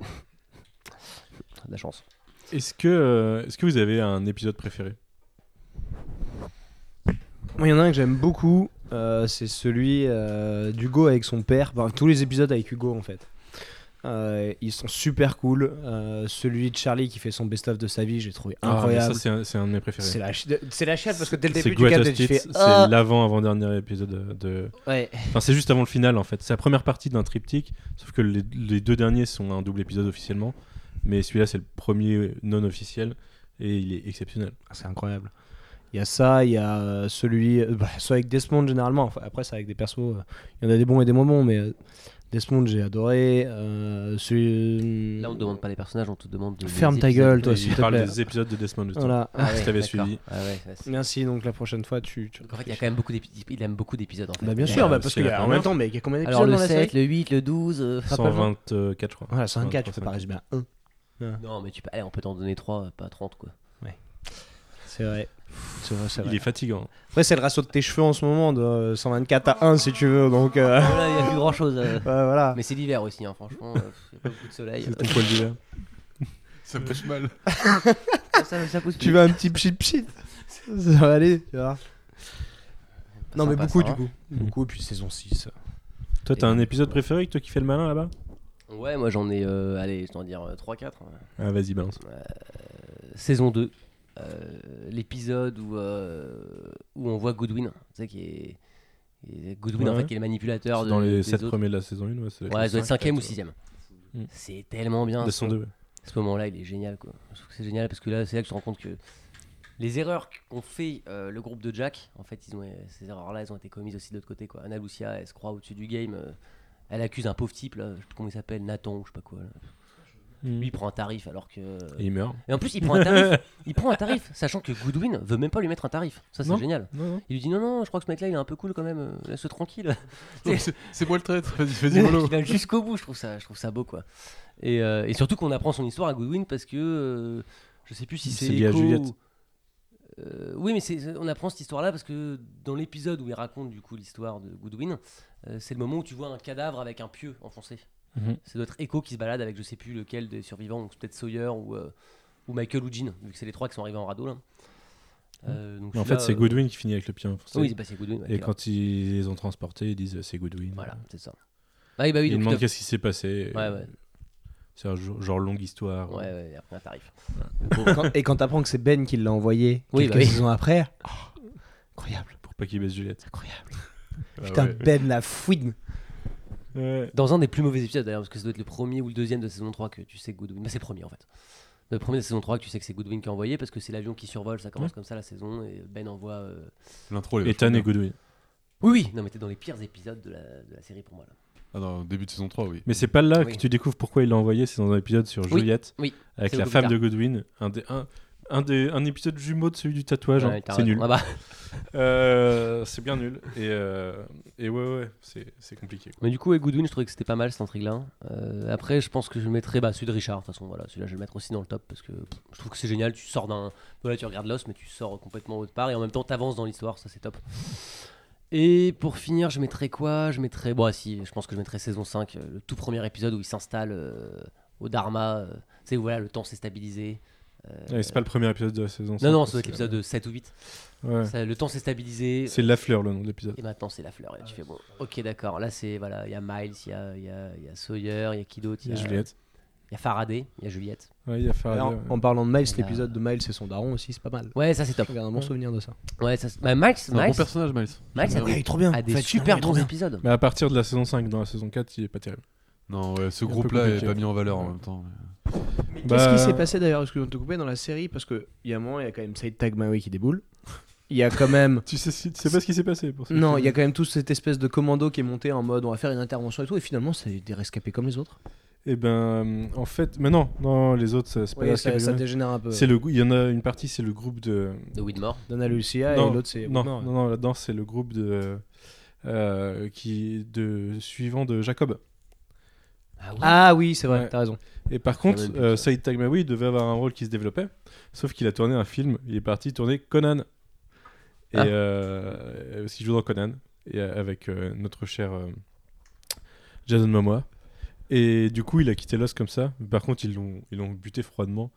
S5: De la chance.
S3: Est-ce que, euh, est-ce que vous avez un épisode préféré
S6: Moi, il y en a un que j'aime beaucoup, euh, c'est celui euh, d'Hugo avec son père. Enfin, tous les épisodes avec Hugo, en fait. Euh, ils sont super cool. Euh, celui de Charlie qui fait son best-of de sa vie, j'ai trouvé
S3: Ah, mais
S6: incroyable.
S3: Ça, c'est un, c'est un de mes préférés.
S6: c'est la, chi- de- c'est la chiale parce que dès le
S3: C'est
S6: début du
S3: Greatest
S6: capté, tu
S3: Hits,
S6: fais.
S3: c'est
S6: Ah
S3: l'avant-avant-dernier épisode de- de,
S5: Ouais.
S3: Enfin, c'est juste avant le final en fait. C'est la première partie d'un triptyque, sauf que les, les deux derniers sont un double épisode officiellement, mais celui-là c'est le premier non officiel et il est exceptionnel.
S6: c'est incroyable. Il y a ça, il y a euh, celui. euh, bah, soit avec Desmond, généralement. Enfin, après, c'est avec des persos. euh, Il y en a des bons et des moins bons, mais euh, Desmond, j'ai adoré. Euh, celui. euh,
S5: Là on te demande pas les personnages, on te demande de.
S6: Ferme
S5: les
S6: ta
S5: épisodes.
S6: gueule, toi, s'il
S3: il
S6: te
S3: parle
S6: plaît.
S3: des épisodes de Desmond justement.
S6: Voilà.
S5: Ah ouais,
S3: Si t'avais
S5: d'accord.
S3: suivi.
S5: Ah ouais, ouais, c'est-
S6: Merci, donc la prochaine fois, tu. tu
S5: Donc, en fait, il y a quand même beaucoup d'épisodes. Il aime beaucoup d'épisodes en fait.
S6: Bah bien
S3: Ouais,
S6: sûr, bah,
S3: c'est
S6: parce
S3: la
S6: qu'il y a en
S3: première.
S6: même temps, mais il y a combien d'épisodes
S5: Alors le
S6: dans la série
S5: 7, le 8, le 12, euh, rappelle-moi.
S3: 124 je crois.
S6: Voilà, c'est un 4, tu peux
S3: 124.
S6: pas résumer à 1.
S5: Non, mais tu peux... Allez, on peut t'en donner 3, pas 30 quoi.
S6: C'est vrai. C'est vrai, c'est
S3: Il est fatigant.
S6: Après, c'est le ratio de tes cheveux en ce moment, de euh, 124 à 1 si tu veux, donc euh, ouais,
S5: Voilà, il n'y a plus grand chose.
S6: voilà.
S5: Mais c'est l'hiver aussi, hein, franchement, il n'y a pas beaucoup de soleil. Euh,
S3: C'est hein, ton poil d'hiver.
S6: euh,
S4: Ça me touche mal.
S5: Ça, ça, ça pousse
S6: Tu
S5: plus.
S6: veux un petit pchit pchit Ça va aller, tu vois. Non, mais
S5: Sympa,
S6: beaucoup
S5: ça,
S6: du
S5: hein.
S6: coup. Beaucoup, et puis saison 6.
S3: Toi t'as un épisode préféré que toi qui fais le malin là-bas
S5: Ouais, moi j'en ai, euh, hein. allez, je dois en dire 3-4.
S3: Ah vas-y balance.
S5: Saison 2, euh, l'épisode où, euh, où on voit Goodwin, tu sais, qui est. et Goodwin, en
S3: Ouais.
S5: fait, qui est le manipulateur
S3: C'est
S5: de,
S3: dans les
S5: des
S3: 7
S5: autres.
S3: premiers de la saison 1 ouais. c'est-
S5: Ouais, ça doit être 5ème ou 6ème.
S3: Hmm.
S5: C'est tellement bien.
S3: De
S5: ce
S3: saison
S5: moment.
S3: 2. ouais.
S5: ce moment-là, il est génial. Quoi. Je trouve que c'est génial parce que là, c'est là que je me rends compte que les erreurs qu'ont fait euh, le groupe de Jack, en fait, ils ont, ces erreurs-là, elles ont été commises aussi de l'autre côté. Quoi. Anna Lucia, elle se croit au-dessus du game. euh, elle accuse un pauvre type, là, je sais plus comment il s'appelle, Nathan ou je sais pas quoi. là.
S6: Mmh.
S5: Lui, il prend un tarif alors que.
S3: Et il meurt.
S5: Et en plus, il prend un tarif, il prend un tarif sachant que Goodwin veut même pas lui mettre un tarif. Ça, c'est
S3: Non.
S5: génial. Il lui dit non, non, je crois que ce mec-là, il est un peu cool quand même, euh, laisse-le tranquille.
S4: Non, mais c'est- C'est moi le traître, vas-y, vas-y,
S5: Le mec,
S4: mollo.
S5: il va jusqu'au bout, je trouve ça, je trouve ça beau quoi. Et, euh, et surtout qu'on apprend son histoire à Goodwin parce que euh, je sais plus si
S3: C'est
S5: c'est
S3: lié à
S5: Echo
S3: Juliette.
S5: ou- Euh, oui, mais c'est- on apprend cette histoire-là parce que dans l'épisode où il raconte du coup l'histoire de Goodwin, euh, c'est le moment où tu vois un cadavre avec un pieu enfoncé.
S3: Mhm.
S5: Ça doit être Echo qui se balade avec je sais plus lequel des survivants, donc c'est peut-être Sawyer ou, euh, ou Michael ou Jean, vu que c'est les trois qui sont arrivés en radeau là. Euh, donc
S3: Mais En
S5: celui-là,
S3: fait c'est
S5: euh,
S3: Goodwin qui finit avec le pied enfoncé.
S5: Oui, c'est bah, c'est Goodwin. ouais,
S3: Et
S5: clairement.
S3: quand ils les ont transportés, ils disent euh, c'est Goodwin.
S5: Voilà, c'est ça. Ah oui, bah oui,
S3: Ils
S5: donc,
S3: demandent qu'est-ce qui s'est passé. euh,
S5: Ouais, ouais.
S3: C'est un genre, genre longue histoire. euh,
S5: Ouais, ouais, après un tarif.
S7: Quand- et quand t'apprends que c'est Ben qui l'a envoyé
S5: Oui,
S7: quelques
S5: bah oui.
S7: saisons après, oh, incroyable,
S3: Pour pas qu'il baisse Juliette.
S7: incroyable.
S4: Ah
S7: Putain,
S4: ouais.
S7: Ben la fouine.
S5: Dans un des plus mauvais épisodes d'ailleurs, parce que ça doit être le premier ou le deuxième de saison 3 que tu sais que Goodwin. Mais c'est le premier en fait. Le premier de saison 3 que tu sais que c'est Goodwin qui a envoyé parce que c'est l'avion qui survole, ça commence comme ça la saison et Ben envoie. euh,
S4: L'intro, elle est
S3: Ethan
S4: vachement
S3: et Goodwin.
S5: Oui, oui, non mais t'es dans les pires épisodes de la, de la série pour moi là.
S4: bien. Ah non, début de saison 3, oui.
S3: Mais c'est pas là
S5: Oui.
S3: que tu découvres pourquoi il l'a envoyé, c'est dans un épisode sur
S5: Oui,
S3: Juliette.
S5: oui,
S3: Avec
S5: c'est
S3: la
S5: beaucoup
S3: femme de
S5: plus
S3: Goodwin. Un, des, un, un des, un épisode jumeau de celui du tatouage. hein.
S5: Ouais, t'as
S3: C'est
S5: raison.
S3: nul.
S5: Ah bah,
S3: Euh, c'est bien nul. Et, euh, et ouais, ouais, c'est c'est compliqué.
S5: Mais du coup, avec Goodwin, je trouvais que c'était pas mal cette intrigue là. après, je pense que je mettrais bah, celui de Richard. De toute façon, voilà, celui-là, je vais le mettre aussi dans le top parce que pff, je trouve que c'est génial. Tu sors d'un. Voilà, tu regardes l'os, mais tu sors complètement autre part et en même temps, t'avances dans l'histoire. Ça, c'est top. Et pour finir, je mettrais quoi Je mettrais. Bon, ah, si, je pense que je mettrais saison 5, euh, le tout premier épisode où il s'installe euh, au Dharma. euh, tu sais, voilà, le temps s'est stabilisé. euh,
S3: Ouais, c'est pas le premier épisode de la saison.
S5: Non,
S3: cinq,
S5: non,
S3: ça,
S5: ça doit être l'épisode 7 ou 8.
S3: Ouais.
S5: Ça, le temps s'est stabilisé.
S3: C'est La Fleur, le nom de l'épisode.
S5: Et maintenant, Ah, c'est la fleur. Et là, tu fais bon, ok, d'accord. Là, c'est voilà, il y a Miles, il y a, il y a- il y a Sawyer, il y a qui d'autre
S3: Il y a Juliette.
S5: Il y a Faraday, il y a Juliette.
S3: Ouais, il y a Faraday,
S7: Alors,
S3: Ah, ouais.
S7: en parlant de Miles,
S5: Voilà.
S7: l'épisode de Miles et son daron aussi, c'est pas mal.
S5: Ouais, ça c'est top.
S7: Je garde un bon souvenir de ça.
S5: Ouais, ça, c'est- bah, Miles,
S4: C'est un bon
S5: Miles,
S4: personnage, Miles.
S5: Miles
S6: Ah
S5: a
S7: Ouais, il
S5: des,
S7: est trop bien.
S5: a des
S7: En fait,
S5: super
S7: finalement,
S5: bons
S7: il est trop
S5: épisodes.
S3: Mais à partir de la saison 5, dans la saison 4, il est pas terrible.
S4: Non, ouais, ce
S3: peu
S4: groupe-là est
S3: compliqué.
S4: pas mis en valeur en même temps.
S7: bien.
S3: Bah-
S7: Qu'est-ce qui
S6: euh,
S7: s'est passé d'ailleurs Excuse-moi de te couper dans la série parce que il y a un moment, il y a quand même Said Tagmaoui qui déboule. Il y a quand même.
S3: Tu sais, si- tu sais pas ce qui s'est passé pour ça.
S7: Non, il y a quand même toute cette espèce de commando qui est monté en mode on va faire une intervention et tout, et finalement c'est des rescapés comme les autres.
S3: Et ben, euh, en fait, mais non, non, les autres, ça- c'est pas
S7: Oui,
S3: la
S7: ça, ça dégénère un peu.
S3: C'est le, gou- il y en a une partie, c'est le groupe de.
S5: De Widmore.
S7: Donna Lucia
S3: Non,
S7: et l'autre c'est.
S3: non,
S7: Whitmore, ouais.
S3: non, non, là-dedans, c'est le groupe de euh, qui de suivant de Jacob.
S5: Ah oui.
S7: Ah oui, c'est vrai,
S3: Ouais.
S7: t'as raison.
S3: Et par
S5: Ah,
S3: contre,
S5: même plus
S3: euh,
S5: que
S3: Saïd Tagmaoui devait avoir un rôle qui se développait, sauf qu'il a tourné un film. Il est parti tourner Conan. Et
S5: Ah.
S3: euh, parce qu'il joue dans Conan, et euh, avec euh, notre cher euh, Jason Momoa. Et du coup, il a quitté Lost comme ça. Par contre, ils l'ont, ils l'ont buté froidement.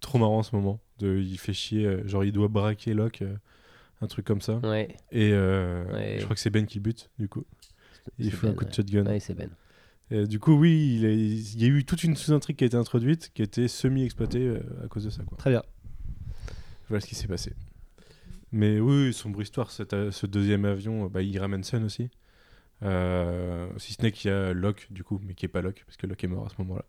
S3: Trop marrant en ce moment. De, il fait chier, euh, genre il doit braquer Locke, euh, un truc comme ça.
S5: Ouais.
S3: Et euh,
S5: Ouais.
S3: je crois que c'est Ben qui le bute, du coup. Il
S5: C'est
S3: fait un
S5: Ben,
S3: coup de
S5: ouais.
S3: shotgun.
S5: Ouais, c'est Ben.
S3: Et du coup, oui, il, est- il y a eu toute une sous-intrigue qui a été introduite, qui a été semi-exploitée euh, à cause de ça. Quoi.
S7: Très bien.
S3: Voilà ce qui s'est passé. Mais oui, sombre histoire, cet, euh, ce deuxième avion, euh, bah, il ramène Sun aussi. Euh, si ce n'est qu'il y a Locke, du coup, mais qui est pas Locke, parce que Locke est mort à ce moment-là.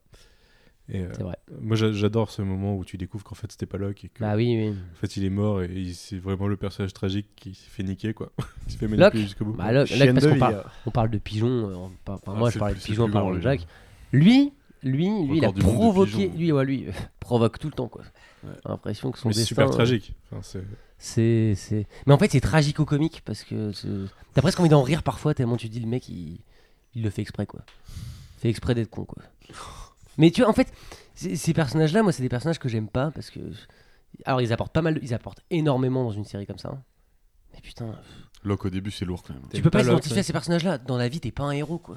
S3: Et, euh,
S5: C'est vrai.
S3: moi, j'a- j'adore ce moment où tu découvres qu'en fait, c'était pas Locke et que,
S5: Bah oui, oui.
S3: en fait, il est mort et il- c'est vraiment le personnage tragique qui s'est fait niquer, quoi. qui s'est fait
S5: Locke
S3: manipuler jusqu'au bout.
S5: Bah là, là,
S7: Chienne
S5: parce
S7: de
S5: qu'on
S7: vie,
S3: hein.
S5: parle,
S6: hein.
S5: on parle de pigeon. euh, on par- enfin,
S4: Ah,
S5: moi,
S4: c'est
S5: je parlais
S4: le
S5: de
S4: plus-
S5: pigeon
S4: c'est
S5: en
S4: le plus
S5: parlant de
S4: grand,
S5: Jacques. Lui, lui, lui, il a
S4: Record du monde de
S5: provoqué.
S4: pigeons.
S5: Lui, ouais, lui euh, provoque tout le temps quoi. J'ai L'impression que son
S3: Mais c'est
S5: destin.
S3: super
S5: euh,
S3: tragique. Enfin, c'est-
S5: C'est, c'est... Mais en fait, c'est tragico-comique parce que ce- t'as presque envie d'en rire parfois tellement tu dis le mec, il, il le fait exprès quoi. Fait exprès d'être con quoi. Mais tu vois, en fait, c- ces personnages-là, moi, c'est des personnages que j'aime pas parce que. Alors, ils apportent pas mal, ils apportent énormément dans une série comme ça. hein. Mais putain,
S4: Locke au début, c'est lourd quand même.
S5: tu peux pas
S3: Locke,
S5: s'identifier
S3: ouais.
S5: à ces personnages-là. Dans la vie, t'es pas un héros quoi.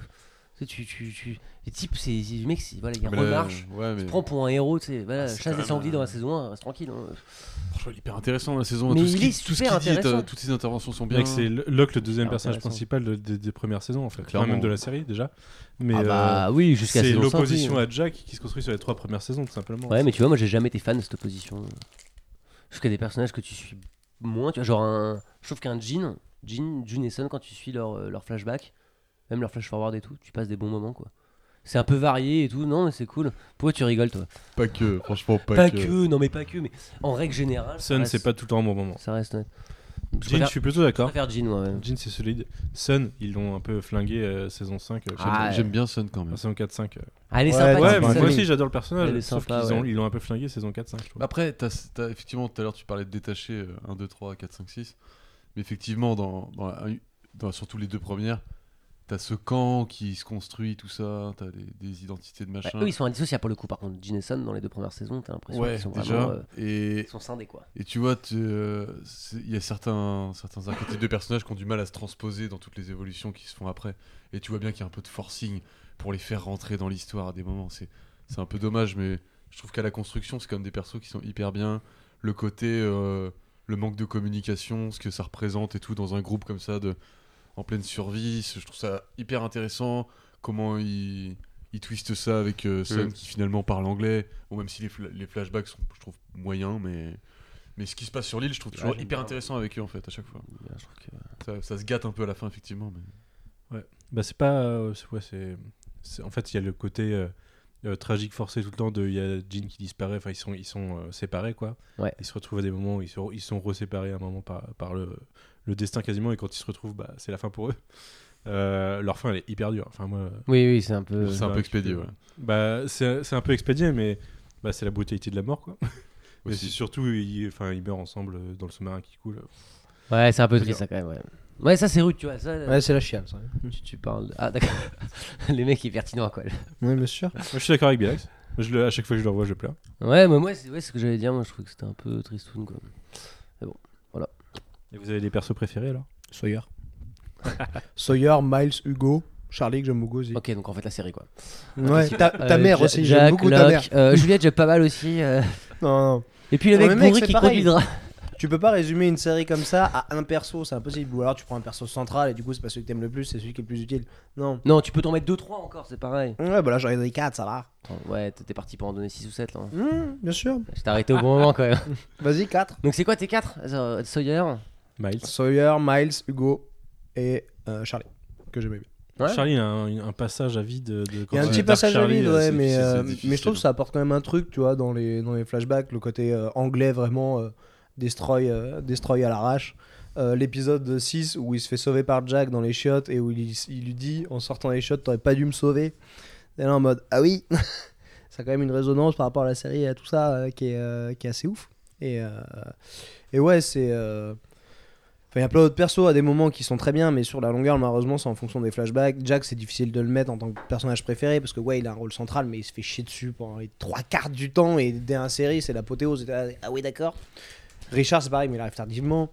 S5: Tu, sais, tu, tu, tu- Les types, c'est. Le mec, c'est, voilà, il
S4: Mais là,
S5: remarche.
S4: Ouais, mais.
S5: Prends pour un héros, tu sais, voilà,
S4: Ah, c'est
S5: chasse
S4: quand
S5: des
S4: même,
S5: sangliers
S4: euh,
S5: dans la saison 1, reste tranquille. hein.
S4: Franchement, il est hyper intéressant la saison. hein,
S5: Mais
S4: tout ce
S5: il
S4: qu'il-
S5: est
S4: tout ce
S5: super
S4: qu'il dit, t'as-
S5: intéressant.
S4: Toutes ses interventions sont bien.
S3: Mec, c'est L- Locke le deuxième
S5: Ah,
S3: personnage
S5: intéressant.
S3: principal de- des des premières saisons en fait,
S4: Clairement.
S3: Enfin, même de la série déjà. Mais
S5: ah bah
S3: euh,
S5: oui, jusqu'à
S3: c'est
S5: saison cinq, oui.
S3: l'opposition à Jack qui se construit sur les trois premières saisons tout simplement.
S5: Ouais, mais tu vois, moi j'ai jamais été fan de cette opposition. Jusqu'à des personnages que tu suis moins, tu vois, genre un. Je trouve qu'un Jean, Jean, June et Son, quand tu suis leur, euh, leur flashback, même leur flash forward et tout, tu passes des bons moments quoi. C'est un peu varié et tout, non mais c'est cool. Pourquoi tu rigoles toi
S4: Pas que, franchement, pas,
S5: Pas
S4: que.
S5: que, non mais pas que, mais en règle générale. ça
S3: Sun,
S5: reste-
S3: c'est pas tout le temps un bon moment.
S5: Ça reste honnête. Je
S3: Jean, je
S5: préfère,
S3: suis plutôt
S5: je
S3: d'accord.
S5: préfère Jean, moi, ouais.
S3: Jean, c'est solide. Sun, ils l'ont un peu flingué euh, saison 5, euh,
S5: Ah,
S4: J'aime-
S5: ouais.
S4: J'aime bien Sun quand même.
S3: enfin, saison 4-5. euh.
S5: Ah, elle est
S7: Ouais,
S5: sympa,
S3: Ouais,
S5: Jean,
S3: mais
S5: Sun.
S3: moi aussi j'adore le personnage,
S5: Elle est
S3: sauf
S5: sympa,
S3: qu'ils ont-
S5: ouais.
S3: ils l'ont un peu flingué saison 4-5. je trouve.
S4: Après, t'as- t'as- effectivement, tout à l'heure, tu parlais de détacher euh, 1, 2, 3, 4, 5, 6. Mais effectivement, dans, dans, la- dans- surtout les deux premières, t'as ce camp qui se construit, tout ça. T'as des, des identités de
S5: Bah,
S4: machin.
S5: eux ils sont indissociables pour le coup, par contre, Jean et Son dans les deux premières saisons, t'as l'impression
S4: ouais,
S5: qu'ils sont
S4: déjà.
S5: vraiment. euh,
S4: Et,
S5: ils sont scindés quoi.
S4: Et tu vois, tu- euh, c'est- il y a certains, certains archétypes de personnages qui ont du mal à se transposer dans toutes les évolutions qui se font après. Et tu vois bien qu'il y a un peu de forcing pour les faire rentrer dans l'histoire à des moments. C'est c'est un peu dommage, mais je trouve qu'à la construction, c'est quand même des persos qui sont hyper bien. Le côté, euh, le manque de communication, ce que ça représente et tout dans un groupe comme ça, de, en pleine survie, je trouve ça hyper intéressant. Comment ils, il twiste ça avec euh, Sun qui finalement parle anglais. Bon, même si les, fla- les flashbacks sont, je trouve, moyens, mais. Mais ce qui se passe sur l'île, je trouve toujours
S5: j'aime
S4: hyper
S5: bien.
S4: intéressant avec eux en fait, à chaque fois.
S5: Je trouve que-
S4: Ça, ça se gâte un peu à la fin, effectivement. Mais...
S3: Bah, c'est pas. euh, c'est- ouais, c'est, c'est- en fait, il y a le côté euh, euh, tragique forcé tout le temps de. Il y a Jean qui disparaît, enfin, ils sont, ils sont euh, séparés, quoi.
S5: Ouais.
S3: Ils se retrouvent à des moments où ils sont, ils sont reséparés à un moment par, par le, le destin quasiment, et quand ils se retrouvent, bah, c'est la fin pour eux. Euh, leur fin, elle est hyper dure. Enfin, moi,
S5: Oui, oui, c'est un peu.
S4: C'est un
S3: bah,
S4: peu
S3: tu peux-
S4: expédié, ouais.
S3: bah, c'est, c'est un peu expédié, mais bah, c'est la brutalité de la mort, quoi. Mais
S4: Aussi.
S3: c'est surtout, ils, enfin, ils meurent ensemble euh, dans le sous-marin qui coule.
S5: Ouais, c'est un peu
S3: Faut
S5: triste, ça, quand même. Ouais, ouais ça, c'est rude, tu vois. Ça,
S6: Ouais, c'est la chienne, ça.
S5: tu, tu parles. de- Ah, d'accord. Les mecs, il est pertinent, quoi.
S6: Ouais, bien sûr.
S3: Moi, je suis d'accord avec Bilax. Moi, je le- à chaque fois que je le revois, je pleure.
S5: Ouais, mais moi, c'est ouais, c'est ce que j'allais dire. Moi, je trouvais que c'était un peu tristoun, quoi.
S3: Et vous avez des persos préférés, alors
S6: Sawyer. Sawyer, Miles, Hugo, Charlie que j'aime beaucoup aussi.
S5: Ok, donc en fait, la série, quoi.
S6: Ouais, ta, ta
S5: Euh,
S6: mère
S5: Ja-
S6: aussi,
S5: Jack,
S6: j'aime beaucoup ta
S5: Locke,
S6: mère.
S5: euh, Juliette, j'aime pas mal aussi. euh.
S6: Non, non.
S5: Et puis le
S6: Non,
S5: mec
S6: mais mec,
S5: pourri
S6: c'est
S5: qui
S6: pareil.
S5: conduira.
S6: Tu peux pas résumer une série comme ça à un perso, c'est impossible. Ou alors tu prends un perso central et du coup c'est pas celui que t'aimes le plus, c'est celui qui est le plus utile. Non.
S5: Non, tu peux t'en mettre 2-3 encore, c'est pareil.
S6: Ouais, bah là j'en ai donné 4, ça va.
S5: Attends, ouais, t'es t'es parti pour en donner 6 ou 7 là. hein.
S6: Hum, bien sûr.
S5: Je t'ai arrêté au bon moment quand même.
S6: Vas-y, 4.
S5: Donc c'est quoi tes 4 Sawyer
S3: Miles.
S6: Sawyer, Miles, Hugo et euh, Charlie, que j'aimais bien.
S5: Ouais.
S3: Charlie il a un, un passage à vide. De, de- quand
S6: Il y a un
S3: c'est
S6: petit
S3: Dark
S6: passage à
S3: Charlie,
S6: vide,
S3: euh,
S6: ouais,
S4: c'est-
S6: mais,
S4: c'est-
S6: euh,
S4: c'est
S6: mais
S4: difficile.
S6: je trouve que ça apporte quand même un truc, tu vois, dans les, dans les flashbacks, le côté euh, anglais vraiment euh, destroy, euh, destroy à l'arrache. Euh, L'épisode 6 où il se fait sauver par Jack dans les chiottes et où il, il lui dit en sortant des chiottes, t'aurais pas dû me sauver. Et là en mode, ah oui Ça a quand même une résonance par rapport à la série et à tout ça euh, qui, est, euh, qui est assez ouf. Et, euh, et ouais, c'est. euh, Enfin, il y a plein d'autres persos à des moments qui sont très bien, mais sur la longueur, malheureusement, c'est en fonction des flashbacks. Jack, c'est difficile de le mettre en tant que personnage préféré parce que, ouais, il a un rôle central, mais il se fait chier dessus pendant les trois quarts du temps et dès la série, c'est l'apothéose. et t'es là, Ah oui, d'accord. Richard, c'est pareil, mais il arrive tardivement.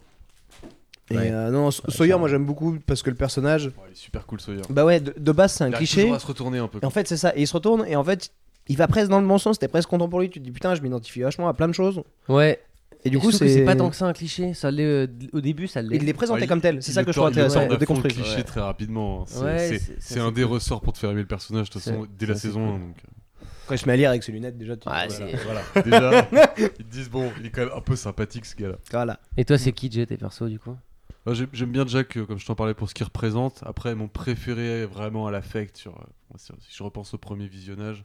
S6: Et
S5: Ouais.
S6: euh, non, S- Sawyer, moi j'aime beaucoup parce que le personnage.
S4: Ouais, il est super cool, Sawyer.
S6: Bah ouais, de, de base, c'est un
S4: Il arrive
S6: cliché.
S4: toujours à se retourner un peu.
S6: Et en fait, c'est ça. Et il se retourne et en fait, il va presque dans le bon sens. T'es presque content pour lui. Tu te dis, putain, je m'identifie vachement à plein de choses.
S5: Ouais.
S6: Et du coup, c'est.
S5: c'est pas tant que ça un cliché. Ça l'est, euh, d- au début, ça l'est.
S6: Il les présenté
S4: Ouais,
S6: comme tel. C'est ça que je trouve
S5: il le
S6: intéressant.
S5: sort
S6: de déconstruire.
S4: cliché
S5: Ouais.
S4: très rapidement. hein. C'est
S5: Ouais,
S4: c'est-
S5: c'est- ça,
S4: c'est
S5: c'est
S4: un des
S5: cool.
S4: ressorts pour te faire aimer le personnage, de toute façon,
S5: C'est-
S4: dès la
S5: ça, c'est
S4: saison
S5: cool.
S4: 1. donc,
S6: Après, je mets à lire avec ses lunettes déjà. tu-
S5: Ouais,
S6: voilà.
S5: c'est-
S4: Voilà, déjà, ils te disent, bon, il est quand même un peu sympathique ce gars-là.
S6: Voilà.
S5: Et toi, c'est qui, Jet, tes persos du coup
S4: Moi, Ah, j'aime- J'aime bien Jack, euh, comme je t'en parlais, pour ce qu'il représente. Après, mon préféré vraiment à l'affect, sur, euh, si si je repense au premier visionnage,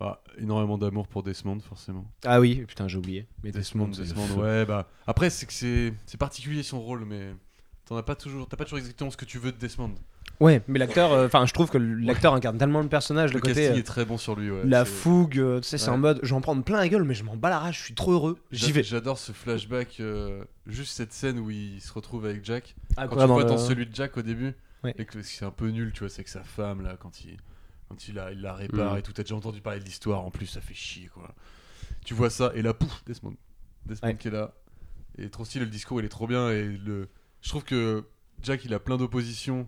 S4: ah, énormément d'amour pour Desmond, forcément.
S6: Ah oui, putain, j'ai oublié. Mais
S4: Desmond,
S3: c'est le
S4: Desmond,
S3: feu.
S4: ouais, bah. Après, c'est que c'est c'est particulier son rôle, mais t'en as pas toujours, t'as pas toujours exactement ce que tu veux de Desmond.
S6: Ouais, mais l'acteur, euh, enfin, je trouve que l'acteur incarne tellement le personnage, le,
S4: Le,
S6: côté.
S4: casting
S6: euh,
S4: est très bon sur lui, ouais.
S6: la
S4: C'est-
S6: fougue, euh, tu sais, c'est
S4: Ouais.
S6: en mode j'en prends plein la gueule, mais je m'en bats la rage, je suis trop heureux, j'y
S4: J'a-
S6: vais.
S4: J'adore ce flashback, euh, juste cette scène où il se retrouve avec Jack.
S6: Ah,
S4: Quand
S6: quoi,
S4: tu vois
S6: le-
S4: dans celui de Jack au début,
S6: Ouais.
S4: et que c'est un peu nul, tu vois, c'est que sa femme, là, quand il, quand il, la, il la répare et tout, t'as déjà entendu parler de l'histoire, en plus, ça fait chier, quoi. Tu vois ça, et là, pouf, Desmond. Desmond
S6: Ouais.
S4: qui est là. Et trop stylé, le discours, il est trop bien, et le... je trouve que Jack, il a plein d'oppositions,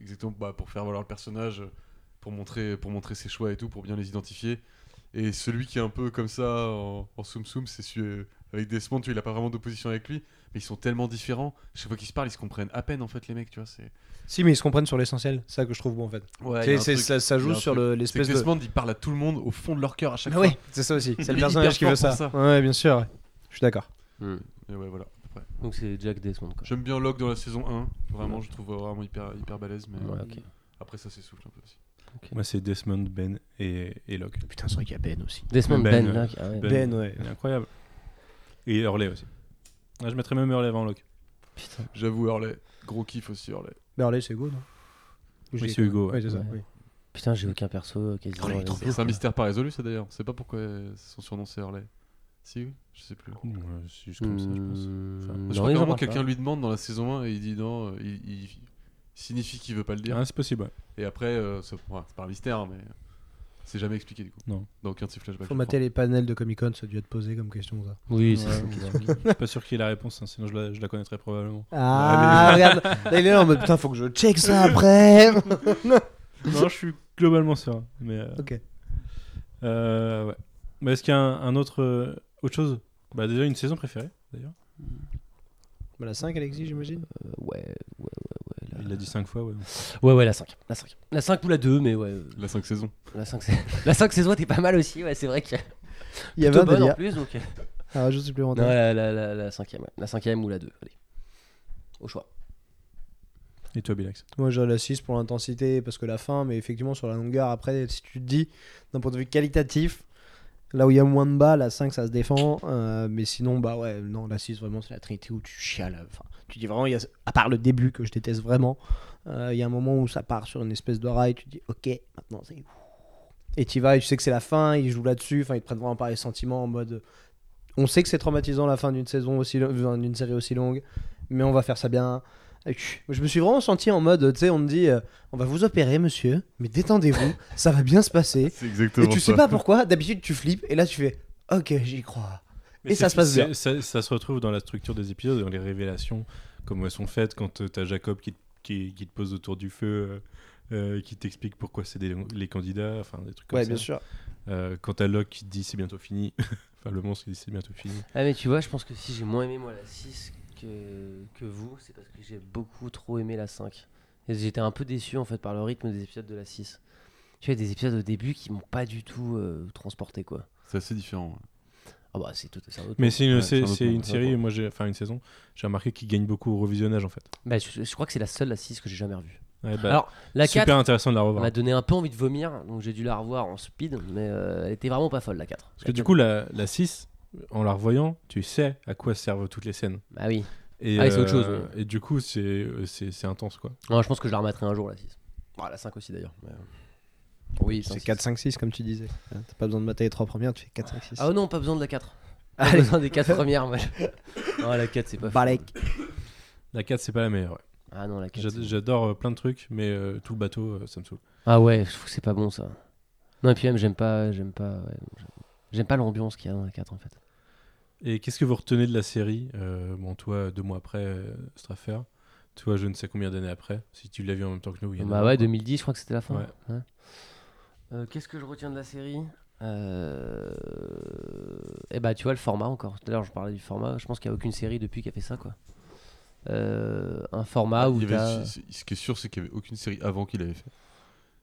S4: exactement bah, pour faire valoir le personnage, pour montrer, pour montrer ses choix et tout, pour bien les identifier. Et celui qui est un peu comme ça, en, en soum soum, c'est celui euh, avec Desmond, tu vois, il a pas vraiment d'opposition avec lui, mais ils sont tellement différents. Chaque fois qu'ils se parlent, ils se comprennent à peine en fait, les mecs, tu vois. C'est
S6: Si, mais ils se comprennent sur l'essentiel, c'est ça que je trouve bon en fait.
S4: ouais,
S6: C'est- c'est- ça, ça
S4: il y
S6: joue
S4: a un
S6: sur
S4: truc.
S6: le-
S4: C'est que
S6: l'espèce de.
S4: Desmond, il parle à tout le monde au fond de leur cœur à chaque
S6: Ah
S4: fois.
S6: ouais, c'est ça aussi, c'est
S4: Il
S6: le
S4: est
S6: personnage
S4: hyper
S6: qui veut
S4: fort
S6: ça.
S4: pour ça.
S6: Ouais, bien sûr, ouais. je suis d'accord.
S4: Et ouais, voilà. à peu près.
S5: Donc c'est Jack Desmond, quoi.
S4: J'aime bien Locke dans la saison 1. Vraiment, je le trouve vraiment hyper, hyper balèze, mais
S5: Ouais, ok.
S4: après ça s'essouffle un peu aussi.
S3: Moi, c'est Desmond, Ben et, et Locke.
S6: Putain, c'est vrai qu'il y a Ben aussi.
S5: Desmond
S3: Ben,
S5: Ben,
S3: euh,
S5: là. qui- ah ouais.
S3: Ben.
S6: Ben, ouais.
S3: Il est incroyable. Et Hurley aussi. Ah, je mettrais même Hurley avant Locke.
S5: Putain.
S4: J'avoue, Hurley. Gros kiff aussi, Hurley.
S6: Ben, allez, c'est Hugo, non
S3: Oui, c'est Hugo. ouais.
S6: Ouais, c'est ça.
S5: Ouais.
S6: oui.
S5: Putain, j'ai aucun perso euh, quasiment.
S4: C'est c'est un mystère pas résolu, ça d'ailleurs. On sait pas pourquoi euh, son surnom c'est Hurley. Si, je sais plus.
S3: Ouais, c'est juste comme ça, je pense.
S6: Euh,
S5: Hmm,
S3: Enfin,
S4: je crois que vraiment quelqu'un lui demande dans la saison 1 et il dit non, euh, il, il signifie qu'il veut pas le dire.
S3: Ah, c'est possible. ouais.
S4: Et après, euh, ça- ouais, c'est pas un mystère, mais c'est jamais expliqué du coup.
S3: Non.
S4: Dans aucun de ces flashbacks.
S6: Faut
S4: je
S6: mater les panels de Comic Con, ça a dû être posé comme question, ça.
S5: Oui, c'est
S6: Ouais,
S5: ça.
S3: Je suis pas sûr qu'il ait la réponse, hein, sinon je la, je la connaîtrais probablement.
S6: Ah, regarde, là, il est là en mode putain, faut que je check ça après.
S3: Non, je suis globalement serein. Mais euh,
S6: Ok.
S3: euh, ouais. Mais est-ce qu'il y a un, un autre. euh, autre chose bah, Déjà, une saison préférée, d'ailleurs.
S6: Bah, la 5, Alexis, j'imagine
S5: Euh, Ouais, ouais, ouais, ouais.
S3: Il l'a dit cinq fois, ouais.
S5: Ouais, ouais, la 5. La 5, la 5 ou la 2, mais ouais. euh,
S4: La 5 saisons.
S5: La 5, c'est... la 5 saison était pas mal aussi, ouais, c'est vrai que.
S6: Il y avait
S5: plutôt
S6: un
S5: bonne en
S6: délire.
S5: plus, donc. euh,
S6: Ah, je suis plus
S5: Non, la, la, la, la cinquième, ouais. la cinquième ou la 2, allez. Au choix.
S3: Et toi, Bilax
S6: Moi, j'ai la 6 pour l'intensité parce que la fin, mais effectivement, sur la longueur, après, si tu te dis d'un point de vue qualitatif, là où il y a moins de balles, la 5 ça se défend, euh, mais sinon, bah ouais, non, la 6 vraiment, c'est la trinité où tu chiales. Enfin, tu dis vraiment, il y a- à part le début que je déteste vraiment, euh, il y a un moment où ça part sur une espèce de rail, tu dis, ok, maintenant c'est. Et tu vas et tu sais que c'est la fin, ils jouent là-dessus, enfin, ils te prennent vraiment par les sentiments en mode. On sait que c'est traumatisant la fin d'une saison aussi lo- enfin, d'une série aussi longue, mais on va faire ça bien. Et chut, Je me suis vraiment senti en mode, tu sais, on me dit, euh, on va vous opérer, monsieur, mais détendez-vous, ça va bien se passer.
S4: C'est exactement
S6: Et tu sais
S4: ça.
S6: pas pourquoi, d'habitude tu flippes, et là tu fais, ok, j'y crois. Et ça se passe bien.
S3: Ça, ça se retrouve dans la structure des épisodes, dans les révélations, comme elles sont faites quand euh, t'as Jacob qui, qui, qui te pose autour du feu, euh, euh, qui t'explique pourquoi c'est des- les candidats, enfin des trucs comme ça.
S6: sûr.
S3: Euh, quand t'as Locke qui te dit c'est bientôt fini, enfin le monstre qui dit c'est bientôt fini.
S5: Ah, mais tu vois, je pense que si j'ai moins aimé, moi, la 6 que, que vous, c'est parce que j'ai beaucoup trop aimé la 5. Et J'étais un peu déçu, en fait, par le rythme des épisodes de la 6. Tu vois, il y a des épisodes au début qui m'ont pas du tout euh, transporté, quoi.
S4: C'est assez différent.
S5: Ah, bah, c'est tout, c'est un autre
S3: Mais c'est une,
S4: Ouais,
S3: c'est-
S4: c'est un autre
S3: c'est
S4: monde,
S3: une
S4: ça,
S3: série,
S4: quoi.
S3: moi j'ai, enfin une saison, j'ai remarqué qu'il gagne beaucoup au revisionnage en fait.
S5: Bah, je, je crois que c'est la seule, la 6, que j'ai jamais revue.
S3: Ouais, bah,
S5: Alors, la
S3: super
S5: 4,
S3: intéressant de la
S5: elle
S3: revoir.
S5: m'a donné un peu envie de vomir, donc j'ai dû la revoir en speed, mais euh, elle était vraiment pas folle, la 4.
S3: Parce que du coup, la, la 6, en la revoyant, tu sais à quoi servent toutes les scènes.
S5: Bah oui.
S3: Et,
S5: Ah, et c'est autre chose, ouais.
S3: Et du coup, c'est, euh, c'est, c'est intense quoi.
S5: Non, je pense que je la remettrai un jour, la 6. Ah, la 5 aussi, d'ailleurs. mais, euh, Oui,
S6: C'est 4, 5, 6 comme tu disais. Hein, T'as pas besoin de mater les 3 premières, tu fais 4, 5, 6.
S5: Ah non, pas besoin de la 4. Pas besoin des 4 premières, moi. Ah, la 4, c'est pas fou.
S6: Balek.
S3: La 4, c'est pas la meilleure. ouais.
S5: Ah non, la 4.
S3: J'ad-
S5: c'est-
S3: J'adore euh, plein de trucs, mais euh, tout le bateau, euh, ça me saoule.
S5: Ah ouais, je trouve que c'est pas bon ça. Non, et puis même, j'aime pas. J'aime pas. ouais, j'aime- J'aime pas l'ambiance qu'il y a dans la 4 en fait.
S3: Et qu'est-ce que vous retenez de la série Euh, Bon, toi, deux mois après euh, Straffer, toi, je ne sais combien d'années après, si tu l'as vu en même temps que nous. il y en a
S5: bah
S3: un,
S5: ouais,
S3: quoi.
S5: 2010, je crois que c'était la fin.
S3: Ouais.
S5: Ouais. Euh, Qu'est-ce que je retiens de la série Euh, Eh bah, tu vois, le format encore. Tout à l'heure, je parlais du format. Je pense qu'il y a aucune série depuis qui a fait ça quoi. Euh, un format où.
S4: Ah, Il y avait-
S5: t'as-
S4: c- c- ce qui est sûr, c'est qu'il n'y avait aucune série avant qu'il avait fait.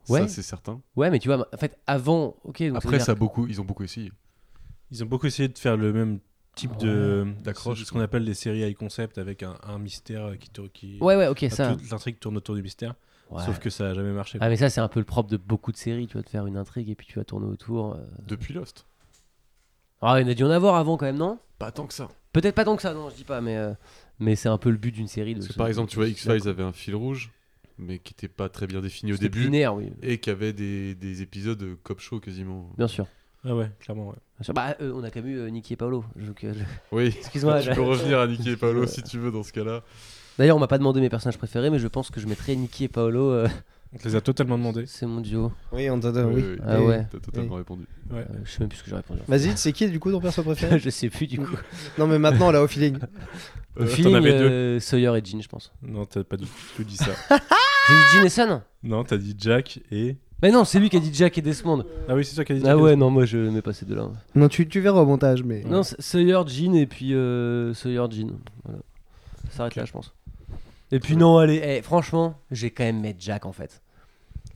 S5: Ouais.
S4: Ça, c'est certain.
S5: Ouais, mais tu vois, en fait, avant. Ok, donc
S4: Après,
S5: veut
S4: ça a
S5: dire-
S4: beaucoup, ils ont beaucoup essayé.
S3: Ils ont beaucoup essayé de faire le même type de euh,
S4: D'accroche,
S3: ce- ce qu'on appelle les séries high concept avec un, un mystère euh, qui tourne. Qui...
S5: Ouais, ouais, ok,
S3: Enfin,
S5: ça.
S3: toute L'intrigue tourne autour du mystère,
S5: Ouais.
S3: sauf que ça a jamais marché.
S5: Ah, mais ça, c'est un peu le propre de beaucoup de séries, tu vois, de faire une intrigue et puis tu vas tourner autour. euh.
S4: Depuis Lost.
S5: Ah, il y en a dû en avoir avant quand même, non
S4: Pas tant que ça.
S5: Peut-être pas tant que ça, non, je dis pas, mais, euh, mais c'est un peu le but d'une série. De
S4: Parce que
S5: se-
S4: par exemple, tu vois, X-Files
S5: D'accord.
S4: avait un fil rouge, mais qui n'était pas très bien défini au
S5: C'était
S4: début,
S5: Binaire, oui,
S4: et qui avait des, des épisodes euh, cop show quasiment.
S5: bien sûr.
S3: Ah ouais, clairement. ouais.
S5: Bien sûr. Bah, euh, on a quand même eu euh, Nicky et Paolo. Donc, euh, je-
S4: Oui,
S5: Excuse-moi,
S4: tu
S5: je-
S4: peux revenir à Nicky et Paolo si tu veux dans ce cas-là.
S5: D'ailleurs, on m'a pas demandé mes personnages préférés, mais je pense que je mettrais Nicky et Paolo. euh,
S3: On te les a totalement demandé.
S5: c'est mon duo.
S6: Oui, on t'entend,
S4: Oui,
S6: oui.
S4: oui, oui.
S5: Ah ouais.
S4: T'as totalement répondu.
S3: Ouais.
S5: Euh, je sais même plus ce que j'ai répondu.
S6: Vas-y, c'est qui du coup ton perso préféré
S5: je sais plus du coup.
S6: Non, mais maintenant, là, au feeling.
S5: Au
S3: Euh,
S5: feeling,
S3: T'en avais deux.
S5: euh, Sawyer et Jean, je pense.
S3: Non, t'as pas du tout dit ça.
S5: J'ai dit Jean et Son
S3: non, t'as dit Jack et.
S5: Mais non, c'est lui qui a dit Jack et Desmond.
S3: Ah oui, c'est toi qui as dit
S5: Ah
S3: Jack et-
S5: ouais, non, moi je mets pas ces deux-là.
S6: Non, tu, tu verras au montage, mais.
S5: Non, c'est Sawyer Jean et puis euh, Sawyer Jean. Voilà. Ça s'arrête là, je pense. Et puis non, allez, eh, franchement, j'ai quand même mettre Jack en fait.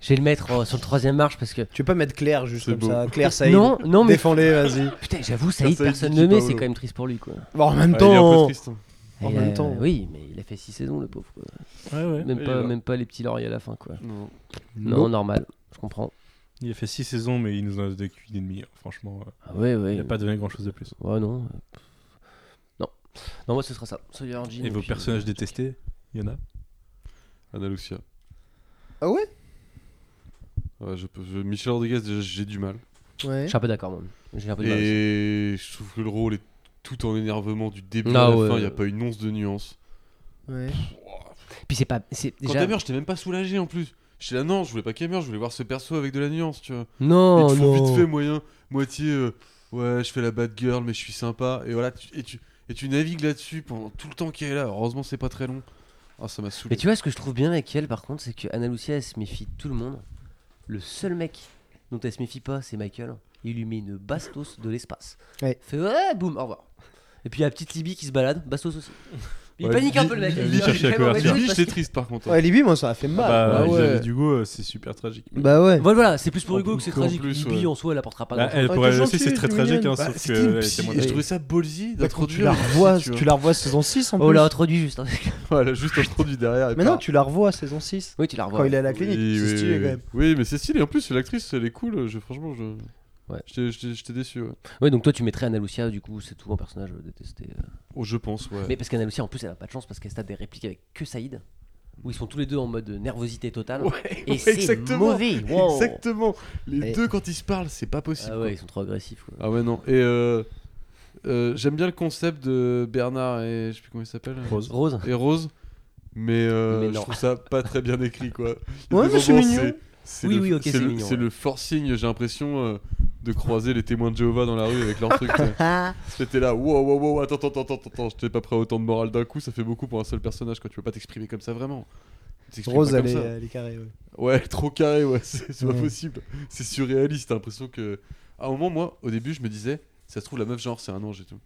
S5: Je vais le mettre euh, sur le troisième marche parce que.
S6: Tu peux pas mettre Claire juste
S4: C'est
S6: comme
S4: beau.
S6: ça. Claire, ça
S5: non, non, mais.
S6: Défends-les, vas-y.
S5: Putain, j'avoue, Saïd,
S4: Saïd
S5: personne
S4: dit
S5: le met,
S4: Paolo.
S5: c'est quand même triste pour lui quoi.
S6: Bon, en même
S4: Ah, il est un peu
S6: temps.
S4: triste, hein.
S6: En
S5: Et,
S6: même
S5: euh,
S6: temps.
S5: Oui, mais il a fait 6 saisons le pauvre quoi.
S3: Ouais, ouais.
S5: Même,
S4: Oui,
S5: pas,
S4: voilà.
S5: même pas les petits lauriers à la fin quoi.
S4: Non.
S5: Non, normal, je comprends.
S3: Il a fait 6 saisons, mais il nous en a donné qu'une et demie. hein. Franchement, euh,
S5: Ah ouais, ouais.
S3: il a pas donné grand chose de plus.
S5: Ouais, non. euh, Non. Non, moi ce sera ça. Sawyer Jean.
S3: Et vos
S5: puis,
S3: personnages
S5: euh,
S3: détestés Il y en a
S4: Anna Lucia.
S6: Ah ouais
S4: Ouais, je peux- je- Michel Rodriguez, déjà, j'ai du mal.
S6: Ouais.
S5: Je suis un peu d'accord, moi. J'ai un peu de mal aussi.
S4: Et je trouve que le rôle est tout en énervement du début
S5: Ah
S4: à la
S5: ouais.
S4: fin, il n'y a pas une once de nuance.
S6: ouais.
S5: Puis c'est pas. c'est
S4: Quand
S5: déjà-
S4: elle meurt, j'étais même pas soulagé en plus. J'étais là, non, je voulais pas qu'elle meure, je voulais voir ce perso avec de la nuance, tu vois.
S5: Non,
S4: Ils te font
S5: Oh non.
S4: vite fait moyen, moitié, euh, ouais, je fais la bad girl, mais je suis sympa. Et voilà, tu- et, tu, et tu navigues là-dessus pendant tout le temps qu'elle est là. Heureusement, c'est pas très long. Ah, ça m'a
S5: Mais
S4: saoulé.
S5: tu vois, ce que je trouve bien avec elle, par contre, c'est que Anna Lucia, elle se méfie de tout le monde. Le seul mec dont elle se méfie pas, c'est Michael. Il lui met une bastos de l'espace.
S6: Ouais.
S5: Fait ouais, boum, au revoir. Et puis la petite Libye qui se balade, bastos aussi. Il
S4: Ouais,
S5: panique un peu le mec.
S4: Li- Li-
S5: Il
S3: Li-
S5: est
S3: cherche à
S5: vraiment
S3: convertir.
S5: mauvais
S4: Libye,
S5: parce
S4: j'étais
S5: que-
S4: triste par contre. hein.
S6: Ouais, Libye, moi, ça a fait mal.
S3: Bah,
S6: Bah ouais.
S3: vis-à-vis d'Hugo, euh, c'est super tragique.
S6: Bah ouais.
S5: Voilà, voilà, c'est plus pour
S4: En
S5: Hugo
S4: plus,
S5: que c'est
S4: en
S5: tragique.
S4: plus,
S5: Libye
S4: ouais.
S5: en soi, elle apportera pas
S3: Bah,
S5: grand-chose.
S3: elle, pour
S6: Ah,
S3: elle
S6: t'es
S3: aussi, c'est
S6: gentil,
S3: très
S6: t'es
S3: tragique,
S6: mignonne.
S3: hein,
S4: Bah,
S3: sauf que
S4: c'était une
S3: elle était
S4: psy-
S3: moins
S4: Je
S3: bien.
S4: trouvais ça ballsy
S6: Bah, quand tu
S4: d'introduire
S6: la
S4: la
S6: revois,
S4: psy, tu
S6: tu la revois saison 6 en plus.
S5: Oh, l'a introduit juste. hein.
S4: Voilà, juste introduit derrière. et
S6: Mais non,
S4: par-
S6: tu la revois saison 6
S5: Oui, tu la
S6: quand
S5: revois.
S6: il est à la
S4: Oui,
S6: clinique.
S4: oui,
S6: c'est stylé
S4: oui.
S6: quand même.
S4: Oui, mais c'est stylé. En plus, l'actrice, elle est cool. Je, franchement, je.
S5: Ouais.
S4: J'étais- J'étais j'étais déçu, ouais.
S5: Ouais, donc toi, tu mettrais Anna Lucia, du coup, c'est tout un personnage euh, détesté. euh.
S4: Oh, je pense, ouais.
S5: Mais parce qu'Anna Lucia, en plus, elle a pas de chance parce qu'elle se tape des répliques avec que Saïd, où ils sont tous les deux en mode nervosité totale.
S4: Ouais,
S5: Et
S4: ouais,
S5: c'est mauvais. wow.
S4: Exactement. Les
S6: Et-
S4: deux, quand ils se parlent, c'est pas possible.
S5: Ah
S4: quoi.
S5: ouais, ils sont trop agressifs. Quoi.
S4: Ah ouais, non. Et euh, euh, j'aime bien le concept de Bernard et je sais plus comment il s'appelle.
S3: Rose.
S5: Rose.
S4: Et Rose. Mais, euh,
S5: Mais
S4: je
S5: non.
S4: trouve ça pas très bien écrit, quoi. Il y a
S6: Ouais,
S4: des
S6: mais c'est
S4: moments,
S6: mignon.
S4: c'est
S5: Oui,
S4: le-
S5: oui, ok, c'est
S4: le-
S5: mignon,
S4: C'est
S5: ouais.
S4: le forcing, j'ai l'impression, euh, de croiser les témoins de Jéhovah dans la rue avec leur truc.
S6: Ah,
S4: C'était là, wow, wow, wow, attends, attends, attends, attends, attends, j'étais pas prêt à autant de morale d'un coup, ça fait beaucoup pour un seul personnage, quoi. Tu peux pas t'exprimer comme ça vraiment. Tu t'exprimes
S6: Rose,
S4: pas
S6: elle
S4: comme
S6: est,
S4: ça.
S6: elle est carrée. ouais.
S4: Ouais, trop carré, ouais, c'est c'est pas
S6: Ouais.
S4: possible. C'est surréaliste, t'as l'impression que. À un moment, moi, au début, je me disais, ça se trouve, la meuf, genre, c'est un ange et tout.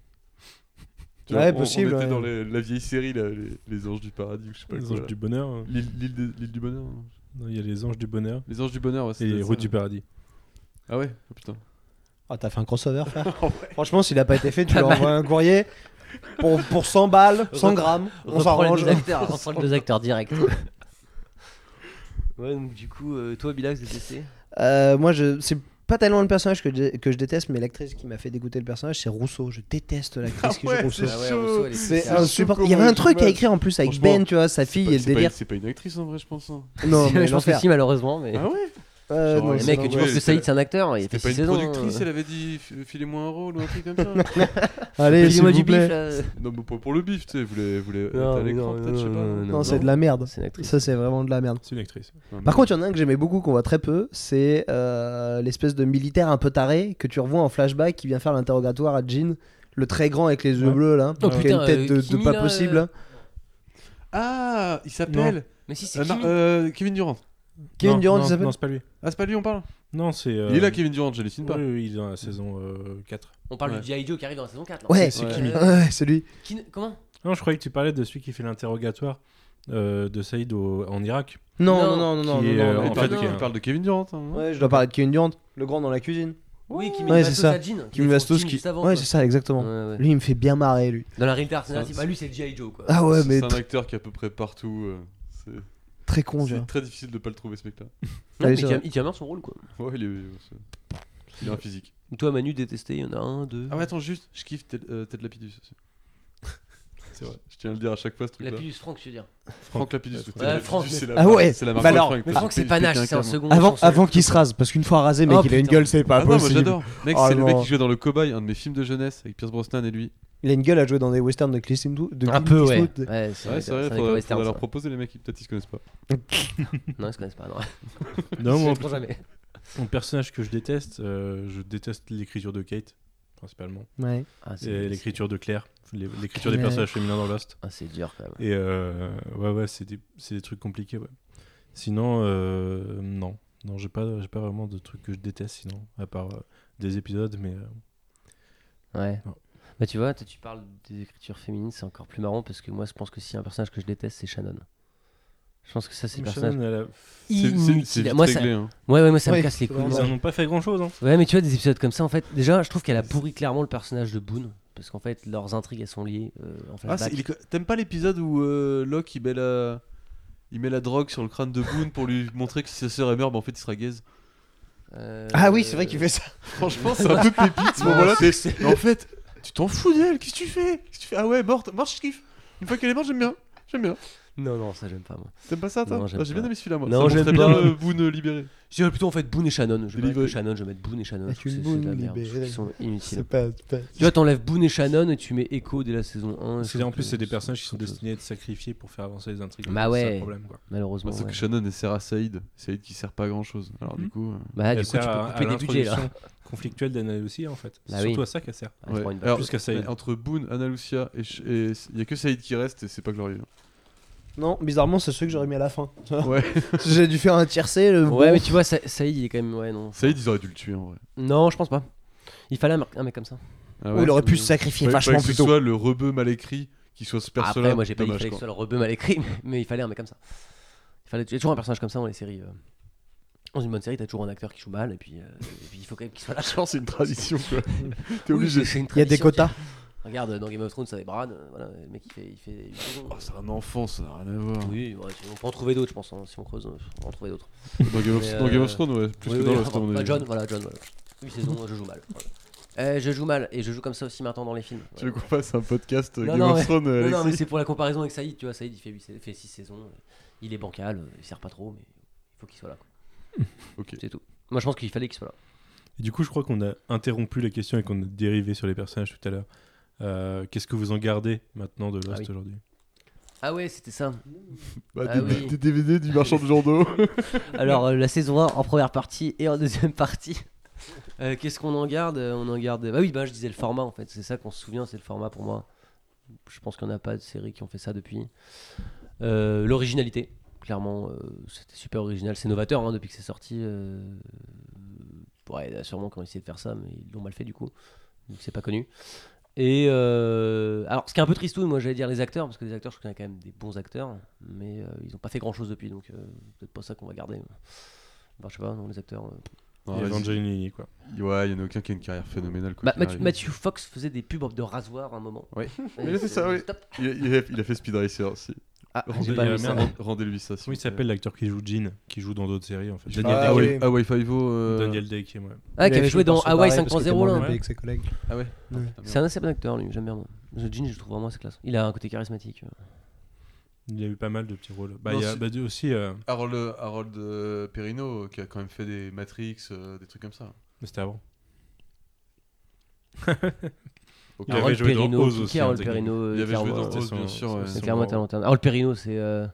S6: Ouais,
S4: on-
S6: possible,
S4: On était
S6: ouais.
S4: dans les- la vieille série, là, les, les anges du paradis, ou je sais pas
S3: Les
S4: quoi.
S3: anges
S4: là.
S3: du bonheur. hein.
S4: L'île l'île des- l'île du bonheur. hein.
S3: Non, Il y a les anges du bonheur
S4: Les anges du bonheur, ouais,
S3: et
S4: c'était
S3: les
S4: ça,
S3: routes
S4: ouais.
S3: du paradis.
S4: Ah ouais, oh, putain.
S6: Ah, t'as fait un crossover, frère. Franchement, s'il a pas été fait, tu lui
S5: mal.
S6: envoies un courrier pour, pour 100 balles, 100 grammes. On
S5: Reprends les
S6: s'arrange.
S5: deux acteurs,
S4: hein.
S5: on les deux acteurs direct. ouais, donc du coup, euh, toi, Bilax, détesté
S6: Euh, moi, je, c'est pas tellement le personnage que, je- que je déteste, mais l'actrice qui m'a fait dégoûter le personnage, c'est Rousseau. Je déteste l'actrice qui joue Rousseau.
S5: Ah
S4: chaud.
S6: C'est
S4: Ah c'est
S6: insupportable.
S4: chaud
S6: Il y avait
S4: comment
S6: un
S4: elle
S6: truc
S4: joue
S6: à
S4: mal.
S6: écrire en plus avec
S4: Franchement,
S6: Ben, tu vois, sa
S4: C'est
S6: fille
S4: pas-
S6: et le
S4: c'est pas
S6: délire.
S4: une- C'est pas une actrice en vrai, je pense. hein.
S6: Non, mais
S5: Je pense que
S6: l'enfer.
S5: si, malheureusement. Mais...
S4: Ah ouais
S6: Euh,
S4: Genre,
S6: non,
S4: les
S5: Mais
S6: c'est
S5: mec,
S4: Ouais,
S5: tu
S6: dangereux.
S5: penses que
S4: c'est
S5: Saïd,
S4: pas-
S5: c'est un acteur Il a fait
S4: C'était
S5: six
S4: pas une
S5: saisons.
S4: productrice,
S5: euh.
S4: elle avait dit f- filez-moi un rôle ou un truc comme ça.
S6: Allez, s'il
S5: Filez-moi
S6: vous
S5: du bif,
S6: plaît.
S5: là.
S4: non, mais pas pour le bif, tu sais, vous voulez, vous voulez
S5: Non,
S4: être à
S5: mais
S4: l'écran,
S5: non,
S4: peut-être,
S5: non,
S4: je sais pas.
S5: non, non,
S6: Non, c'est de la merde.
S5: C'est une actrice.
S6: Ça, c'est vraiment de la merde.
S3: C'est une actrice.
S4: Non, mais-
S6: Par contre, il y en a un que j'aimais beaucoup, qu'on voit très peu, c'est euh, l'espèce de militaire un peu taré que tu revois en flashback qui vient faire l'interrogatoire à Jean, le très grand avec les yeux
S3: Ouais.
S6: bleus là,
S5: Oh,
S6: qui
S5: putain,
S6: a une tête
S5: euh,
S6: de, de
S5: Kimi,
S6: pas
S5: là,
S6: possible.
S5: euh,
S6: hein.
S4: Ah, il s'appelle
S5: Mais si, c'est
S4: euh,
S5: Kimi.
S4: non, euh, Kevin Durant.
S6: Kevin
S3: Non,
S6: Durant,
S3: non,
S6: il s'appelle
S3: Non, c'est pas lui.
S4: Ah, c'est pas lui, on parle
S3: Non, c'est. euh,
S4: Il est là, Kevin Durant, j'hallucine pas.
S3: oui, oui, il est dans la saison euh, 4.
S5: On parle
S4: Ouais.
S5: du G.I. Joe qui arrive dans la saison 4. là.
S6: Ouais,
S3: c'est
S5: Euh,
S4: Kimi.
S6: Ouais, c'est lui.
S5: Kin- Comment
S3: Non, je croyais que tu parlais de celui qui fait l'interrogatoire euh, de Saïd au- en Irak.
S6: Non,
S5: Non.
S6: non, non, non, non.
S3: Qui est,
S6: non,
S3: euh,
S6: non,
S4: Il
S3: en
S6: non.
S4: parle
S3: fait,
S4: de-
S3: qui est
S4: il
S3: un-
S4: parle de Kevin Durant. hein.
S6: Ouais, je dois parler de Kevin Durant, le grand dans la cuisine.
S5: Oui, Kimi
S6: Ouais,
S5: ouais,
S6: c'est
S5: Bastos
S6: ça.
S5: à Jean.
S6: Kimi Bastos qui. Ouais, c'est ça, exactement. Lui, il me fait bien marrer, lui.
S5: Dans la réalité alternative,
S4: C'est un-
S5: bah, lui, c'est le G.I. Joe, quoi.
S6: Ah ouais, mais
S4: C'est un
S6: tr-
S4: acteur qui est à peu près partout. euh, c'est-
S6: très con, tu
S4: C'est
S6: vois.
S4: très difficile de pas le trouver, ce mec-là.
S5: Non, mais
S6: Allez,
S5: il
S6: ça
S5: tient-
S6: va.
S5: il tient bien son rôle, quoi.
S4: Ouais, il est. c'est- Il est un physique.
S5: Toi, Manu, détesté, il y en a un, deux.
S4: Ah, mais attends, juste, je kiffe Ted euh, Ted Lapidus aussi. C'est vrai. Je tiens à le dire à chaque fois ce
S5: La
S4: truc-là.
S5: pilus Franck, je veux dire.
S4: Franck Lapidus. Ted
S5: Ouais,
S4: Lapidus,
S5: Franck, mais-
S4: c'est la
S6: Ah
S4: marque-
S6: ouais,
S4: c'est la
S6: bah
S4: marque
S6: alors,
S4: Franck.
S5: Mais Franck, c'est
S4: Il
S5: pas
S4: pète
S5: nage,
S4: un
S5: c'est un
S4: câble.
S5: second.
S6: Avant,
S5: chanceux.
S6: avant qu'il se rase, parce qu'une fois rasé, mec,
S5: Oh,
S6: il a une
S5: putain.
S6: gueule, c'est pas
S4: Ah non, moi
S6: possible.
S4: j'adore. Mec,
S6: Oh
S4: c'est le mec
S6: non.
S4: qui jouait dans Le Cowboy, un de mes films de jeunesse avec Pierce Brosnan et lui.
S6: Il a une gueule à jouer dans des westerns de Clint Eastwood. de
S5: Un
S6: Clint
S5: peu, ouais. Ouais,
S6: Eastwood.
S5: c'est
S4: Ouais,
S5: vrai,
S4: c'est vrai,
S5: c'est
S4: faudrait,
S5: vrai.
S4: faudrait
S5: Western,
S4: leur
S5: ça.
S4: proposer les mecs qui peut-être ils se connaissent pas.
S5: Non, ils se connaissent pas. Non,
S3: Non,
S5: Ils
S3: moi,
S5: se font jamais.
S3: mon personnage que je déteste, euh, je déteste l'écriture de Kate, principalement.
S6: Ouais.
S5: Ah, c'est-
S3: Et l'écriture de Claire, les- l'écriture des
S6: Ouais.
S3: personnages féminins dans Lost.
S5: Ah, c'est dur quand même.
S3: Et euh, ouais, ouais, c'est des, c'est des trucs compliqués, ouais. Sinon, euh, non. Non, j'ai pas, j'ai pas vraiment de trucs que je déteste, sinon, à part euh, des épisodes, mais. euh,
S5: Ouais.
S3: Non.
S5: Bah, tu vois, toi, tu parles des écritures féminines, c'est encore plus marrant parce que moi, je pense que si un personnage que je déteste, c'est Shannon. Je pense que ça, c'est le personnage
S3: Shannon, elle a-
S4: C'est- c'est- C'est
S5: inutile.
S4: vite
S5: Moi, ça...
S4: réglé. hein.
S5: Ouais, ouais, moi, ça
S6: Ouais,
S5: me casse les
S6: c'est
S5: couilles.
S6: vraiment
S3: Ils en ont pas fait grand chose, hein.
S5: Ouais, mais tu vois, des épisodes comme ça, en fait, déjà, je trouve qu'elle a pourri clairement le personnage de Boone. Parce qu'en fait, leurs intrigues, elles sont liées euh, en
S4: Ah, c'est-
S5: flashback.
S4: il est co- T'aimes pas l'épisode où euh, Locke il met, la... il met la drogue sur le crâne de Boone pour lui montrer que si sa sœur est morte, bah, en fait il sera gaze
S5: Euh,
S6: Ah oui, c'est vrai qu'il fait ça.
S4: Franchement, c'est un peu pépite ce moment-là. Mais en fait, tu t'en fous d'elle, qu'est-ce que tu fais Qu'est-ce que tu fais Ah ouais, morte, morte, je kiffe. Une fois qu'elle est morte, j'aime bien. J'aime bien.
S5: Non, non, ça, j'aime pas, moi.
S4: T'aimes pas ça, toi
S5: Non, j'aime
S4: Ah, J'ai bien
S5: pas.
S4: aimé celui-là, moi.
S5: Non,
S4: Ça
S5: j'aime
S4: montrait bien
S5: bien.
S4: euh, Boone libéré.
S5: Je dirais plutôt, en fait, Boone et Shannon. Je vais
S4: Délivré.
S5: mettre Shannon, je vais mettre Boone et Shannon.
S6: Avec
S5: je trouve
S6: une
S5: que c'est de la
S6: Boone
S5: merde. Je trouve
S6: libérée.
S5: qu'ils sont inutiles.
S6: C'est pas. c'est pas-
S5: Tu vois, t'enlèves Boone et Shannon et tu mets Echo dès la saison 1.
S3: Parce que, en plus, c'est des personnages qui sont destinés à être sacrifiés pour faire avancer les intrigues.
S5: Bah
S3: C'est ça le
S5: ouais.
S3: problème, quoi.
S5: Malheureusement.
S4: Moi, c'est
S5: ouais.
S4: que Shannon elle sert à Saïd. Saïd qui sert pas à grand chose. Alors, du
S3: Mhm.
S4: coup. euh,
S5: Bah,
S3: Elle
S5: du coup, tu
S3: sert
S5: peux
S3: à- à
S5: couper des budgets là.
S3: l'introduction conflictuelle d'Anna Lucia, en fait. C'est
S5: Bah
S3: surtout
S5: oui.
S3: à ça qu'elle sert.
S5: Ah, je
S4: ouais.
S5: prends une barre.
S4: Alors,
S3: Plus qu'à Saïd.
S4: mais entre Boone, Anna Lucia et Ch- et il y a que Saïd qui reste et c'est pas glorieux.
S6: Non, bizarrement, c'est ceux que j'aurais mis à la fin.
S4: Ouais.
S6: J'ai dû faire un tiercé. Le
S5: Ouais,
S6: bon.
S5: mais tu vois, Sa- Saïd, il est quand même. Ouais, non.
S4: Saïd, ils auraient dû le tuer en vrai.
S5: Non, je pense pas. Il fallait un, mec- un mec comme ça.
S4: Ah
S6: Ou
S4: ouais.
S6: il aurait pu
S4: Ouais,
S6: se sacrifier
S4: fallait
S6: vachement
S4: que
S6: plus
S4: ce
S6: tôt.
S4: soit le rebeu mal écrit qui soit ce
S5: Après,
S4: perso-là.
S5: moi, j'ai pas dit qu'il
S4: dommage,
S5: fallait que ce
S4: quoi.
S5: soit le rebeu mal écrit, mais, mais il fallait un mec comme ça. Il fallait il y a toujours un personnage comme ça dans les séries. euh. Dans une bonne série, t'as toujours un acteur qui joue mal, et puis, euh, et puis il faut quand même qu'il soit là.
S4: Genre, c'est une tradition, quoi. T'es
S5: Oui,
S4: obligé.
S5: c'est- c'est une
S6: Il y a des
S5: tradition qui-
S6: quotas.
S5: Regarde, dans Game of Thrones, ça des Brad, euh, voilà, le mec il fait. Il fait il fait-
S4: Oh, c'est un enfant, ça n'a rien à voir.
S5: Oui, ouais, on peut en trouver d'autres, je pense. hein. Si on creuse, on peut en trouver d'autres.
S4: Dans Game
S5: Mais,
S4: of,
S5: euh,
S4: dans Game of Thrones, euh, ouais. Plus
S5: Oui,
S4: que
S5: oui,
S4: dans
S5: oui,
S4: Lost, à mon
S5: bah,
S4: avis.
S5: John, voilà, John, voilà. Une saison, je joue mal. voilà. Euh, je joue mal, et je joue comme ça aussi maintenant dans les films.
S4: Tu
S5: Ouais.
S4: veux qu'on fasse un podcast euh,
S5: Non,
S4: Game
S5: non,
S4: of
S5: mais-
S4: Thrones, euh,
S5: Non, non, mais
S4: Alexis
S5: c'est pour la comparaison avec Saïd, tu vois. Saïd, il fait, huit sais- il fait 6 saisons, euh, il est bancal, euh, il sert pas trop, mais il faut qu'il soit là. quoi.
S4: Ok.
S5: C'est tout. Moi, je pense qu'il fallait qu'il soit là.
S3: Et du coup, je crois qu'on a interrompu la question et qu'on a dérivé sur les personnages tout à l'heure. Euh, Qu'est-ce que vous en gardez maintenant de Lost
S5: Ah oui.
S3: aujourd'hui
S5: Ah ouais, c'était ça.
S4: Bah,
S5: Ah
S4: des,
S5: oui.
S4: des DVD du marchand de journaux.
S5: Alors, euh, la saison 1 en première partie et en deuxième partie. Euh, Qu'est-ce qu'on en garde Euh, On en garde. Bah oui, bah, je disais le format en fait. C'est ça qu'on se souvient, c'est le format pour moi. Je pense qu'on n'a pas de séries qui ont fait ça depuis. Euh, L'originalité. Clairement, euh, c'était super original. C'est novateur hein, depuis que c'est sorti. euh, Ouais, il y a sûrement qu'on essayé de faire ça, mais ils l'ont mal fait du coup. Donc c'est pas connu. Et euh, alors, ce qui est un peu tristouille, moi j'allais dire les acteurs, parce que les acteurs, je connais quand même des bons acteurs, mais euh, ils n'ont pas fait grand chose depuis, donc euh, peut-être pas ça qu'on va garder. Enfin, je sais pas, non, les acteurs. euh.
S4: Non,
S3: Et
S4: vas-y.
S3: Evangeline Lilly, quoi.
S4: Ouais, il y en a aucun qui a une carrière phénoménale. quoi
S5: Bah,
S4: qu'il
S5: Mathieu,
S4: arrive.
S5: Matthew Fox faisait des pubs de rasoir à un moment.
S4: Oui.
S5: Et
S4: Il a fait ça,
S5: c'est-
S4: oui.
S5: stop.
S4: Il, il a, il a fait Speed Racer aussi.
S5: Ah, j'ai
S4: Rendez-
S5: pas
S3: il y a
S5: vu ça.
S3: merde.
S4: Rendez-lui ça. s'il
S3: Comment il
S4: vous plaît.
S3: s'appelle l'acteur qui joue Jean, qui joue dans d'autres séries en fait
S4: Je-
S3: Daniel
S4: ah,
S3: Day.
S4: ouais. Hawaii Five-O. euh,
S3: Daniel Day qui est- ouais.
S5: Ah, qui
S6: Il
S5: avait joué dans
S6: par se
S5: Hawaii
S6: barrer parce qu'il était
S5: 5.0
S6: moins
S5: là.
S6: bien
S3: ouais.
S6: payé que ses collègues.
S4: Ah ouais.
S6: Ouais.
S4: Putain, merde.
S5: C'est un assez bon acteur, lui, j'aime bien. Moi. Je- Gene, je le trouve vraiment assez classe. Il a un côté charismatique. euh.
S3: Il a eu pas mal de petits rôles. Bah,
S4: Non,
S3: il y a
S4: c'est-
S3: bah, du- aussi. euh,
S4: Harold, Harold euh, Perrino euh, qui a quand même fait des Matrix, euh, des trucs comme ça.
S3: mais C'était avant.
S4: Ok.
S3: Il avait
S5: Harold
S3: joué dans
S5: Perrino,
S3: Oz
S5: qui-
S3: aussi,
S5: qui est
S3: hein,
S5: Harold
S3: techniquement.
S5: Perrino,
S4: Il avait joué
S5: clairement,
S4: dans
S5: euh,
S3: c'est
S4: Oz,
S3: son-
S4: bien sûr. ouais.
S5: C'est
S3: son
S5: clairement
S3: rôle.
S5: Talent Turner. Harold Perrino, c'est. euh,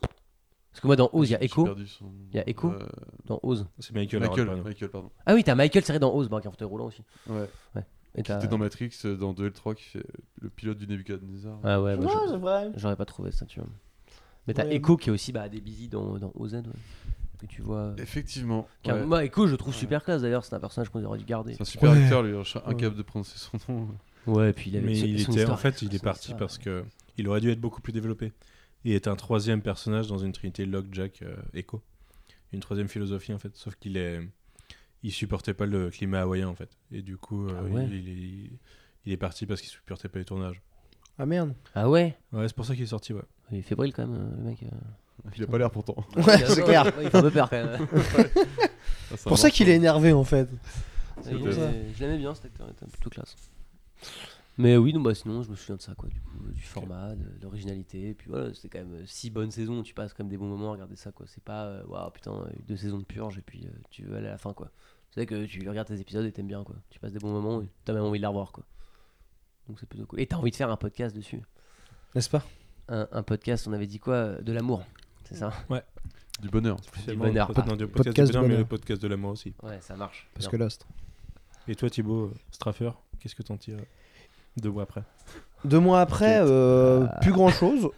S5: Parce que moi, dans Oz, il y a
S4: J'ai
S5: Echo.
S4: perdu son-
S5: Il y a Echo.
S4: Euh,
S5: Dans Oz.
S3: C'est Michael. Harold
S4: Michael,
S3: Perrino.
S4: Michael, pardon.
S5: Ah oui, t'as Michael serré dans Oz, bah, qui est en fauteuil roulant aussi.
S4: Ouais.
S5: Et t'as-
S4: C'était dans Matrix, euh, dans 2 et 3, qui fait le pilote du Nebuchadnezzar.
S5: Ah ouais, bah,
S6: Non,
S5: j'a-
S6: c'est vrai.
S5: j'aurais pas trouvé ça, tu vois. Mais t'as
S6: Ouais.
S5: Echo qui est aussi bah, des busy dans, dans OZ, ouais. que tu vois.
S4: Effectivement.
S5: Car-
S4: ouais.
S5: Moi, Echo, je le trouve super classe d'ailleurs, c'est un personnage qu'on aurait dû garder.
S4: C'est un super
S9: Ouais.
S4: acteur, lui. Je suis incapable de prononcer son nom.
S5: Ouais, et puis il avait
S3: Mais
S5: son-
S3: il
S5: son
S3: était, en
S5: histoire, Ah,
S3: fait, il est
S5: son
S3: parti
S5: histoire.
S3: parce que il aurait dû être beaucoup plus développé. Il est un troisième personnage dans une trinité Locke, Jack, euh, Echo. Une troisième philosophie en fait, sauf qu'il est, il supportait pas le climat hawaïen en fait, et du coup, euh,
S5: Ah ouais.
S3: il, il est, il est parti parce qu'il supportait pas les tournages.
S6: Ah merde.
S5: Ah ouais
S3: Ouais, c'est pour ça qu'il est sorti. Ouais.
S5: Il est fébrile quand même, euh, le mec. euh.
S4: Il a pas l'air pourtant.
S6: Ouais, c'est clair.
S5: Ouais, il fait un peu peur quand même.
S6: C'est pour ça qu'il est énervé en fait.
S5: Il
S4: peut-être.
S5: est- euh, Je l'aimais bien cet acteur, il était plutôt classe. Mais oui, non, bah sinon, je me souviens de ça, quoi, du coup, euh, du format, de l'originalité. Et puis voilà, c'était quand même euh, six bonnes saisons, tu passes quand même des bons moments à regarder ça, quoi. C'est pas, euh, waouh, putain, euh, deux saisons de purge et puis euh, tu veux aller à la fin, quoi. C'est vrai que tu regardes tes épisodes et t'aimes bien, quoi. Tu passes des bons moments et t'as même envie de la revoir, quoi. Donc c'est plutôt cool. Et t'as envie de faire un podcast dessus.
S6: N'est-ce pas
S5: Un, un podcast, on avait dit quoi euh, De l'amour, c'est ça
S4: Du bonheur.
S5: Du bonheur,
S3: Non,
S5: pas.
S3: du podcast,
S6: Podcast
S3: du bonheur, mais
S6: bonheur.
S3: le podcast de l'amour aussi.
S5: Ouais, ça marche.
S6: Parce
S5: Bien.
S6: que Lost.
S3: Et toi, Thibaut euh, Straffer, qu'est-ce que t'en tires euh, deux mois après
S6: Deux mois après, euh, plus grand chose.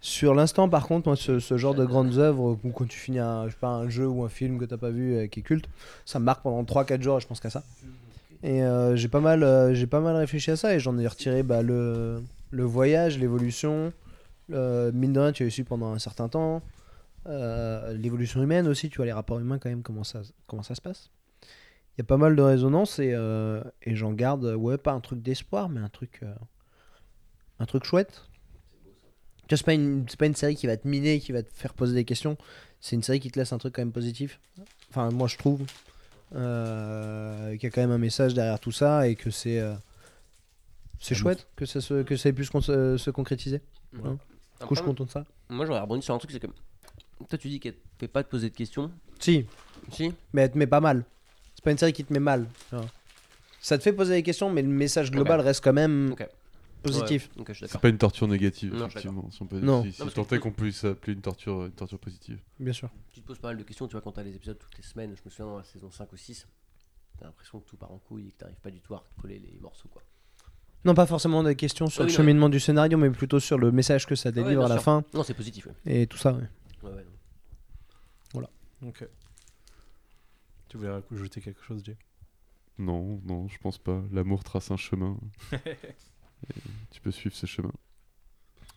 S6: Sur l'instant, par contre, moi, ce, ce genre de grandes œuvres, où quand tu finis un, je sais pas, un jeu ou un film que t'as pas vu et qui est culte, ça me marque pendant 3-4 jours, et je pense qu'à ça. Et euh, j'ai pas, mal, euh, j'ai pas mal réfléchi à ça et j'en ai retiré bah, le, le voyage, l'évolution, euh, mine de rien, tu as su pendant un certain temps, euh, l'évolution humaine aussi, tu vois, les rapports humains quand même, comment ça, comment ça se passe. Il y a pas mal de résonances et, euh, et j'en garde, euh, ouais, pas un truc d'espoir, mais un truc, euh, un truc chouette. Tu vois, c'est pas, une, c'est pas une série qui va te miner, qui va te faire poser des questions. C'est une série qui te laisse un truc quand même positif. Enfin, moi, je trouve euh, qu'il y a quand même un message derrière tout ça et que c'est. euh, c'est
S5: Ah,
S6: chouette que ça, se, que ça ait pu se, con- se se concrétiser. Du coup, je suis content de ça.
S5: Moi, j'aurais rebondi sur un truc, c'est que. Toi, tu dis qu'elle te fait pas te poser de questions.
S6: Si,
S5: Si
S6: mais elle te met pas mal. C'est pas une série qui te met mal. Ça te fait poser des questions, mais le message global reste quand même
S5: Ok.
S6: positif.
S5: Ouais, ok, je suis
S4: C'est
S5: d'accord.
S4: pas une torture négative,
S5: Non, je suis
S4: effectivement. Si on peut
S6: Non.
S4: si- si
S5: Non, parce
S4: tant
S5: que-
S4: est qu'on puisse appeler une torture, une torture positive.
S6: Bien sûr.
S5: Tu te poses pas mal de questions, tu vois, quand t'as les épisodes toutes les semaines. Je me souviens dans la saison 5 ou 6, t'as l'impression que tout part en couille et que t'arrives pas du tout à recoller les morceaux, quoi.
S6: Non, pas forcément des questions sur
S5: Oui,
S6: le
S5: non,
S6: cheminement du scénario, mais plutôt sur le message que ça délivre
S5: bien
S6: à la
S5: sûr.
S6: fin
S5: Non, c'est positif, ouais.
S6: et tout ça. ouais.
S5: Ouais, ouais, non.
S3: Ok. Tu voulais rajouter quelque chose, Jay
S4: Non, non, je pense pas. L'amour trace un chemin. Tu peux suivre ce chemin.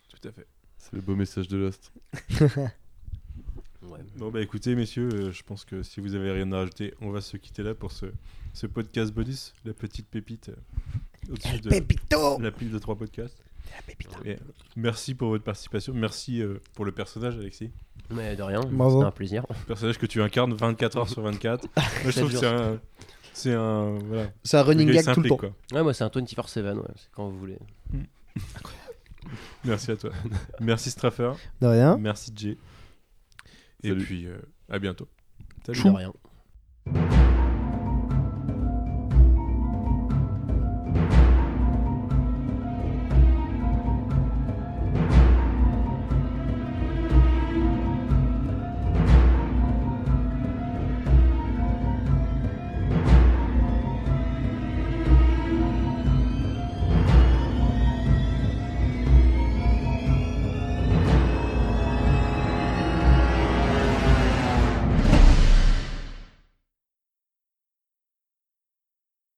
S3: Tout à fait.
S4: C'est le beau message de Lost.
S3: Bon bah écoutez messieurs, euh, je pense que si vous avez rien à rajouter, on va se quitter là pour ce, ce podcast bonus, la petite pépite euh, au-dessus de la pile de trois podcasts. Et euh, merci pour votre participation, merci euh, pour le personnage Alexis,
S5: Mais de rien,
S6: Bravo.
S5: c'était un plaisir.
S3: le personnage que tu incarnes 24 heures sur 24. Moi, je
S5: Ça
S3: trouve que
S5: dure.
S3: c'est un, c'est un voilà,
S7: C'est un running
S3: le gars, il
S7: gag tout le
S3: s'implique,
S7: temps.
S3: quoi.
S5: Ouais, moi c'est un 24-7, ouais, c'est quand vous voulez.
S3: Merci à toi, merci Straffer,
S7: De rien.
S3: merci Jay, et
S4: Salut.
S3: puis euh, à bientôt. Salut.
S5: De rien.